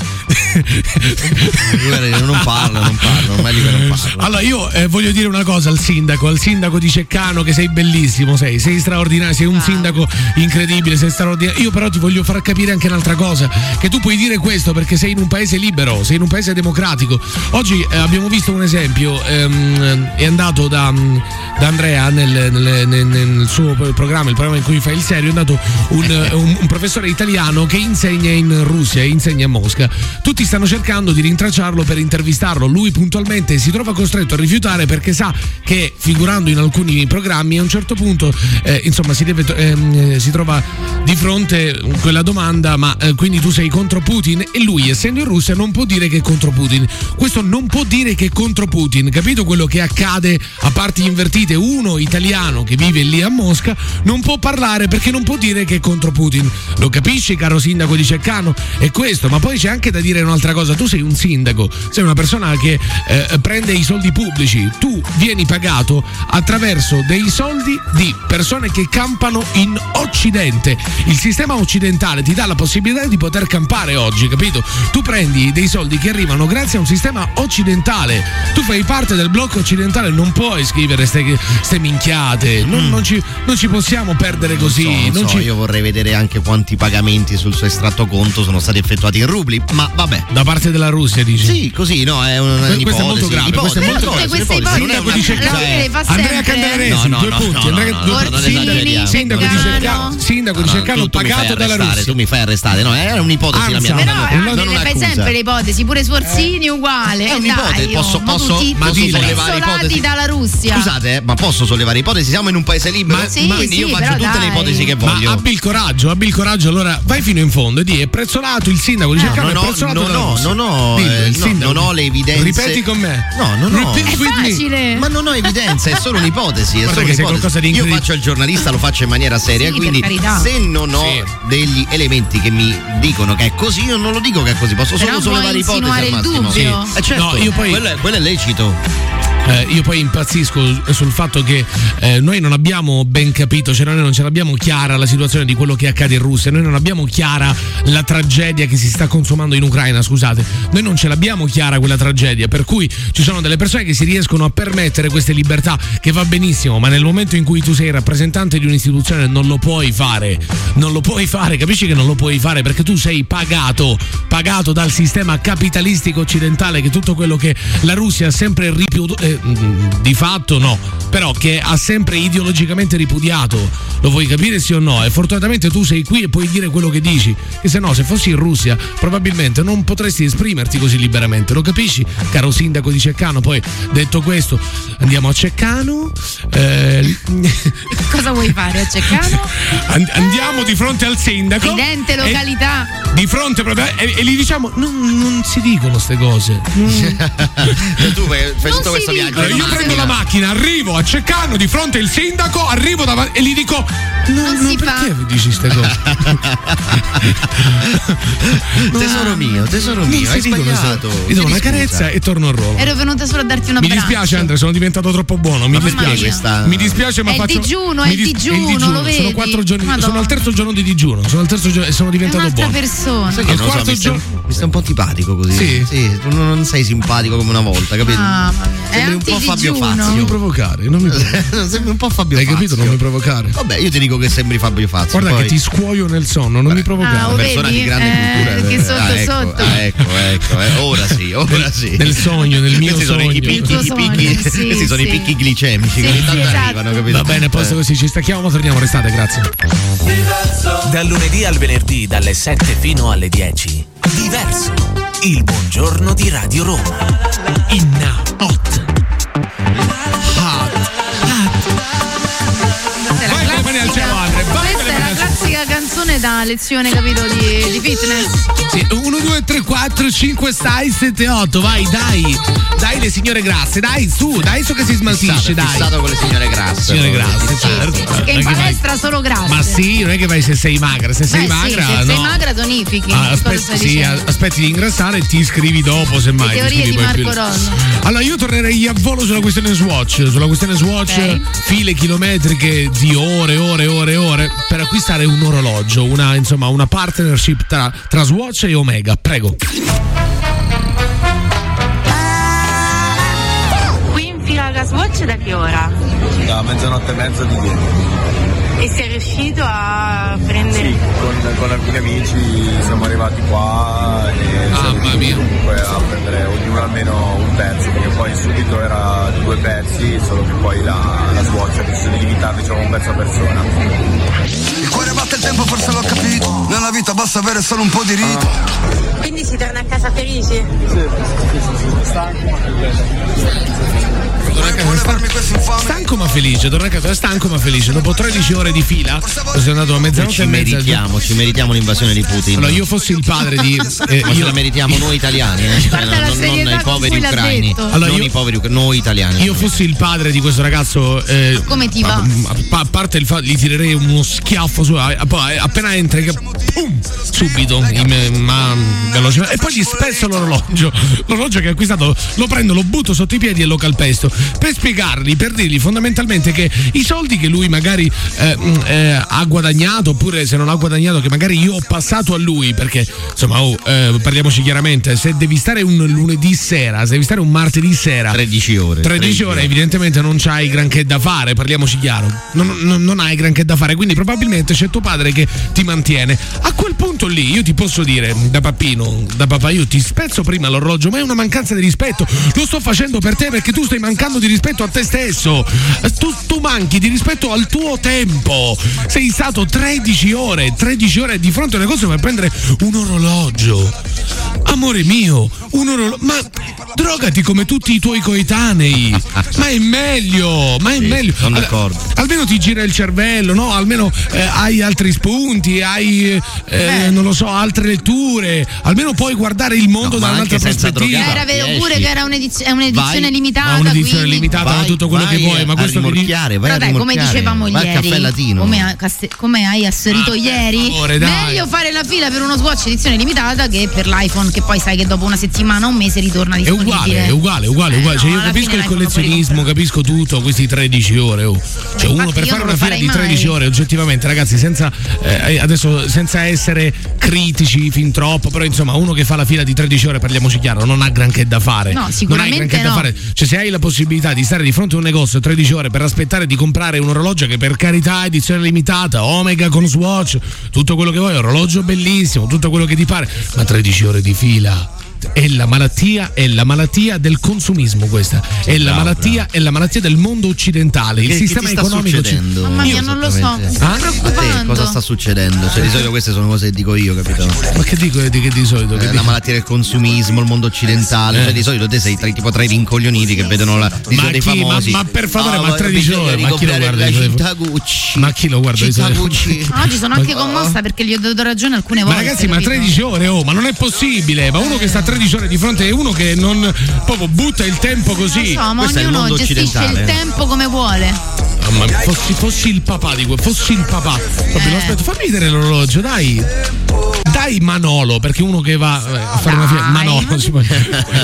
[SPEAKER 5] Guarda, io non parlo, non parlo, ormai dico che non parlo.
[SPEAKER 4] Allora io eh, voglio dire una cosa al sindaco, al sindaco di Ceccano che sei bellissimo, sei, sei straordinario, sei un sindaco incredibile, sei straordinario. Io però ti voglio far capire anche un'altra cosa, che tu puoi dire questo perché sei in un paese libero, sei in un paese democratico. Oggi eh, abbiamo visto un esempio, ehm, è andato da, mm, da Andrea nel, nel- nel- nel suo programma, il programma in cui fa il serio, è andato un, eh, un- un professore italiano che insegna in Russia, insegna a Mosca. Tutti stanno cercando di rintracciarlo per intervistarlo, lui puntualmente si trova costretto a rifiutare perché sa che figurando in alcuni programmi a un certo punto eh, insomma si, deve, ehm, eh, si trova di fronte quella domanda ma eh, quindi tu sei contro Putin e lui essendo in Russia non può dire che è contro Putin. Questo non può dire che è contro Putin, capito quello che accade a parti invertite? Uno italiano che vive lì a Mosca non può parlare perché non può dire che è contro Putin. Lo capisci, caro sindaco di Ceccano? È questo, ma poi c'è anche da dire un'altra cosa. Tu sei un sindaco, sei una persona che eh, prende i soldi pubblici, tu vieni pagato attraverso dei soldi di persone che campano in Occidente. Il sistema occidentale ti dà la possibilità di poter campare oggi, capito? Tu prendi dei soldi che arrivano grazie a un sistema occidentale. Tu fai parte del blocco occidentale, non puoi scrivere ste, ste minchiate. Non, non ci, non ci possiamo perdere
[SPEAKER 5] Mm.
[SPEAKER 4] così.
[SPEAKER 5] Non so,
[SPEAKER 4] non
[SPEAKER 5] non so,
[SPEAKER 4] ci-
[SPEAKER 5] io vorrei vedere anche quanti pagamenti sul suo estratto conto sono stati effettuati in rubli, ma vabbè.
[SPEAKER 4] Da parte della Russia dici?
[SPEAKER 5] Sì, così, no, è una
[SPEAKER 4] Que- questa è molto
[SPEAKER 5] un'ipotesi.
[SPEAKER 4] grave,
[SPEAKER 5] Ipotesi,
[SPEAKER 4] questa è molto
[SPEAKER 5] ipotesi,
[SPEAKER 4] grave. Tutte queste
[SPEAKER 5] ipotesi, non è
[SPEAKER 4] ipotesi,
[SPEAKER 5] una-
[SPEAKER 4] dice
[SPEAKER 5] cioè-
[SPEAKER 4] Candele- Fa Andrea sempre. Candelaresi,
[SPEAKER 5] No, no,
[SPEAKER 4] due
[SPEAKER 5] no,
[SPEAKER 4] punti,
[SPEAKER 5] no,
[SPEAKER 4] Andrea-
[SPEAKER 5] no, no,
[SPEAKER 4] due-
[SPEAKER 5] no, non
[SPEAKER 4] sindaco-
[SPEAKER 5] esageriamo.
[SPEAKER 4] sindaco di
[SPEAKER 5] No, no,
[SPEAKER 4] Cercano-
[SPEAKER 5] no, no.
[SPEAKER 4] sindaco di
[SPEAKER 5] No, no,
[SPEAKER 4] Cercano
[SPEAKER 5] tu- tu mi fai
[SPEAKER 4] pagato dalla
[SPEAKER 5] arrestare,
[SPEAKER 4] Russia.
[SPEAKER 5] Tu mi fai arrestare, no, era un'ipotesi la mia.
[SPEAKER 4] Alza.
[SPEAKER 5] non-
[SPEAKER 4] Però,
[SPEAKER 5] non
[SPEAKER 6] eh, Le fai
[SPEAKER 5] un'accusa.
[SPEAKER 6] sempre le ipotesi, pure Sforzini uguale. oh, È
[SPEAKER 5] un'ipotesi, posso- posso- posso sollevare ipotesi?
[SPEAKER 6] dalla Russia.
[SPEAKER 5] Scusate, eh, ma posso sollevare ipotesi? Siamo in un paese libero,
[SPEAKER 6] Ma- Sì,
[SPEAKER 5] quindi io
[SPEAKER 6] sì,
[SPEAKER 5] faccio
[SPEAKER 6] però
[SPEAKER 5] tutte le
[SPEAKER 6] dai.
[SPEAKER 5] ipotesi che
[SPEAKER 4] Ma
[SPEAKER 5] voglio.
[SPEAKER 4] abbi il coraggio, abbi il coraggio, allora vai fino in fondo e di è prezzolato il sindaco di
[SPEAKER 5] Eh, No,
[SPEAKER 4] Cercano,
[SPEAKER 5] non
[SPEAKER 4] è
[SPEAKER 5] ho-
[SPEAKER 4] prezzolato
[SPEAKER 5] non
[SPEAKER 4] dalla
[SPEAKER 5] ho-
[SPEAKER 4] Russia.
[SPEAKER 5] non ho,
[SPEAKER 4] Dillo,
[SPEAKER 5] eh,
[SPEAKER 4] il
[SPEAKER 5] no,
[SPEAKER 4] sindaco.
[SPEAKER 5] non ho le evidenze.
[SPEAKER 4] Ripeti con me.
[SPEAKER 5] No, no, no.
[SPEAKER 4] Repeat with me.
[SPEAKER 5] Ma non ho evidenza, è solo un'ipotesi. È
[SPEAKER 4] Guarda
[SPEAKER 5] solo
[SPEAKER 4] che
[SPEAKER 5] un'ipotesi.
[SPEAKER 4] sei qualcosa di
[SPEAKER 5] Io
[SPEAKER 4] incredibile.
[SPEAKER 5] faccio il giornalista, lo faccio in maniera seria,
[SPEAKER 6] Sì, per
[SPEAKER 5] quindi
[SPEAKER 6] carità.
[SPEAKER 5] se non ho degli elementi che mi dicono che è così, io non lo dico che è così, posso
[SPEAKER 6] Però
[SPEAKER 5] solo
[SPEAKER 6] puoi
[SPEAKER 5] sollevare ipotesi
[SPEAKER 6] insinuare
[SPEAKER 5] al
[SPEAKER 6] il
[SPEAKER 5] massimo.
[SPEAKER 6] dubbio. Sì.
[SPEAKER 5] Eh, certo,
[SPEAKER 4] No, io poi-
[SPEAKER 5] quello, è, quello è lecito.
[SPEAKER 4] Eh, io poi impazzisco sul fatto che eh, noi non abbiamo ben capito, cioè noi non ce l'abbiamo chiara la situazione di quello che accade in Russia, noi non abbiamo chiara la tragedia che si sta consumando in Ucraina, scusate, noi non ce l'abbiamo chiara quella tragedia, per cui ci sono delle persone che si riescono a permettere queste libertà, che va benissimo, ma nel momento in cui tu sei rappresentante di un'istituzione non lo puoi fare, non lo puoi fare, capisci che non lo puoi fare perché tu sei pagato, pagato dal sistema capitalistico occidentale che tutto quello che la Russia ha sempre ripudiato, mm, di fatto no, però che ha sempre ideologicamente ripudiato, lo vuoi capire sì o no? E fortunatamente tu sei qui e puoi dire quello che dici, che se no se fossi in Russia probabilmente non potresti esprimerti così liberamente, lo capisci? Caro sindaco di Ceccano, poi detto questo andiamo a Ceccano. eh,
[SPEAKER 6] Cosa vuoi fare a Ceccano?
[SPEAKER 4] And- andiamo di fronte al sindaco.
[SPEAKER 6] Idente località.
[SPEAKER 4] E, di fronte proprio. E, e gli diciamo: non, non si dicono queste cose.
[SPEAKER 5] Mm. Eh, tu fai, fai tutto
[SPEAKER 4] Non si
[SPEAKER 5] questo
[SPEAKER 4] dicono.
[SPEAKER 5] viaggio.
[SPEAKER 4] Allora, io prendo la macchina, arrivo a Ceccano di fronte al sindaco, arrivo davanti e gli dico: Non,
[SPEAKER 6] si fa.
[SPEAKER 4] Perché dici queste cose?
[SPEAKER 5] Tesoro mio, tesoro
[SPEAKER 4] Non
[SPEAKER 5] mio,
[SPEAKER 4] si
[SPEAKER 5] hai
[SPEAKER 4] dicono
[SPEAKER 5] sbagliato.
[SPEAKER 4] queste- Ti do
[SPEAKER 5] Mi
[SPEAKER 4] una
[SPEAKER 5] scusa.
[SPEAKER 4] carezza e torno a Roma.
[SPEAKER 6] Ero venuta solo a darti un
[SPEAKER 4] Mi
[SPEAKER 6] abbraccio.
[SPEAKER 4] dispiace Andrea, sono diventato troppo buono. Mi
[SPEAKER 5] Ma perché
[SPEAKER 4] dispiace.
[SPEAKER 5] questa-
[SPEAKER 4] Mi dispiace, ma
[SPEAKER 6] È il
[SPEAKER 4] faccio.
[SPEAKER 6] digiuno, è
[SPEAKER 4] mi
[SPEAKER 6] il
[SPEAKER 4] dis-
[SPEAKER 6] digiuno, lo
[SPEAKER 4] Sono
[SPEAKER 6] vedi?
[SPEAKER 4] quattro giorni.
[SPEAKER 6] Madonna.
[SPEAKER 4] Sono al terzo giorno di digiuno. Sono al terzo giorno e sono
[SPEAKER 6] È
[SPEAKER 4] diventato
[SPEAKER 6] un'altra
[SPEAKER 4] buono.
[SPEAKER 6] persona.
[SPEAKER 5] Sai che
[SPEAKER 4] Al
[SPEAKER 5] non lo so,
[SPEAKER 4] quarto
[SPEAKER 5] mi, sta,
[SPEAKER 4] giorno-
[SPEAKER 5] mi sta un po' antipatico così.
[SPEAKER 4] Sì?
[SPEAKER 5] tu non non sei simpatico come una volta, capito?
[SPEAKER 6] Mamma mia. Ah, È
[SPEAKER 5] Sembri un po' Fabio
[SPEAKER 6] antidigiuno.
[SPEAKER 5] Fazio.
[SPEAKER 4] Non mi provocare, non mi provocare.
[SPEAKER 5] Sembri un po' Fabio
[SPEAKER 4] Hai
[SPEAKER 5] Fazio.
[SPEAKER 4] capito? Non mi provocare.
[SPEAKER 5] Vabbè, io ti dico che sembri Fabio Fazio.
[SPEAKER 4] Guarda
[SPEAKER 5] poi-
[SPEAKER 4] che ti scuoio nel sonno, non mi provocare.
[SPEAKER 6] Ah,
[SPEAKER 5] una
[SPEAKER 6] lo
[SPEAKER 5] persona
[SPEAKER 6] vedi?
[SPEAKER 5] di grande
[SPEAKER 6] Eh,
[SPEAKER 5] cultura.
[SPEAKER 6] che sotto,
[SPEAKER 5] ah, ecco,
[SPEAKER 6] sotto.
[SPEAKER 5] ah, ecco, ecco, eh, ora sì, ora sì.
[SPEAKER 4] Nel sogno, nel mio
[SPEAKER 5] Questi sono i
[SPEAKER 4] sogno.
[SPEAKER 5] picchi,
[SPEAKER 4] Nel tuo
[SPEAKER 5] i picchi-
[SPEAKER 6] sogno, sì,
[SPEAKER 5] questi sono i
[SPEAKER 6] sì.
[SPEAKER 5] picchi glicemici
[SPEAKER 6] Sì,
[SPEAKER 5] che ogni tanto
[SPEAKER 6] sì, esatto.
[SPEAKER 5] arrivano, capito?
[SPEAKER 4] Va bene, posto
[SPEAKER 5] Eh.
[SPEAKER 4] così, ci stacchiamo, torniamo, restate, grazie.
[SPEAKER 9] Dal lunedì al venerdì, dalle 7 fino alle 10. Diverso. Il buongiorno di Radio Roma.
[SPEAKER 4] Inna hot. Hot.
[SPEAKER 6] Questa è la
[SPEAKER 4] Vai con le mani al
[SPEAKER 6] classica-
[SPEAKER 4] cielo, Andre, eh, vai con le
[SPEAKER 6] Questa è
[SPEAKER 4] mani
[SPEAKER 6] la
[SPEAKER 4] al
[SPEAKER 6] classica canzone da lezione, capito, di, di fitness.
[SPEAKER 4] Sì, 1, 2, 3, 4, 5, 6, 7, 8, vai, dai. Dai le signore grasse, dai su, dai su che si smaltisce,
[SPEAKER 5] Fissato,
[SPEAKER 4] dai.
[SPEAKER 5] fissato con le signore grasse.
[SPEAKER 4] Signore
[SPEAKER 5] proprio.
[SPEAKER 4] grasse, certo.
[SPEAKER 6] Che in
[SPEAKER 4] Non è che vai-
[SPEAKER 6] palestra solo grazie.
[SPEAKER 4] Ma sì, non è che vai se sei magra, se
[SPEAKER 6] Beh,
[SPEAKER 4] sei
[SPEAKER 6] sì,
[SPEAKER 4] magra,
[SPEAKER 6] se
[SPEAKER 4] no.
[SPEAKER 6] sei magra tonifichi.
[SPEAKER 4] Ah,
[SPEAKER 6] Cosa
[SPEAKER 4] aspe-
[SPEAKER 6] stai
[SPEAKER 4] sì,
[SPEAKER 6] dicendo?
[SPEAKER 4] a- aspetti di ingrassare e ti iscrivi dopo, semmai.
[SPEAKER 6] Le
[SPEAKER 4] ti
[SPEAKER 6] teorie
[SPEAKER 4] iscrivi
[SPEAKER 6] di
[SPEAKER 4] poi
[SPEAKER 6] Marco
[SPEAKER 4] più-
[SPEAKER 6] Ron.
[SPEAKER 4] Allora io tornerei a volo sulla questione Swatch, sulla questione Swatch,
[SPEAKER 6] Ok.
[SPEAKER 4] file chilometriche di ore, ore, ore, ore per acquistare un orologio, una, insomma, una partnership tra, tra Swatch e Omega, prego.
[SPEAKER 18] Qui in fila alla Swatch da che ora?
[SPEAKER 19] Da mezzanotte e mezza di ieri.
[SPEAKER 18] E sei riuscito a prendere...
[SPEAKER 19] Sì, con, con alcuni amici siamo arrivati qua
[SPEAKER 4] Ah,
[SPEAKER 19] e siamo riusciti
[SPEAKER 4] Eh,
[SPEAKER 19] comunque a prendere ognuno almeno un pezzo, perché poi subito era due pezzi, solo che poi la, la Swatch ha deciso di limitarli diciamo un pezzo a persona.
[SPEAKER 7] Il cuore batte il tempo, forse l'ho capito. Nella vita basta avere solo un po' di
[SPEAKER 5] Ah,
[SPEAKER 7] rito.
[SPEAKER 18] Quindi si torna a casa felici?
[SPEAKER 4] eh, Stanco ma felice, torna a casa stanco ma felice, dopo 13 ore di fila, sono andato a mezzanotte
[SPEAKER 5] Ci
[SPEAKER 4] e mezza.
[SPEAKER 5] meritiamo, ci meritiamo l'invasione di Putin.
[SPEAKER 4] Allora io fossi il padre di... eh,
[SPEAKER 5] Ma ce la meritiamo noi italiani, eh? Cioè,
[SPEAKER 4] Guarda
[SPEAKER 5] non,
[SPEAKER 4] la
[SPEAKER 5] non
[SPEAKER 4] serietà
[SPEAKER 5] i
[SPEAKER 4] con
[SPEAKER 5] poveri
[SPEAKER 4] cui l'ha
[SPEAKER 5] ucraini.
[SPEAKER 4] detto. Allora,
[SPEAKER 5] non
[SPEAKER 4] io-
[SPEAKER 5] i poveri ucraini, noi italiani.
[SPEAKER 4] Io fossi il padre di questo ragazzo. eh,
[SPEAKER 6] Come ti va?
[SPEAKER 4] A, a- a parte il fatto, gli tirerei uno schiaffo su. a- a- appena entra, che, pum, subito, in- ma veloce. E poi gli spezzo l'orologio. L'orologio che ho acquistato, lo prendo, lo butto sotto i piedi e lo calpesto. Per spiegargli, per dirgli fondamentalmente che i soldi che lui magari eh, mh, eh, ha guadagnato, oppure se non ha guadagnato, che magari io ho passato a lui, perché insomma, oh, eh, parliamoci chiaramente, se devi stare un lunedì sera, se devi stare un martedì sera.
[SPEAKER 5] 13 ore.
[SPEAKER 4] 13 ore evidentemente non c'hai granché da fare, parliamoci chiaro. Non, non- non hai granché da fare, quindi probabilmente c'è tuo padre che ti mantiene. A quel punto lì io ti posso dire, da papino, da papà, io ti spezzo prima l'orologio, ma è una mancanza di rispetto. Lo sto facendo per te perché tu stai mancando di rispetto a te stesso. Eh, Tu, tu manchi di rispetto al tuo tempo. Sei stato 13 ore, 13 ore di fronte a una cosa per prendere un orologio. Amore mio, un orologio. Ma Drogati come tutti i tuoi coetanei. ma è meglio, ma è meglio.
[SPEAKER 5] sono
[SPEAKER 4] Al-
[SPEAKER 5] d'accordo.
[SPEAKER 4] almeno ti gira il cervello, no? Almeno eh, hai altri spunti, hai eh, non lo so, altre letture. Almeno puoi guardare il mondo
[SPEAKER 5] No, ma
[SPEAKER 4] da un'altra
[SPEAKER 5] anche senza
[SPEAKER 4] prospettiva.
[SPEAKER 5] drogarti,
[SPEAKER 6] Era vero pure che era un'ediz- è un'edizione
[SPEAKER 5] Vai.
[SPEAKER 6] limitata.
[SPEAKER 4] Ma un'edizione
[SPEAKER 6] quindi-
[SPEAKER 4] limitata da tutto quello che vuoi, ma questo
[SPEAKER 5] a
[SPEAKER 4] che dici-
[SPEAKER 5] rimorchiare, vai
[SPEAKER 6] Però
[SPEAKER 5] a
[SPEAKER 6] dai, come
[SPEAKER 5] rimorchiare.
[SPEAKER 6] dicevamo
[SPEAKER 5] Vai al Caffè
[SPEAKER 6] ieri,
[SPEAKER 5] Latino.
[SPEAKER 6] come, ha- casse- come hai
[SPEAKER 4] Ah,
[SPEAKER 6] asserito ieri,
[SPEAKER 5] favore, dai.
[SPEAKER 6] meglio fare la fila per uno Swatch edizione limitata che per l'iPhone che poi sai che dopo una settimana o un mese ritorna
[SPEAKER 4] È
[SPEAKER 6] disponibile. Eh,
[SPEAKER 4] uguale, è uguale, è uguale, è uguale. Cioè,
[SPEAKER 6] no,
[SPEAKER 4] io
[SPEAKER 6] alla
[SPEAKER 4] capisco
[SPEAKER 6] fine
[SPEAKER 4] il
[SPEAKER 6] l'iPhone lo puoi
[SPEAKER 4] collezionismo, capisco tutto, questi 13 ore. oh.
[SPEAKER 6] infatti
[SPEAKER 4] Cioè, uno per
[SPEAKER 6] io
[SPEAKER 4] fare
[SPEAKER 6] non
[SPEAKER 4] una
[SPEAKER 6] lo
[SPEAKER 4] fila
[SPEAKER 6] farei
[SPEAKER 4] di 13
[SPEAKER 6] mai.
[SPEAKER 4] ore, oggettivamente, ragazzi, senza, eh, adesso, senza essere critici fin troppo, però insomma, uno che fa la fila di 13 ore, parliamoci chiaro, non ha granché da fare.
[SPEAKER 6] No,
[SPEAKER 4] Non hai
[SPEAKER 6] sicuramente
[SPEAKER 4] granché da
[SPEAKER 6] no.
[SPEAKER 4] fare. Cioè, se hai la possibilità di stare di fronte a un negozio 13 ore per aspettare di comprare un orologio che per carità è edizione limitata, Omega con Swatch, tutto quello che vuoi, orologio bellissimo, tutto quello che ti pare, ma 13 ore di fila. È la malattia, è la malattia del consumismo questa. È la
[SPEAKER 5] Bravo,
[SPEAKER 4] malattia, è la malattia del mondo occidentale. Il
[SPEAKER 5] Che- che ti
[SPEAKER 4] sistema
[SPEAKER 5] sta
[SPEAKER 4] economico ci-
[SPEAKER 5] succedendo?
[SPEAKER 6] Mamma mia,
[SPEAKER 5] Io
[SPEAKER 6] non lo so, mi
[SPEAKER 5] esattamente.
[SPEAKER 4] Ah,
[SPEAKER 6] sta
[SPEAKER 5] A te
[SPEAKER 6] preoccupando.
[SPEAKER 5] cosa sta succedendo? Cioè, di solito queste sono cose che dico io, capito?
[SPEAKER 4] Ma che dico di, che di solito? Che
[SPEAKER 5] Eh,
[SPEAKER 4] dico?
[SPEAKER 5] la malattia del consumismo, il mondo occidentale, cioè di solito te sei tra, tipo tra i rincoglioniti che vedono la, di
[SPEAKER 4] Eh. Ma
[SPEAKER 5] solito i
[SPEAKER 4] chi- ma-
[SPEAKER 5] famosi.
[SPEAKER 4] ma per favore,
[SPEAKER 5] "Ah,
[SPEAKER 4] ma
[SPEAKER 5] guarda,
[SPEAKER 4] 13
[SPEAKER 5] bisogna
[SPEAKER 4] ore, ma chi lo
[SPEAKER 5] ricomprare
[SPEAKER 4] guarda
[SPEAKER 5] la
[SPEAKER 4] i suoi-
[SPEAKER 5] città Gucci.
[SPEAKER 4] Ma chi lo guarda i
[SPEAKER 5] Città
[SPEAKER 4] suoi-
[SPEAKER 5] Gucci.
[SPEAKER 6] Ah, Oggi sono
[SPEAKER 4] Ma-
[SPEAKER 6] anche commossa perché gli ho dato ragione alcune
[SPEAKER 4] Ma
[SPEAKER 6] volte.
[SPEAKER 4] ragazzi, ma
[SPEAKER 6] capito?
[SPEAKER 4] 13 ore, oh, ma non è possibile. Ma uno che sta 13 ore di fronte è uno che non proprio butta il eh. tempo così.
[SPEAKER 6] No, ma ognuno gestisce il tempo come vuole.
[SPEAKER 4] Mamma mia, fossi, fossi il papà di que- fossi il papà. Proprio lo aspetto, fammi vedere l'orologio, dai. Dai Manolo, perché uno che va eh, a fare una fiera. Manolo, si può-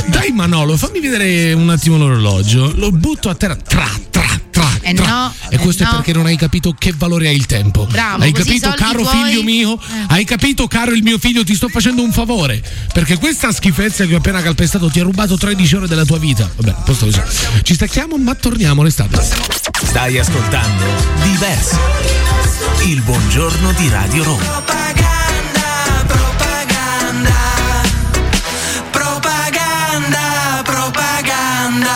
[SPEAKER 4] dai Manolo, fammi vedere un attimo l'orologio. Lo butto a terra. Tra, tra, tra.
[SPEAKER 6] Eh
[SPEAKER 4] tra.
[SPEAKER 6] no,
[SPEAKER 4] e
[SPEAKER 6] eh
[SPEAKER 4] questo
[SPEAKER 6] no.
[SPEAKER 4] è perché non hai capito che valore ha il tempo.
[SPEAKER 6] Bravo,
[SPEAKER 4] hai
[SPEAKER 6] così i
[SPEAKER 4] capito,
[SPEAKER 6] soldi
[SPEAKER 4] caro
[SPEAKER 6] tuoi- Eh.
[SPEAKER 4] figlio mio? Hai capito, caro il mio figlio? Ti sto facendo un favore. Perché questa schifezza che ho appena calpestato ti ha rubato 13 ore della tua vita. Vabbè, posto così. Ci stacchiamo, ma torniamo l'estate.
[SPEAKER 9] Stai ascoltando Diverso. Il buongiorno di Radio Roma.
[SPEAKER 3] Propaganda, propaganda.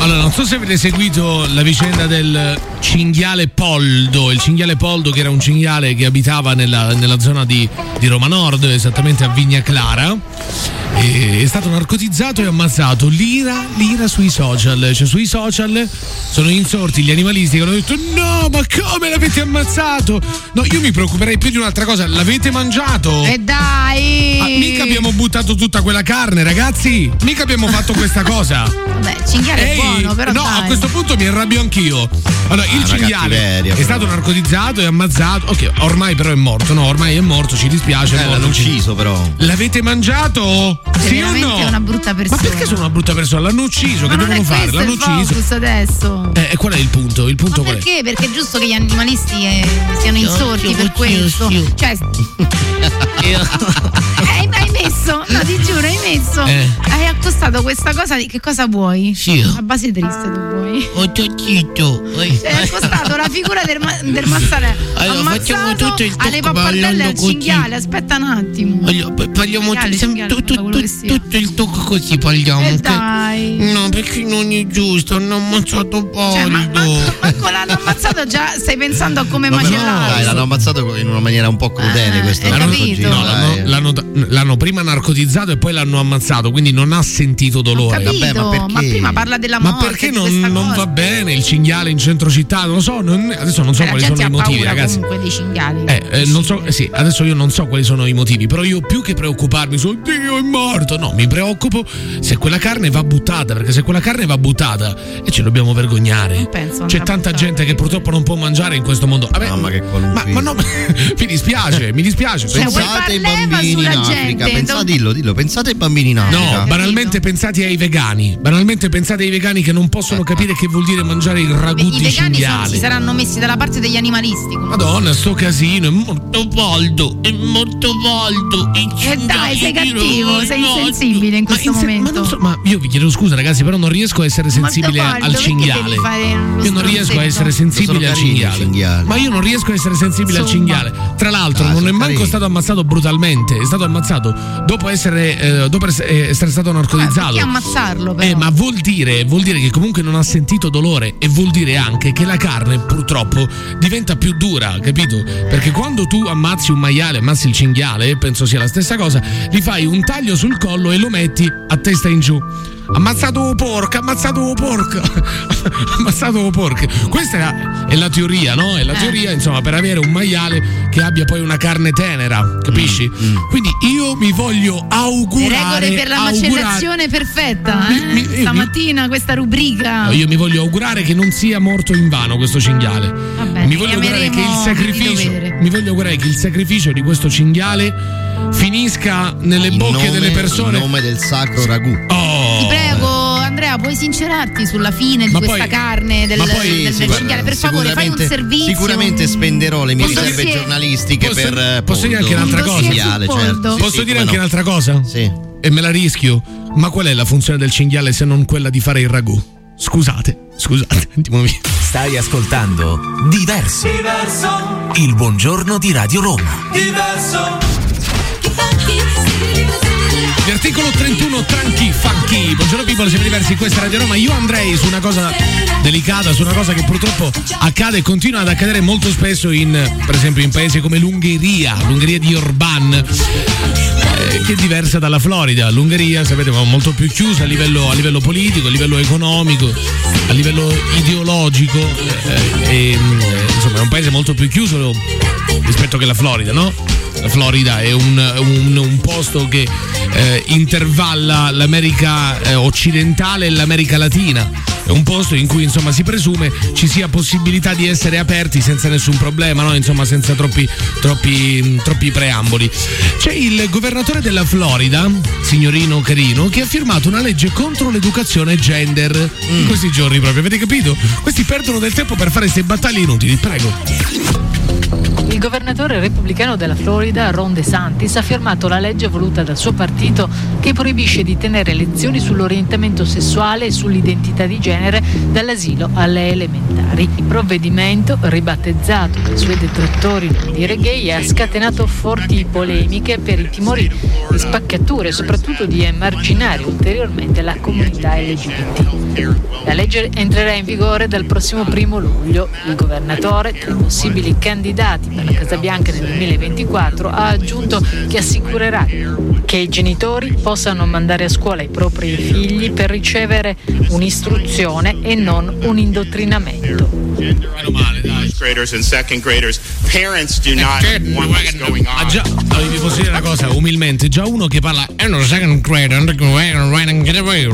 [SPEAKER 4] Allora, non so se avete seguito la vicenda del cinghiale Poldo, il cinghiale Poldo che era un cinghiale che abitava nella, nella zona di, di Roma Nord, esattamente a Vigna Clara. E è stato narcotizzato e ammazzato. L'ira, l'ira sui social. Cioè, sui social sono insorti gli animalisti che hanno detto: No, ma come l'avete ammazzato? No, io mi preoccuperei più di un'altra cosa. L'avete mangiato?
[SPEAKER 6] E dai!
[SPEAKER 4] Oh. Ah, mica abbiamo buttato tutta quella carne, ragazzi. Mica abbiamo fatto questa cosa.
[SPEAKER 6] Vabbè, cinghiale è
[SPEAKER 4] Ehi,
[SPEAKER 6] buono, però
[SPEAKER 4] no, a
[SPEAKER 6] dai.
[SPEAKER 4] questo punto mi arrabbio anch'io. Allora,
[SPEAKER 5] Ah,
[SPEAKER 4] il
[SPEAKER 5] una
[SPEAKER 4] cinghiale
[SPEAKER 5] cattiveria,
[SPEAKER 4] è stato
[SPEAKER 5] però.
[SPEAKER 4] narcotizzato e ammazzato. Ok, ormai però è morto, no? Ormai è morto, ci dispiace. è
[SPEAKER 5] Eh,
[SPEAKER 4] morto,
[SPEAKER 5] l'hanno
[SPEAKER 4] ci-
[SPEAKER 5] ucciso però.
[SPEAKER 4] L'avete mangiato?
[SPEAKER 6] È
[SPEAKER 4] Sì o
[SPEAKER 6] veramente
[SPEAKER 4] no?
[SPEAKER 6] una brutta persona.
[SPEAKER 4] Ma perché sono una brutta persona? L'hanno ucciso, che
[SPEAKER 6] Ma non
[SPEAKER 4] devono
[SPEAKER 6] è
[SPEAKER 4] fare?
[SPEAKER 6] questo
[SPEAKER 4] L'hanno
[SPEAKER 6] il
[SPEAKER 4] ucciso.
[SPEAKER 6] focus adesso.
[SPEAKER 4] Eh, e qual è il punto? Il punto qual è?
[SPEAKER 6] Perché? Perché è giusto che gli animalisti eh, siano
[SPEAKER 4] Io-
[SPEAKER 6] insorti
[SPEAKER 4] io-
[SPEAKER 6] per
[SPEAKER 4] io-
[SPEAKER 6] questo. Cioè. hai, hai messo, no, ti giuro, hai messo.
[SPEAKER 13] Eh.
[SPEAKER 6] Hai accostato questa cosa di che cosa vuoi?
[SPEAKER 13] Sì.
[SPEAKER 6] La base triste tu vuoi.
[SPEAKER 13] Ho tocchito.
[SPEAKER 6] Cioè, hai accostato la figura del, ma- del mazzale
[SPEAKER 13] Allora, facciamo
[SPEAKER 6] ammazzato
[SPEAKER 13] tutto il
[SPEAKER 6] alle
[SPEAKER 13] tocco
[SPEAKER 6] pappardelle e
[SPEAKER 13] ballando
[SPEAKER 6] al
[SPEAKER 13] così.
[SPEAKER 6] cinghiale. Aspetta un attimo.
[SPEAKER 13] Allora, pa- parliamo tu-
[SPEAKER 6] Cinghiale,
[SPEAKER 13] sem-
[SPEAKER 6] cinghiale,
[SPEAKER 13] tu- tu-
[SPEAKER 6] quello che
[SPEAKER 13] tu-
[SPEAKER 6] sia.
[SPEAKER 13] tutto il tocco così parliamo.
[SPEAKER 6] Eh
[SPEAKER 13] ok?
[SPEAKER 6] dai.
[SPEAKER 13] No, perché non è giusto, hanno ammazzato
[SPEAKER 6] Cioè, ma-
[SPEAKER 13] Poldo.
[SPEAKER 6] Manco l'hanno ammazzato, già stai pensando a come
[SPEAKER 5] Vabbè,
[SPEAKER 6] macellarlo.
[SPEAKER 5] dai, l'hanno ammazzato in una maniera un po' crudele questo
[SPEAKER 6] Ah, hai capito?
[SPEAKER 5] narcogino,
[SPEAKER 4] No,
[SPEAKER 5] dai.
[SPEAKER 4] l'hanno, l'hanno- l'hanno prima narcotizzato e poi l'hanno ammazzato, quindi non ha sentito dolore.
[SPEAKER 6] Capito, ma, prima parla della
[SPEAKER 4] Ma
[SPEAKER 6] morte.
[SPEAKER 4] perché
[SPEAKER 6] di
[SPEAKER 4] non,
[SPEAKER 6] questa
[SPEAKER 4] non
[SPEAKER 6] cosa. Eh,
[SPEAKER 4] va bene il cinghiale in centro città? Non lo so, non- adesso non so
[SPEAKER 6] la
[SPEAKER 4] quali
[SPEAKER 6] gente
[SPEAKER 4] sono i
[SPEAKER 6] ha
[SPEAKER 4] motivi,
[SPEAKER 6] paura
[SPEAKER 4] ragazzi.
[SPEAKER 6] comunque dei cinghiali.
[SPEAKER 4] Eh, eh, non so, eh, sì, adesso io non so quali sono i motivi, però io più che preoccuparmi su Dio è morto, no, mi preoccupo se quella carne va buttata, perché se quella carne va buttata e ci dobbiamo vergognare.
[SPEAKER 6] penso
[SPEAKER 4] C'è tanta gente che purtroppo non può mangiare in questo mondo. Vabbè,
[SPEAKER 5] Mamma che
[SPEAKER 4] ma, ma no, mi dispiace, mi dispiace.
[SPEAKER 6] Cioè,
[SPEAKER 4] sono-
[SPEAKER 5] Pensate ai
[SPEAKER 6] leva
[SPEAKER 5] bambini in
[SPEAKER 6] sulla
[SPEAKER 5] Africa,
[SPEAKER 6] gente,
[SPEAKER 5] pensa-
[SPEAKER 6] non-
[SPEAKER 5] dillo, dillo, pensate ai bambini in Africa.
[SPEAKER 4] No, banalmente pensate ai vegani. Banalmente pensate ai vegani che non possono
[SPEAKER 5] Ecco.
[SPEAKER 4] capire che vuol dire mangiare il ragù
[SPEAKER 6] I
[SPEAKER 4] di
[SPEAKER 6] vegani sono-
[SPEAKER 4] cinghiale.
[SPEAKER 6] si saranno messi dalla parte degli animalisti. comunque.
[SPEAKER 4] Madonna, sto casino, è morto.
[SPEAKER 13] Molto Poldo, è molto Poldo.
[SPEAKER 6] E Eh, dai, sei cattivo, sei insensibile in questo momento.
[SPEAKER 4] Non so, ma io vi chiedo scusa, ragazzi, però non riesco a essere sensibile
[SPEAKER 6] Molto Poldo,
[SPEAKER 4] al
[SPEAKER 6] perché
[SPEAKER 4] cinghiale.
[SPEAKER 6] devi fare lo
[SPEAKER 4] Io non riesco
[SPEAKER 6] stronzetto?
[SPEAKER 4] a essere sensibile
[SPEAKER 5] Sono
[SPEAKER 4] al
[SPEAKER 5] carini i
[SPEAKER 4] cinghiale.
[SPEAKER 5] cinghiali. Ah,
[SPEAKER 4] Ma io non riesco a essere sensibile al
[SPEAKER 6] Insomma.
[SPEAKER 4] cinghiale. Tra l'altro, non è manco stato ammazzato brutalmente, è stato ammazzato dopo essere, eh, dopo es- eh, essere stato narcotizzato.
[SPEAKER 6] Perché ammazzarlo però?
[SPEAKER 4] esatto. Eh, ma vuol dire, vuol dire che comunque non ha sentito dolore e vuol dire anche che la carne purtroppo diventa più dura, capito? Perché quando tu ammazzi un maiale, ammazzi il cinghiale, penso sia la stessa cosa, gli fai un taglio sul collo e lo metti a testa in giù. Ammazzato porca, ammazzato porca, ammazzato porca. Questa è la, è la teoria, no?
[SPEAKER 6] Eh.
[SPEAKER 4] È la teoria, insomma, per avere un maiale che abbia poi una carne tenera, capisci? Quindi io mi voglio
[SPEAKER 6] Le
[SPEAKER 4] augurare...
[SPEAKER 6] regole per la
[SPEAKER 4] augurare-
[SPEAKER 6] macellazione perfetta. eh? Stamattina questa rubrica.
[SPEAKER 4] No, io mi voglio augurare che non sia morto in vano questo cinghiale.
[SPEAKER 6] Vabbè,
[SPEAKER 4] mi
[SPEAKER 6] ti
[SPEAKER 4] voglio augurare che il
[SPEAKER 6] chiameremo
[SPEAKER 4] sacrificio.
[SPEAKER 6] di dovere.
[SPEAKER 4] Mi voglio augurare che il sacrificio di questo cinghiale finisca nelle
[SPEAKER 5] In
[SPEAKER 4] bocche
[SPEAKER 5] nome-
[SPEAKER 4] delle persone.
[SPEAKER 5] in nome del sacro ragù.
[SPEAKER 4] Oh.
[SPEAKER 6] Ti prego, Andrea, puoi sincerarti sulla fine di
[SPEAKER 5] Ma
[SPEAKER 6] questa
[SPEAKER 5] poi-
[SPEAKER 6] carne del,
[SPEAKER 5] Ma poi,
[SPEAKER 6] del-
[SPEAKER 5] sì,
[SPEAKER 6] del
[SPEAKER 5] guarda,
[SPEAKER 6] cinghiale? Per favore, fai un
[SPEAKER 5] sicuramente-
[SPEAKER 6] servizio.
[SPEAKER 5] Sicuramente spenderò le mie
[SPEAKER 6] Posso
[SPEAKER 5] riserve
[SPEAKER 6] dire-
[SPEAKER 5] giornalistiche
[SPEAKER 4] Posso-
[SPEAKER 5] per. eh,
[SPEAKER 4] posso dire
[SPEAKER 5] Poldo.
[SPEAKER 4] anche un'altra
[SPEAKER 5] Il
[SPEAKER 4] cosa?
[SPEAKER 5] cinghiale, certo. Sì,
[SPEAKER 4] Posso
[SPEAKER 5] sì,
[SPEAKER 4] dire
[SPEAKER 5] come
[SPEAKER 4] anche
[SPEAKER 5] no.
[SPEAKER 4] un'altra cosa? Sì. E me la rischio. Ma qual è la funzione del cinghiale se non quella di fare il ragù? Scusate, scusate, un attimo via.
[SPEAKER 9] Stai ascoltando Diverso. Il buongiorno di Radio Roma.
[SPEAKER 4] L'articolo 31 Tranchi Funky Buongiorno people, siamo diversi, questa è Radio Roma Io andrei su una cosa delicata Su una cosa che purtroppo accade e continua ad accadere molto spesso in, Per esempio in paesi come l'Ungheria L'Ungheria di Orban eh, che è diversa dalla Florida, l'Ungheria sapete ma molto più chiusa a livello, a livello politico, a livello economico, a livello ideologico, eh, e, mm, eh, insomma è un paese molto più chiuso rispetto che la Florida, no? La Florida è un, un- un posto che eh, intervalla l'America eh, occidentale e l'America latina. È un posto in cui insomma si presume ci sia possibilità di essere aperti senza nessun problema, no? insomma senza troppi, troppi, troppi preamboli. C'è il governatore della Florida, signorino Carino, che ha firmato una legge contro l'educazione gender
[SPEAKER 20] Mm.
[SPEAKER 4] in questi giorni proprio, avete capito? Questi perdono del tempo per fare queste battaglie inutili, prego.
[SPEAKER 21] Il governatore repubblicano della Florida, Ron DeSantis, ha firmato la legge voluta dal suo partito che proibisce di tenere lezioni sull'orientamento sessuale e sull'identità di genere dall'asilo alle elementari. Il provvedimento, ribattezzato dai suoi detrattori non dire gay, ha scatenato forti polemiche per i timori di spaccature e soprattutto di emarginare ulteriormente la comunità LGBT. La legge entrerà in vigore dal prossimo primo luglio. Il governatore, tra i possibili candidati per la Casa Bianca nel 2024, ha aggiunto che assicurerà che i genitori possano mandare a scuola i propri figli per ricevere un'istruzione e non un indottrinamento.
[SPEAKER 20] Meno male, dai. First graders and second graders. Parents do not want what's going on.
[SPEAKER 4] Ah, già, no, vi posso dire una cosa, umilmente, già uno che parla "Eh, è uno second grade, and
[SPEAKER 5] Eh,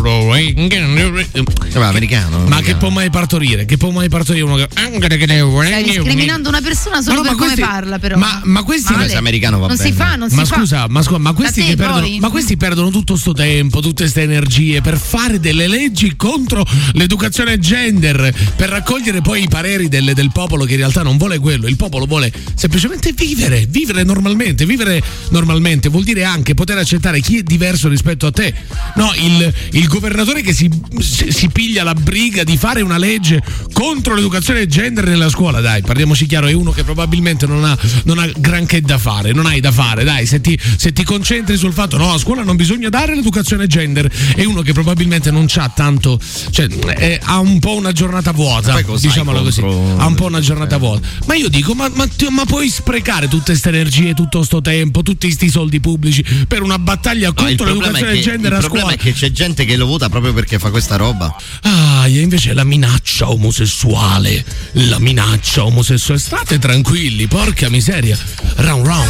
[SPEAKER 5] americano.
[SPEAKER 4] Ma che può mai partorire? Che può mai partorire uno che.
[SPEAKER 6] Stai discriminando una persona solo
[SPEAKER 4] Ma no,
[SPEAKER 6] per
[SPEAKER 4] ma
[SPEAKER 6] come
[SPEAKER 4] questi-
[SPEAKER 6] parla, però.
[SPEAKER 4] Ma, ma questi
[SPEAKER 6] Male. Non si fa, non si
[SPEAKER 4] ma
[SPEAKER 6] fa.
[SPEAKER 4] Scusa, ma scusa, ma questi
[SPEAKER 6] Da te
[SPEAKER 4] che perdono,
[SPEAKER 6] poi?
[SPEAKER 4] ma questi perdono tutto sto tempo, tutte queste energie per fare delle leggi contro l'educazione gender, per raccogliere poi i pareri del, del popolo che in realtà non vuole quello, il popolo vuole semplicemente vivere, vivere normalmente, vivere normalmente vuol dire anche poter accettare chi è diverso rispetto a te. No, il, il governatore che si, si- si piglia la briga di fare una legge contro l'educazione gender nella scuola, dai, parliamoci chiaro, è uno che probabilmente non ha, non ha granché da fare, non hai da fare, dai, se ti, se ti concentri sul fatto no, a scuola non bisogna dare l'educazione gender, è uno che probabilmente non c'ha tanto, cioè eh, ha un po' una giornata vuota,
[SPEAKER 5] Poi cos'hai
[SPEAKER 4] diciamolo così,
[SPEAKER 5] contro- eh.
[SPEAKER 4] ha un po' una giornata vuota. Ma io dico, ma, ma ti- ma puoi sprecare tutte queste energie, tutto sto tempo, tutti sti soldi pubblici per una battaglia
[SPEAKER 5] No, Ah, il
[SPEAKER 4] contro
[SPEAKER 5] problema, è che,
[SPEAKER 4] l'educazione
[SPEAKER 5] il
[SPEAKER 4] gender a
[SPEAKER 5] problema
[SPEAKER 4] scuola?
[SPEAKER 5] è che c'è gente che lo vota proprio perché fa questa roba.
[SPEAKER 4] Ah, e invece la minaccia omosessuale. La minaccia omosessuale. State tranquilli, porca miseria. Round round.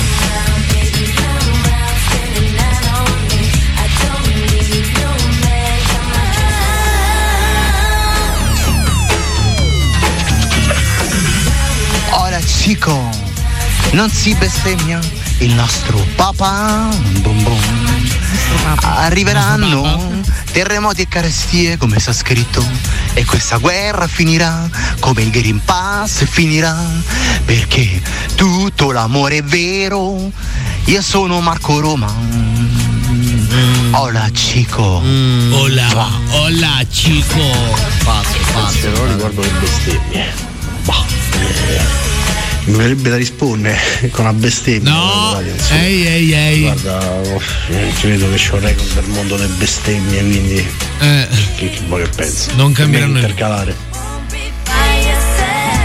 [SPEAKER 22] Ora Cico, non si bestemmia il nostro papà. Bum bum. Arriveranno terremoti e carestie come sta scritto e questa guerra finirà come il Green Pass finirà perché tutto l'amore è vero. Io sono Marco Roma. Hola Cico.
[SPEAKER 4] Mm. Hola, hola Cico.
[SPEAKER 22] Passo, passo.
[SPEAKER 23] riguardo le bestemmie. Bah. Mi verrebbe da rispondere con una bestemmia. No!
[SPEAKER 4] Ehi, ehi, ehi.
[SPEAKER 23] Guarda, eh, credo che c'è un record del mondo delle bestemmie, quindi. Che, che vuoi che penso?
[SPEAKER 4] Eh, Non cambieranno
[SPEAKER 23] Meglio intercalare.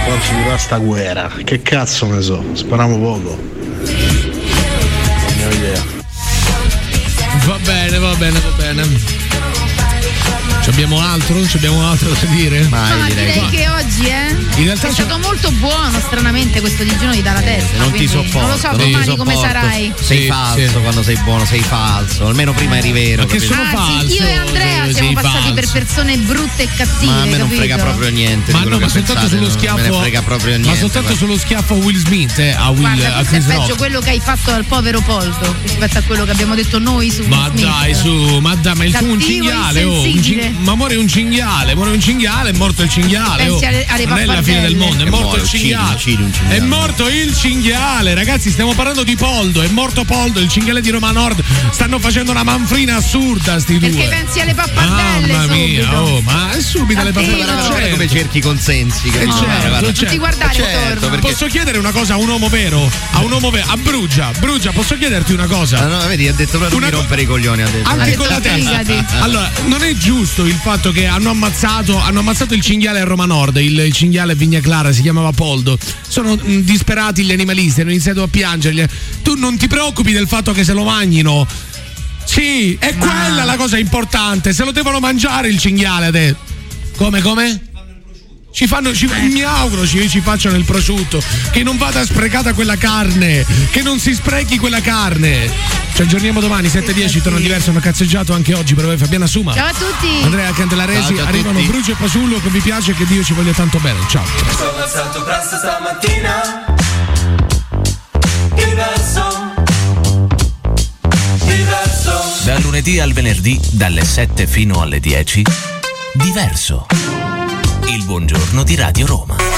[SPEAKER 23] Poi ci durerà sta guerra. Che cazzo ne so? Speriamo poco. Non ne ho idea.
[SPEAKER 4] Va bene, va bene, va bene. Ci abbiamo altro? Ci abbiamo altro da dire?
[SPEAKER 6] No, ma direi che oggi eh,
[SPEAKER 4] In realtà
[SPEAKER 6] è
[SPEAKER 4] c'è-
[SPEAKER 6] stato molto buono, stranamente, questo digiuno di dalla testa.
[SPEAKER 5] Non
[SPEAKER 6] quindi
[SPEAKER 5] ti sopporto.
[SPEAKER 6] Non lo so
[SPEAKER 5] non ti
[SPEAKER 6] domani come
[SPEAKER 5] sopporto.
[SPEAKER 6] sarai.
[SPEAKER 5] Sei falso quando sei buono, sei falso. Almeno prima eri vero.
[SPEAKER 4] Ma che
[SPEAKER 5] capito?
[SPEAKER 4] sono
[SPEAKER 6] Anzi, io e Andrea
[SPEAKER 5] sei-
[SPEAKER 6] siamo
[SPEAKER 5] sei
[SPEAKER 6] passati
[SPEAKER 5] falso.
[SPEAKER 6] per persone brutte e cattive.
[SPEAKER 5] Ma a me non
[SPEAKER 6] capito?
[SPEAKER 5] frega proprio niente.
[SPEAKER 4] Ma
[SPEAKER 5] di quello
[SPEAKER 4] no, ma
[SPEAKER 5] che
[SPEAKER 4] soltanto
[SPEAKER 5] pensate,
[SPEAKER 4] sullo
[SPEAKER 5] non
[SPEAKER 4] schiaffo.
[SPEAKER 5] Me ne frega proprio niente.
[SPEAKER 4] ma soltanto
[SPEAKER 5] guarda.
[SPEAKER 4] sullo schiaffo a Will Smith, eh, a Will
[SPEAKER 6] Guarda,
[SPEAKER 4] a
[SPEAKER 6] forse è
[SPEAKER 4] Chris
[SPEAKER 6] peggio
[SPEAKER 4] Rock.
[SPEAKER 6] quello che hai fatto al povero Poldo rispetto a quello che abbiamo detto noi su
[SPEAKER 4] Ma
[SPEAKER 6] Smith.
[SPEAKER 4] dai, su, ma dai, ma il tuo è un
[SPEAKER 6] Cattivo,
[SPEAKER 4] cinghiale, oh, un
[SPEAKER 6] insensibile.
[SPEAKER 4] cing- ma muore un cinghiale, muore un cinghiale, è morto il cinghiale. Oh.
[SPEAKER 6] Pensi alle- alle
[SPEAKER 4] non è la fine
[SPEAKER 6] pappardelle.
[SPEAKER 4] del mondo, è
[SPEAKER 5] E
[SPEAKER 4] morto
[SPEAKER 5] muore,
[SPEAKER 4] il
[SPEAKER 5] uccidi,
[SPEAKER 4] cinghiale.
[SPEAKER 5] uccidi un cinghiale.
[SPEAKER 4] È morto il cinghiale, ragazzi, stiamo parlando di Poldo, è morto Poldo, il cinghiale di Roma Nord. Stanno facendo una manfrina assurda sti
[SPEAKER 6] Perché
[SPEAKER 4] due.
[SPEAKER 6] pensi alle pappardelle
[SPEAKER 4] Mamma
[SPEAKER 6] subito.
[SPEAKER 4] mia, oh, ma è subito alle
[SPEAKER 6] Cattivo.
[SPEAKER 4] pappardelle.
[SPEAKER 5] Guarda, guarda
[SPEAKER 4] certo.
[SPEAKER 5] come cerchi consensi.
[SPEAKER 4] Eh,
[SPEAKER 5] capito?
[SPEAKER 4] certo,
[SPEAKER 5] Guarda.
[SPEAKER 4] certo.
[SPEAKER 6] Tutti guardare
[SPEAKER 5] Certo,
[SPEAKER 6] intorno.
[SPEAKER 5] perché-
[SPEAKER 4] Posso chiedere una cosa a un uomo vero? A un uomo vero? A Brugia, Brugia, posso chiederti una cosa?
[SPEAKER 5] Ah, no, vedi, ha detto proprio
[SPEAKER 4] Una
[SPEAKER 5] mi
[SPEAKER 4] co-
[SPEAKER 5] rompere i coglioni ha detto.
[SPEAKER 4] Anche con la testa. Allora, non è giusto il fatto che hanno ammazzato, hanno ammazzato il cinghiale a Roma Nord, il, il cinghiale a Vigna Clara, si chiamava Poldo. Sono mh, disperati gli animalisti, hanno iniziato a piangerli. Tu non ti preoccupi del fatto che se lo mangiano. Sì, è quella la cosa importante. Se lo devono mangiare il cinghiale adesso. Come, come? Ci fanno, ci-
[SPEAKER 9] Eh.
[SPEAKER 4] mi auguro ci, ci facciano il prosciutto, che non vada sprecata quella carne, che non si sprechi quella carne. Ci aggiorniamo domani, 7.10, torna diverso, hanno cazzeggiato anche oggi per voi Fabiana Suma.
[SPEAKER 6] Ciao a tutti.
[SPEAKER 4] Andrea Cantelaresi,
[SPEAKER 9] Ciao, ciao a
[SPEAKER 4] arrivano
[SPEAKER 9] tutti.
[SPEAKER 4] Brucio e Pasullo, che vi piace e che Dio ci voglia tanto bene. Ciao.
[SPEAKER 3] Sono alzato presto stamattina Diverso Diverso
[SPEAKER 9] Da lunedì al venerdì, dalle 7 fino alle 10, diverso. Il buongiorno di Radio Roma.